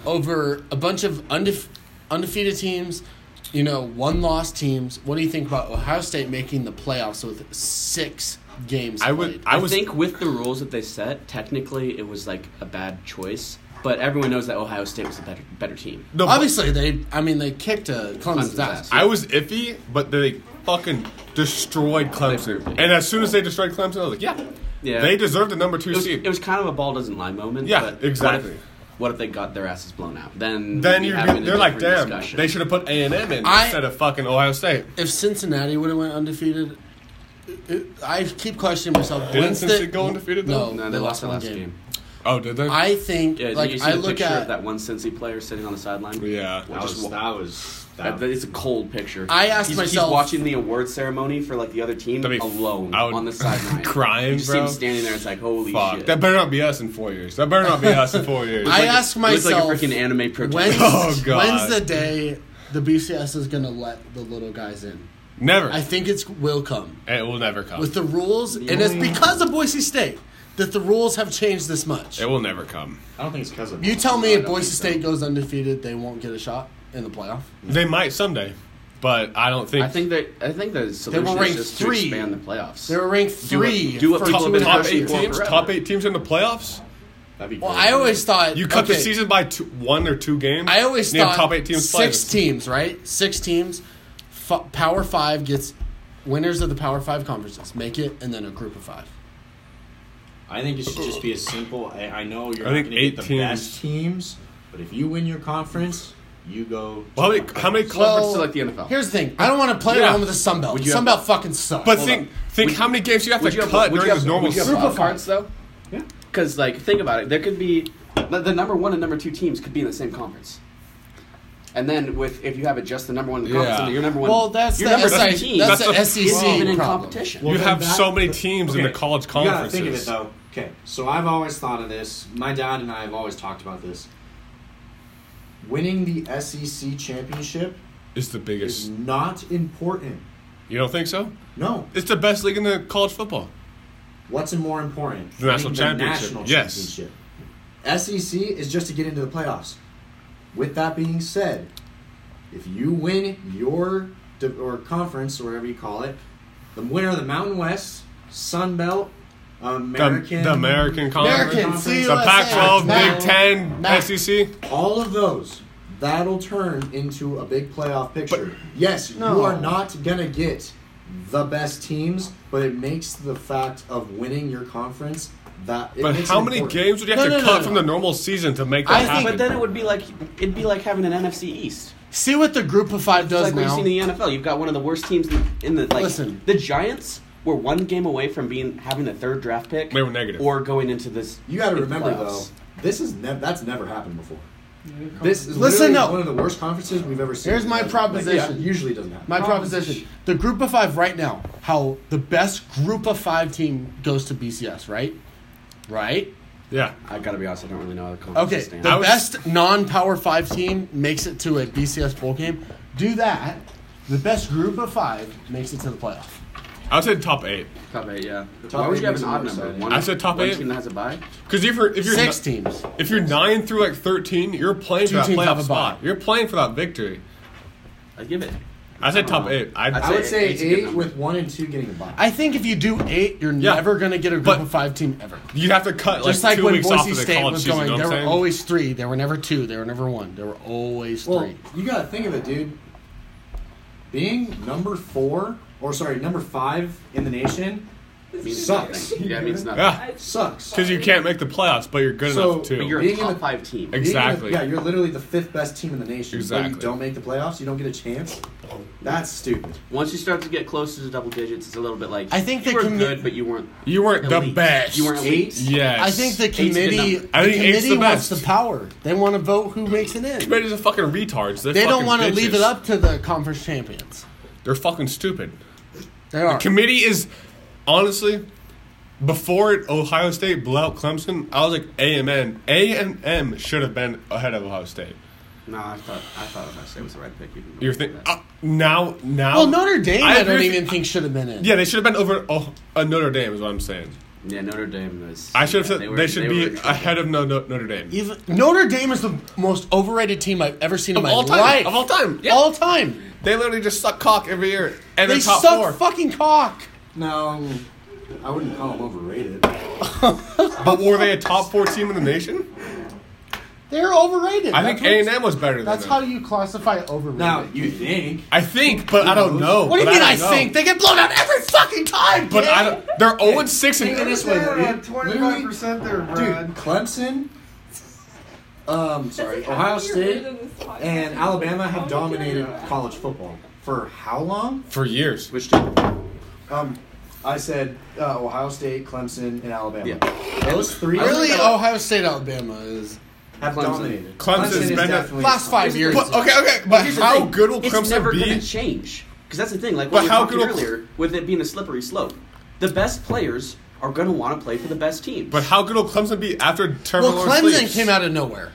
S4: over a bunch of undefe- undefeated teams, you know, one loss teams. What do you think about Ohio State making the playoffs with six games?
S1: I would.
S4: played?
S1: I
S10: I,
S1: was.
S10: think with the rules that they set, technically it was like a bad choice. But everyone knows that Ohio State was a better better team.
S1: no,
S4: Obviously, they. I mean, they kicked a Clemson's
S10: Clemson's
S4: ass.
S10: ass.
S1: I was iffy, but they fucking destroyed Clemson. And as soon as they destroyed Clemson, I was like, yeah,
S10: Yeah.
S1: they deserve the number two
S10: It was,
S1: seed.
S10: it was kind of a ball doesn't lie moment.
S1: Yeah,
S10: but what if-
S1: exactly.
S10: What if they got their asses blown out? Then
S1: then
S10: we'd be
S1: you're
S10: having
S1: gonna,
S10: a
S1: they're like,
S10: different
S1: damn,
S10: discussion.
S1: they should have put A and M in
S4: I-
S1: instead of fucking Ohio State.
S4: If Cincinnati would have went undefeated, it- it- I keep questioning myself.
S1: Didn't
S4: when's the-
S1: Cincinnati go undefeated, though?
S4: No,
S10: No, they lost their
S4: Oh, one
S10: last game.
S1: Oh, did they?
S4: I think
S10: Yeah,
S4: like
S10: you see
S4: I
S10: the
S4: look
S10: picture of
S4: at
S10: that one Cincy player sitting on the sideline.
S1: Yeah,
S10: that was
S9: that was
S10: that, it's a cold picture.
S4: I asked
S10: he's,
S4: myself-
S10: he's watching the award ceremony for like the other team
S1: That'd be-
S10: alone
S1: I would-
S10: on the sideline,
S1: Crying,
S10: You just see
S1: bro.
S10: him standing there. It's like holy
S1: Fuck.
S10: shit.
S1: That better not be us in four years. That better not be us in four years.
S4: I ask
S10: it looks like a
S4: myself
S10: freaking anime
S4: when's,
S10: protest.
S1: Oh, God.
S4: when's the day the BCS is gonna let the little guys in?
S1: Never.
S4: I think it's will come
S1: it will never come.
S4: with the rules, and it's because of Boise State that the rules have changed this much.
S1: it will never come.
S9: I don't think it's because of
S4: You tell me
S9: I
S4: if
S9: don't
S4: Boise
S9: think so.
S4: State goes undefeated, they won't get a shot in the playoff.
S1: They might someday, but I don't think.
S10: I think that I think the solution
S4: were
S10: is
S4: ranked
S10: just
S4: three.
S10: to expand the playoffs.
S4: They were ranked
S10: Do what-
S4: three.
S10: do what
S4: for
S10: people
S4: two
S10: have been
S4: and a half
S1: top
S10: pushing
S1: eight
S4: years.
S10: for
S1: teams.
S10: forever.
S1: Top eight teams in the playoffs.
S10: That'd be
S4: Well,
S10: great.
S4: I always thought
S1: You cut the
S4: okay,
S1: season by two, one or two games.
S4: I always
S1: and you have
S4: thought
S1: top eight teams. play
S4: six
S1: this.
S4: teams, right? Six teams. F- Power five gets winners of the Power five conferences. Make it, and then a group of five.
S9: I think it should just be as simple. I, I know you're
S1: I
S9: not
S1: think
S9: going to
S1: eight
S9: get the
S1: teams.
S9: best teams, but if you win your conference, you go. to
S1: Well, how many?
S9: the
S1: How many
S9: playoffs.
S1: clubs?
S10: to like the NFL.
S4: Here's the thing. I don't want to play
S1: Yeah.
S4: around with the Sun Belt.
S10: Would you
S4: Sun
S10: have-
S4: Belt fucking sucks.
S1: But
S4: Hold
S1: think,
S4: up.
S1: think
S10: Would-
S1: how many games you have
S10: would
S1: to
S10: you have-
S1: cut
S10: would you
S1: during
S10: have-
S1: this normal
S10: would you have
S1: season.
S10: wild cards though? Yeah. Because like think about it, there could be the the number one and number two teams could be in the same conference. And then with if you have it just the number one in the conference,
S1: Yeah.
S10: and your number one.
S4: Well, that's
S10: your
S4: the
S10: number
S4: SI
S10: two team.
S4: that's
S1: That's
S4: the E
S1: a-
S4: SEC
S10: isn't even in
S4: problem.
S10: competition.
S9: Well,
S1: you
S9: then
S1: have
S9: that-
S1: so many teams in the
S9: okay,
S1: college
S9: you gotta
S1: conferences.
S9: Think of it though. Okay, so I've always thought of this. My dad and I have always talked about this. Winning the SEC championship
S1: It's the
S9: is
S1: biggest.
S9: not important.
S1: You don't think so?
S9: No.
S1: It's the best league in the college football.
S9: What's more important?
S1: The national
S9: Winning
S1: championship. Yes.
S9: championship. SEC E is just to get into the playoffs. With that being said, if you win your div- or conference or whatever you call it, the winner of the Mountain West, Sun Belt, American,
S1: the, the American conference,
S4: American,
S9: The
S1: the
S4: CUSA,
S1: Pac-12,
S4: Mac.
S1: Big Ten, E
S4: Mac.
S1: SEC.
S9: all of those that'll turn into a big playoff picture yes you
S4: No.
S9: are not gonna get the best teams but it makes the fact of winning your conference that it
S1: But
S9: makes
S1: how
S9: it
S1: many
S9: important.
S1: games would you have
S4: No,
S1: to
S4: no, no,
S1: cut
S4: no.
S1: from the normal season to make that
S4: I think-
S1: happen?
S10: But then it would be like it'd be like having an NFC East.
S4: See what the group of five
S10: It's
S4: does
S10: like what you
S4: now.
S10: see in the NFL. You've got one of the worst teams in the, in the like.
S4: Listen.
S10: the Giants were one game away from being having the third draft pick.
S1: They were negative.
S10: or going into this.
S9: you got to
S10: in
S9: remember
S10: playoffs.
S9: though this is nev- that's never happened before this is
S4: Listen,
S9: literally
S4: no.
S9: one of the worst conferences we've ever seen
S4: Here's my
S9: Like,
S4: proposition.
S9: yeah, usually doesn't happen
S4: My proposition: the group of five right now. How the best group of five team goes to BCS, right? Right.
S1: yeah,
S10: I gotta be honest. I don't really know how the conference
S4: Okay.
S10: stands.
S4: The
S1: was-
S4: best non-power five team makes it to a BCS bowl game. Do that. The best group of five makes it to the playoff.
S1: I would say top eight.
S10: Top eight, yeah.
S9: Top
S10: Why would
S9: eight
S10: you have
S9: makes
S10: an
S9: it
S10: odd
S9: more
S10: number?
S9: exciting.
S10: One,
S1: I said top
S10: one
S1: eight.
S10: team that has a bye.
S1: Because if you're if you're
S4: Six
S1: ni-
S4: teams.
S1: if you're nine through like thirteen, you're playing
S4: Two
S1: for that
S4: teams have
S1: playoff
S4: a
S1: spot.
S4: bye.
S1: You're playing for that victory.
S10: I give it.
S1: I said top
S10: Oh.
S1: eight. I'd,
S10: I'd
S9: i would say
S10: It's a good
S9: eight
S10: number.
S9: with one and two getting a bye
S4: I think if you do eight, you're
S1: Yeah.
S4: never gonna get a group
S1: But-
S4: of five team ever.
S1: you'd have to cut like,
S4: Just like,
S1: two
S4: when
S1: weeks off
S4: Boise
S1: of the
S4: State
S1: college
S4: was
S1: season.
S4: going,
S1: you know
S4: there
S1: what I'm
S4: were
S1: saying?
S4: always three. There were never two. There were never one. There were always
S9: Well,
S4: three.
S9: you gotta think of it, dude. Being number four, or sorry, number five in the nation
S10: It means
S9: Sucks.
S10: nothing. Yeah, it means nothing.
S1: yeah,
S9: sucks.
S1: because you can't make the playoffs, but you're good
S9: So-
S1: enough too.
S10: But you're
S9: Being
S10: a
S9: in
S10: top
S9: the-
S10: five team.
S9: Being in the-
S1: exactly.
S9: yeah, you're literally the fifth best team in the nation. But
S1: Exactly.
S9: you don't make the playoffs, you don't get a chance. That's stupid.
S10: Once you start to get closer to double digits, it's a little bit like
S4: I think
S10: you
S4: they
S10: were
S4: commu-
S10: good, but you weren't.
S1: You weren't the
S10: elite.
S1: best.
S10: You weren't elite.
S9: Eight?
S1: Yes.
S4: I think the
S10: Eight's a good
S4: committee,
S10: number.
S4: the
S1: I think eight's
S4: committee
S1: the
S4: wants the
S1: best.
S4: power. They want to vote who makes it in.
S1: Everybody's a fucking retards. They're
S4: They don't
S1: fucking
S4: want to leave
S1: bitches.
S4: it up to the conference champions.
S1: They're fucking stupid.
S4: They are.
S1: Committee is honestly before Ohio State blew out Clemson. I was like A and M. A and M should have been ahead of Ohio State.
S10: No, I thought I thought Ohio State was the right pick. You can go
S1: You're
S10: with
S1: thinking
S10: that.
S1: uh, now now.
S4: well, Notre Dame, I, don't
S1: agree with-
S4: even think should have been in.
S1: Yeah, they should have been over oh, uh, Notre Dame. Is what I'm saying.
S10: yeah, Notre Dame was.
S1: I should have
S10: yeah,
S1: said they,
S10: were-
S1: should
S10: were
S1: be
S10: good.
S1: ahead of no, no, Notre Dame.
S4: Even Notre Dame is the most overrated team I've ever seen in
S1: Of
S4: my
S1: all time,
S4: life.
S1: of all time, yeah.
S4: All time.
S1: They literally just suck cock every year, and
S4: They
S1: they're top
S4: suck
S1: four.
S4: fucking cock.
S9: No, I wouldn't call them overrated.
S1: but were they a top four team in the nation?
S4: They're overrated.
S1: I think A
S4: That's
S1: and
S4: what-
S1: M was better than
S4: That's
S1: them.
S4: how you classify overrated.
S9: Now, you think.
S1: I think, but I don't know.
S4: what do you
S1: but
S4: mean? I,
S1: don't know.
S4: think they get blown out every fucking time.
S1: But I
S4: Danny.
S1: don't. They're 0 and 6
S9: Think of
S1: and
S9: this way, dude.
S3: Twenty-five percent there,
S9: Dude,
S3: Brad.
S9: Clemson, um, sorry, Ohio State, and Alabama have dominated college football. For how long?
S1: for years.
S10: Which team?
S9: Um, I said uh, Ohio State, Clemson, and Alabama.
S4: Yeah.
S9: Those three
S4: Really, Ohio State, Alabama is
S9: have dominated.
S1: Clemson's been
S4: the last five years.
S1: But, okay, okay, but
S10: here's the
S1: how
S10: thing,
S1: good will
S10: it's
S1: Clemson
S10: never
S1: be?
S10: gonna change because that's the thing. Like
S1: But
S10: what we
S1: how
S10: talked
S1: good will-
S10: earlier, with it being a slippery slope, the best players are going to want to play for the best team.
S1: But how good will Clemson be after Trevor
S4: Well,
S1: Lawrence
S4: Clemson
S1: leaves?
S4: came out of nowhere.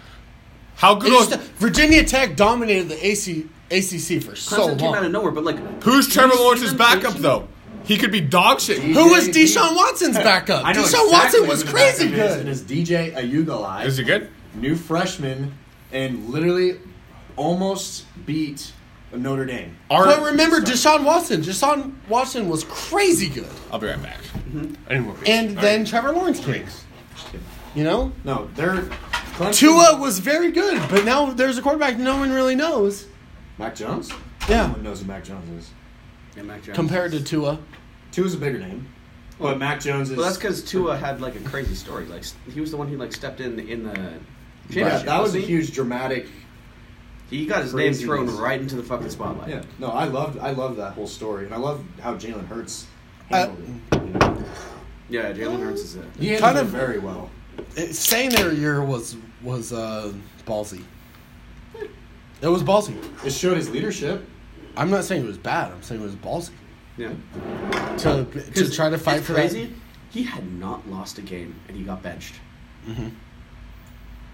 S1: How
S4: They
S1: good?
S4: just-
S1: will-
S4: Virginia Tech dominated the AC, ACC for
S10: Clemson
S4: so long.
S10: came out of nowhere, but like
S1: who's Trevor Lawrence's backup though? He could be dog shit.
S4: Who was Deshaun Watson's backup?
S9: I know
S4: Deshaun
S9: exactly
S4: Watson was
S9: who the
S4: crazy
S9: backup is,
S4: good.
S9: And it's DJ Ayugalai.
S1: Is he good?
S9: New freshman, and literally almost beat Notre Dame.
S4: but remember, Deshaun Watson. Deshaun Watson was crazy good.
S1: I'll be right back. Anymore.
S4: And
S1: All
S4: then
S1: right.
S4: Trevor Lawrence came. You know?
S9: No, they're Clemson-
S4: Tua was very good, but now there's a quarterback no one really knows
S9: Mac Jones.
S4: Yeah.
S9: no one knows who Mac Jones is.
S4: compared to Tua.
S9: Tua's a bigger name, but Mac Jones is.
S10: Well, that's because Tua had like a crazy story. Like he was the one who like stepped in in the championship.
S9: yeah, that was a
S10: wasn't he?
S9: huge dramatic.
S10: He got his name
S9: craziness.
S10: thrown right into the fucking spotlight.
S9: Yeah, no, I loved I loved that whole story, and I love how Jalen Hurts
S4: Uh,
S9: handled it. You know?
S10: Yeah, Jalen Hurts is it.
S9: He handled
S4: kind
S9: it
S4: of-
S9: very well.
S4: It- Saying their year was was uh, ballsy. It was ballsy.
S9: It showed his leadership.
S4: I'm not saying it was bad. I'm saying it was ballsy
S10: Yeah.
S4: to to
S10: 'Cause
S4: try to fight
S10: it's
S4: for
S10: crazy. He had not lost a game and he got benched.
S4: that. hmm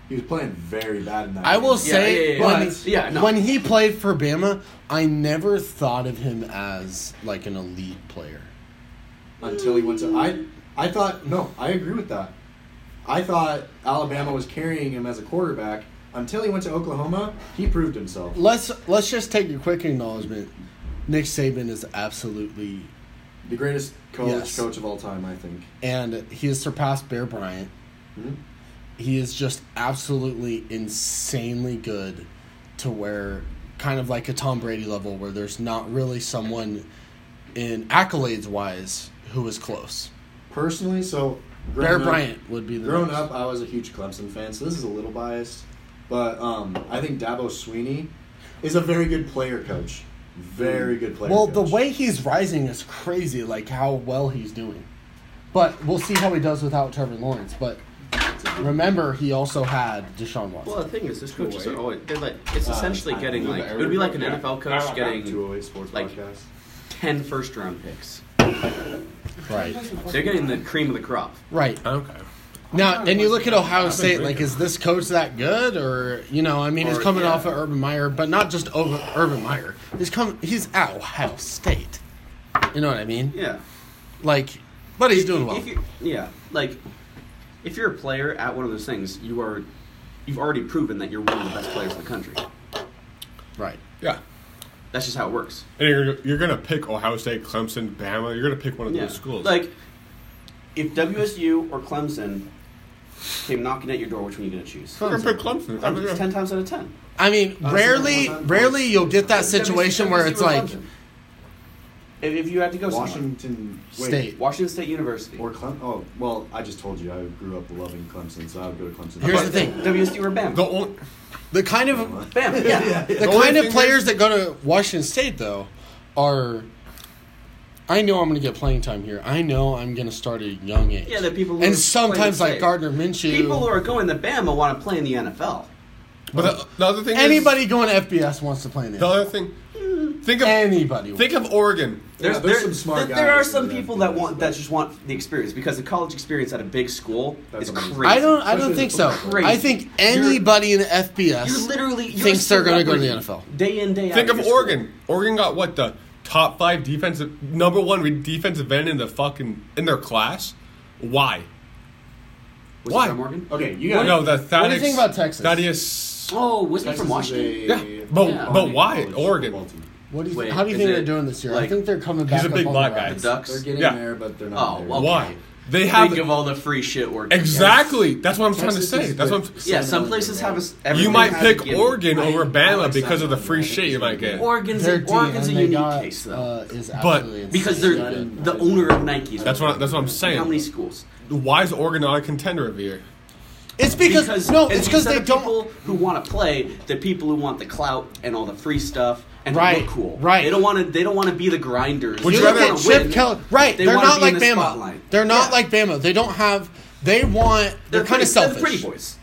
S9: He was playing very bad in that.
S4: I
S9: game.
S4: will
S10: Yeah,
S4: say
S10: yeah, yeah,
S4: when,
S10: but- yeah, no.
S4: when he played for Bama, I never thought of him as like an elite player.
S9: until he went to. I I thought no, I agree with that. I thought Alabama was carrying him as a quarterback until he went to Oklahoma. He proved himself.
S4: Let's let's just take a quick acknowledgement. Nick Saban is absolutely
S9: The greatest college
S4: Yes.
S9: coach of all time, I think.
S4: and he has surpassed Bear Bryant.
S10: Hmm?
S9: Mhm.
S4: He is just absolutely insanely good to where kind of like a Tom Brady level where there's not really someone in accolades wise who is close.
S9: Personally, so growing
S4: Bear
S9: up-
S4: Bryant would be the
S9: Growing
S4: next.
S9: up, I was a huge Clemson fan, so this is a little biased, but um, I think Dabo Sweeney is a very good player coach. Very good player.
S4: Well, the
S9: coach.
S4: way he's rising is crazy, like how well he's doing. But we'll see how he does without Trevor Lawrence. But remember, he also had Deshaun Watson.
S10: Well, the thing is, this coaches are
S5: Wait.
S10: always they're like it's
S9: Uh,
S10: essentially
S9: I-
S10: getting
S9: I-
S10: like it would be like an
S5: Yeah.
S10: NFL
S5: I-
S10: coach
S5: I-
S9: Two
S10: getting
S9: hundred eight sports
S10: like-
S9: podcast.
S10: 10 first round picks.
S4: Right.
S10: They're getting the cream of the crop.
S4: Right.
S1: Okay.
S4: Now, and you look at Ohio State,
S1: drinking.
S4: like, is this coach that good? Or, you know, I mean, he's
S10: Or-
S4: coming
S10: yeah.
S4: off of Urban Meyer, but not just over Urban Meyer. He's come, he's at Ohio State. You know what I mean?
S10: Yeah.
S4: Like, but he's doing well.
S10: If you yeah, like if you're a player at one of those things, you are you've already proven that you're one of the best players in the country.
S4: Right.
S1: Yeah.
S10: That's just how it works.
S1: And you're, you're gonna pick Ohio State, Clemson, Bama. You're gonna pick one of
S10: Yeah.
S1: those schools.
S10: Like if WSU or Clemson came knocking at your door, which one are you going to choose?
S1: I'm gonna pick Clemson. I'm
S10: Clemson's
S1: gonna-
S10: ten times out of ten.
S4: I mean,
S10: Oh,
S9: Uh,
S4: rarely,
S9: so we're not-
S4: rarely you'll get that
S10: WSU
S4: situation where it's
S10: or
S4: like
S10: Clemson. if, if you had to go Washington,
S9: Washington wait,
S4: state.
S10: Washington State University,
S9: or Clemson. Oh well, I just told you I grew up loving Clemson, so I would go to Clemson.
S4: Here's
S9: But-
S4: the thing.
S10: WSU or Bama.
S1: the only,
S4: The kind of
S10: Bama, yeah.
S4: the
S1: only
S4: kind of
S1: thing
S4: players that go to Washington State though are I know I'm going to get playing time here. I know I'm going to start at a young age.
S10: Yeah, the people who
S4: and
S10: are
S4: sometimes like
S10: playing safe.
S4: Gardner Minshew.
S10: People who are going to Bama want to play in the NFL.
S1: but the, the other thing.
S4: anybody going to FBS wants to play in
S1: Is, the
S4: it.
S1: other thing. Think of
S4: Anybody.
S1: think of Oregon.
S9: Yeah, there's some smart
S10: there, there are
S9: guys
S10: some
S9: that-
S10: people that want that just want the experience because the college experience at a big school
S9: That's
S10: is
S9: amazing.
S10: crazy.
S4: I don't. I
S9: Especially
S4: don't think
S9: the
S4: so.
S10: crazy.
S4: I think
S10: You're-
S4: anybody in the FBS
S10: You're literally you're
S4: thinks they're going to go to the
S10: celebrity
S4: NFL.
S10: Day in day out.
S1: Think
S10: at
S1: of
S10: your school.
S1: Oregon. Oregon got what the top five defensive number one re- defensive end in the fucking in their class. Why?
S10: Was
S1: Why?
S10: It from Oregon?
S9: Okay, you
S1: No,
S9: got
S1: no, the
S4: what do you
S1: Thaddeus-
S4: think about Texas?
S1: Thaddeus.
S10: Oh, was he
S9: Texas
S10: from
S9: is
S10: Washington?
S9: a-
S1: Yeah, but-
S10: Yeah.
S1: but why
S9: college
S1: Oregon?
S9: football team.
S4: What do you?
S10: Wait,
S4: think, how do you
S10: is
S4: think
S10: it,
S4: they're doing this year? I
S10: like,
S4: think they're coming
S1: he's
S4: back.
S1: a
S4: up
S1: big
S4: on
S1: black
S4: the
S1: guy.
S10: The
S4: rise.
S9: They're
S10: Ducks.
S9: getting
S1: Yeah.
S9: there, but they're not.
S10: Oh,
S9: there.
S10: well,
S1: Why?
S10: okay.
S1: They have
S10: Think of all the free shit we're getting.
S1: exactly. That's what I'm trying to
S9: Texas
S1: say.
S9: is
S1: That's
S9: the-
S1: what I'm.
S10: Yeah, some places have a. s-
S1: You
S10: everything
S1: might
S10: has a
S1: pick
S10: gimmick.
S1: Oregon over Bama
S9: like
S1: because of the
S9: South
S1: free
S9: Carolina.
S1: shit you might get.
S10: Oregon's
S4: Their
S10: Oregon's a
S4: DM they
S10: unique
S4: got,
S10: case though.
S4: uh, is
S1: But-
S4: absolutely
S10: because
S4: insane.
S10: they're the owner of Nike. is
S1: That's what- that's what I'm saying.
S10: How many schools?
S1: Why is Oregon not a contender of the year?
S4: It's because, no, it's because
S10: instead
S4: they
S10: of
S4: don't.
S10: People who want to play, the people who want the clout and all the free stuff and
S4: Right,
S10: look cool.
S4: right.
S10: They don't want to. They don't want to be the grinders.
S4: Would
S10: They
S4: you
S10: don't
S4: look at
S10: wanna
S4: Chip
S10: win.
S4: Kelly? Right,
S10: They
S4: they are
S10: wanna
S4: not
S10: be
S4: like
S10: in the
S4: Bama.
S10: spotlight.
S4: They're not like Bama. They don't have. They want. They're, kind of
S10: pretty- they're
S4: selfish.
S10: the pretty boys.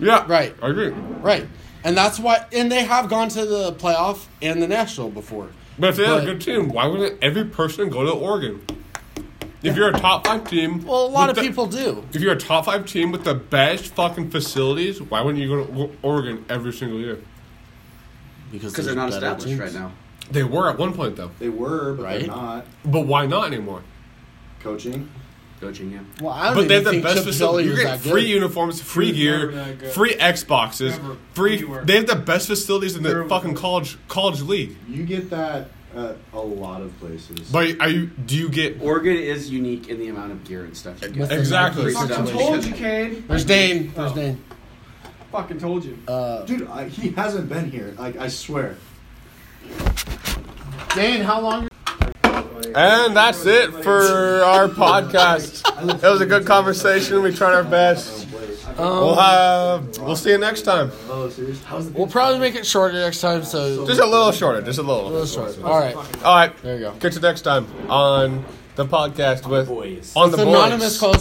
S1: Yeah,
S4: right.
S1: I agree.
S4: Right, and that's why. And they have gone to the playoff and the national before.
S1: But if they had a good team, why wouldn't every person go to Oregon? If you're a top five team,
S4: Well, a lot
S1: with
S4: of
S1: the-
S4: people do.
S1: If you're a top five team with the best fucking facilities, why wouldn't you go to O- Oregon every single year?
S4: Because
S10: 'Cause they're not established right now.
S1: They were at one point though.
S9: They were, but
S1: Right?
S9: they're not.
S1: But why not anymore?
S9: Coaching.
S10: Coaching, yeah.
S4: Well, I don't
S1: but they have
S4: even
S1: the
S4: think
S1: best
S4: Chip Kelly
S1: facilities. You
S4: was
S1: get
S4: that
S1: free
S4: good.
S1: uniforms, free gear, free Xboxes, free. They have the best facilities in the fucking college college league.
S9: You get that at a lot of places.
S1: But are you? Do you get?
S10: Oregon is unique in the amount of gear and stuff. You get.
S1: Exactly.
S3: Fucking told you, Cade.
S4: There's Dane. There's Dane.
S3: Fucking told you.
S4: Uh,
S9: Dude, I, he hasn't been here. Like I swear.
S4: Dane, how long?
S1: And that's it for our podcast. It was a good conversation. We tried our best. we'll have. We'll see you next time.
S9: Oh, seriously? How's
S4: We'll probably make it shorter next time. So
S1: Just a little shorter. Just a little.
S4: A little shorter. All right.
S1: All right.
S4: There you go.
S1: Catch you next time on the podcast with
S10: boys.
S1: on the
S4: It's anonymous
S1: boys.
S4: calls.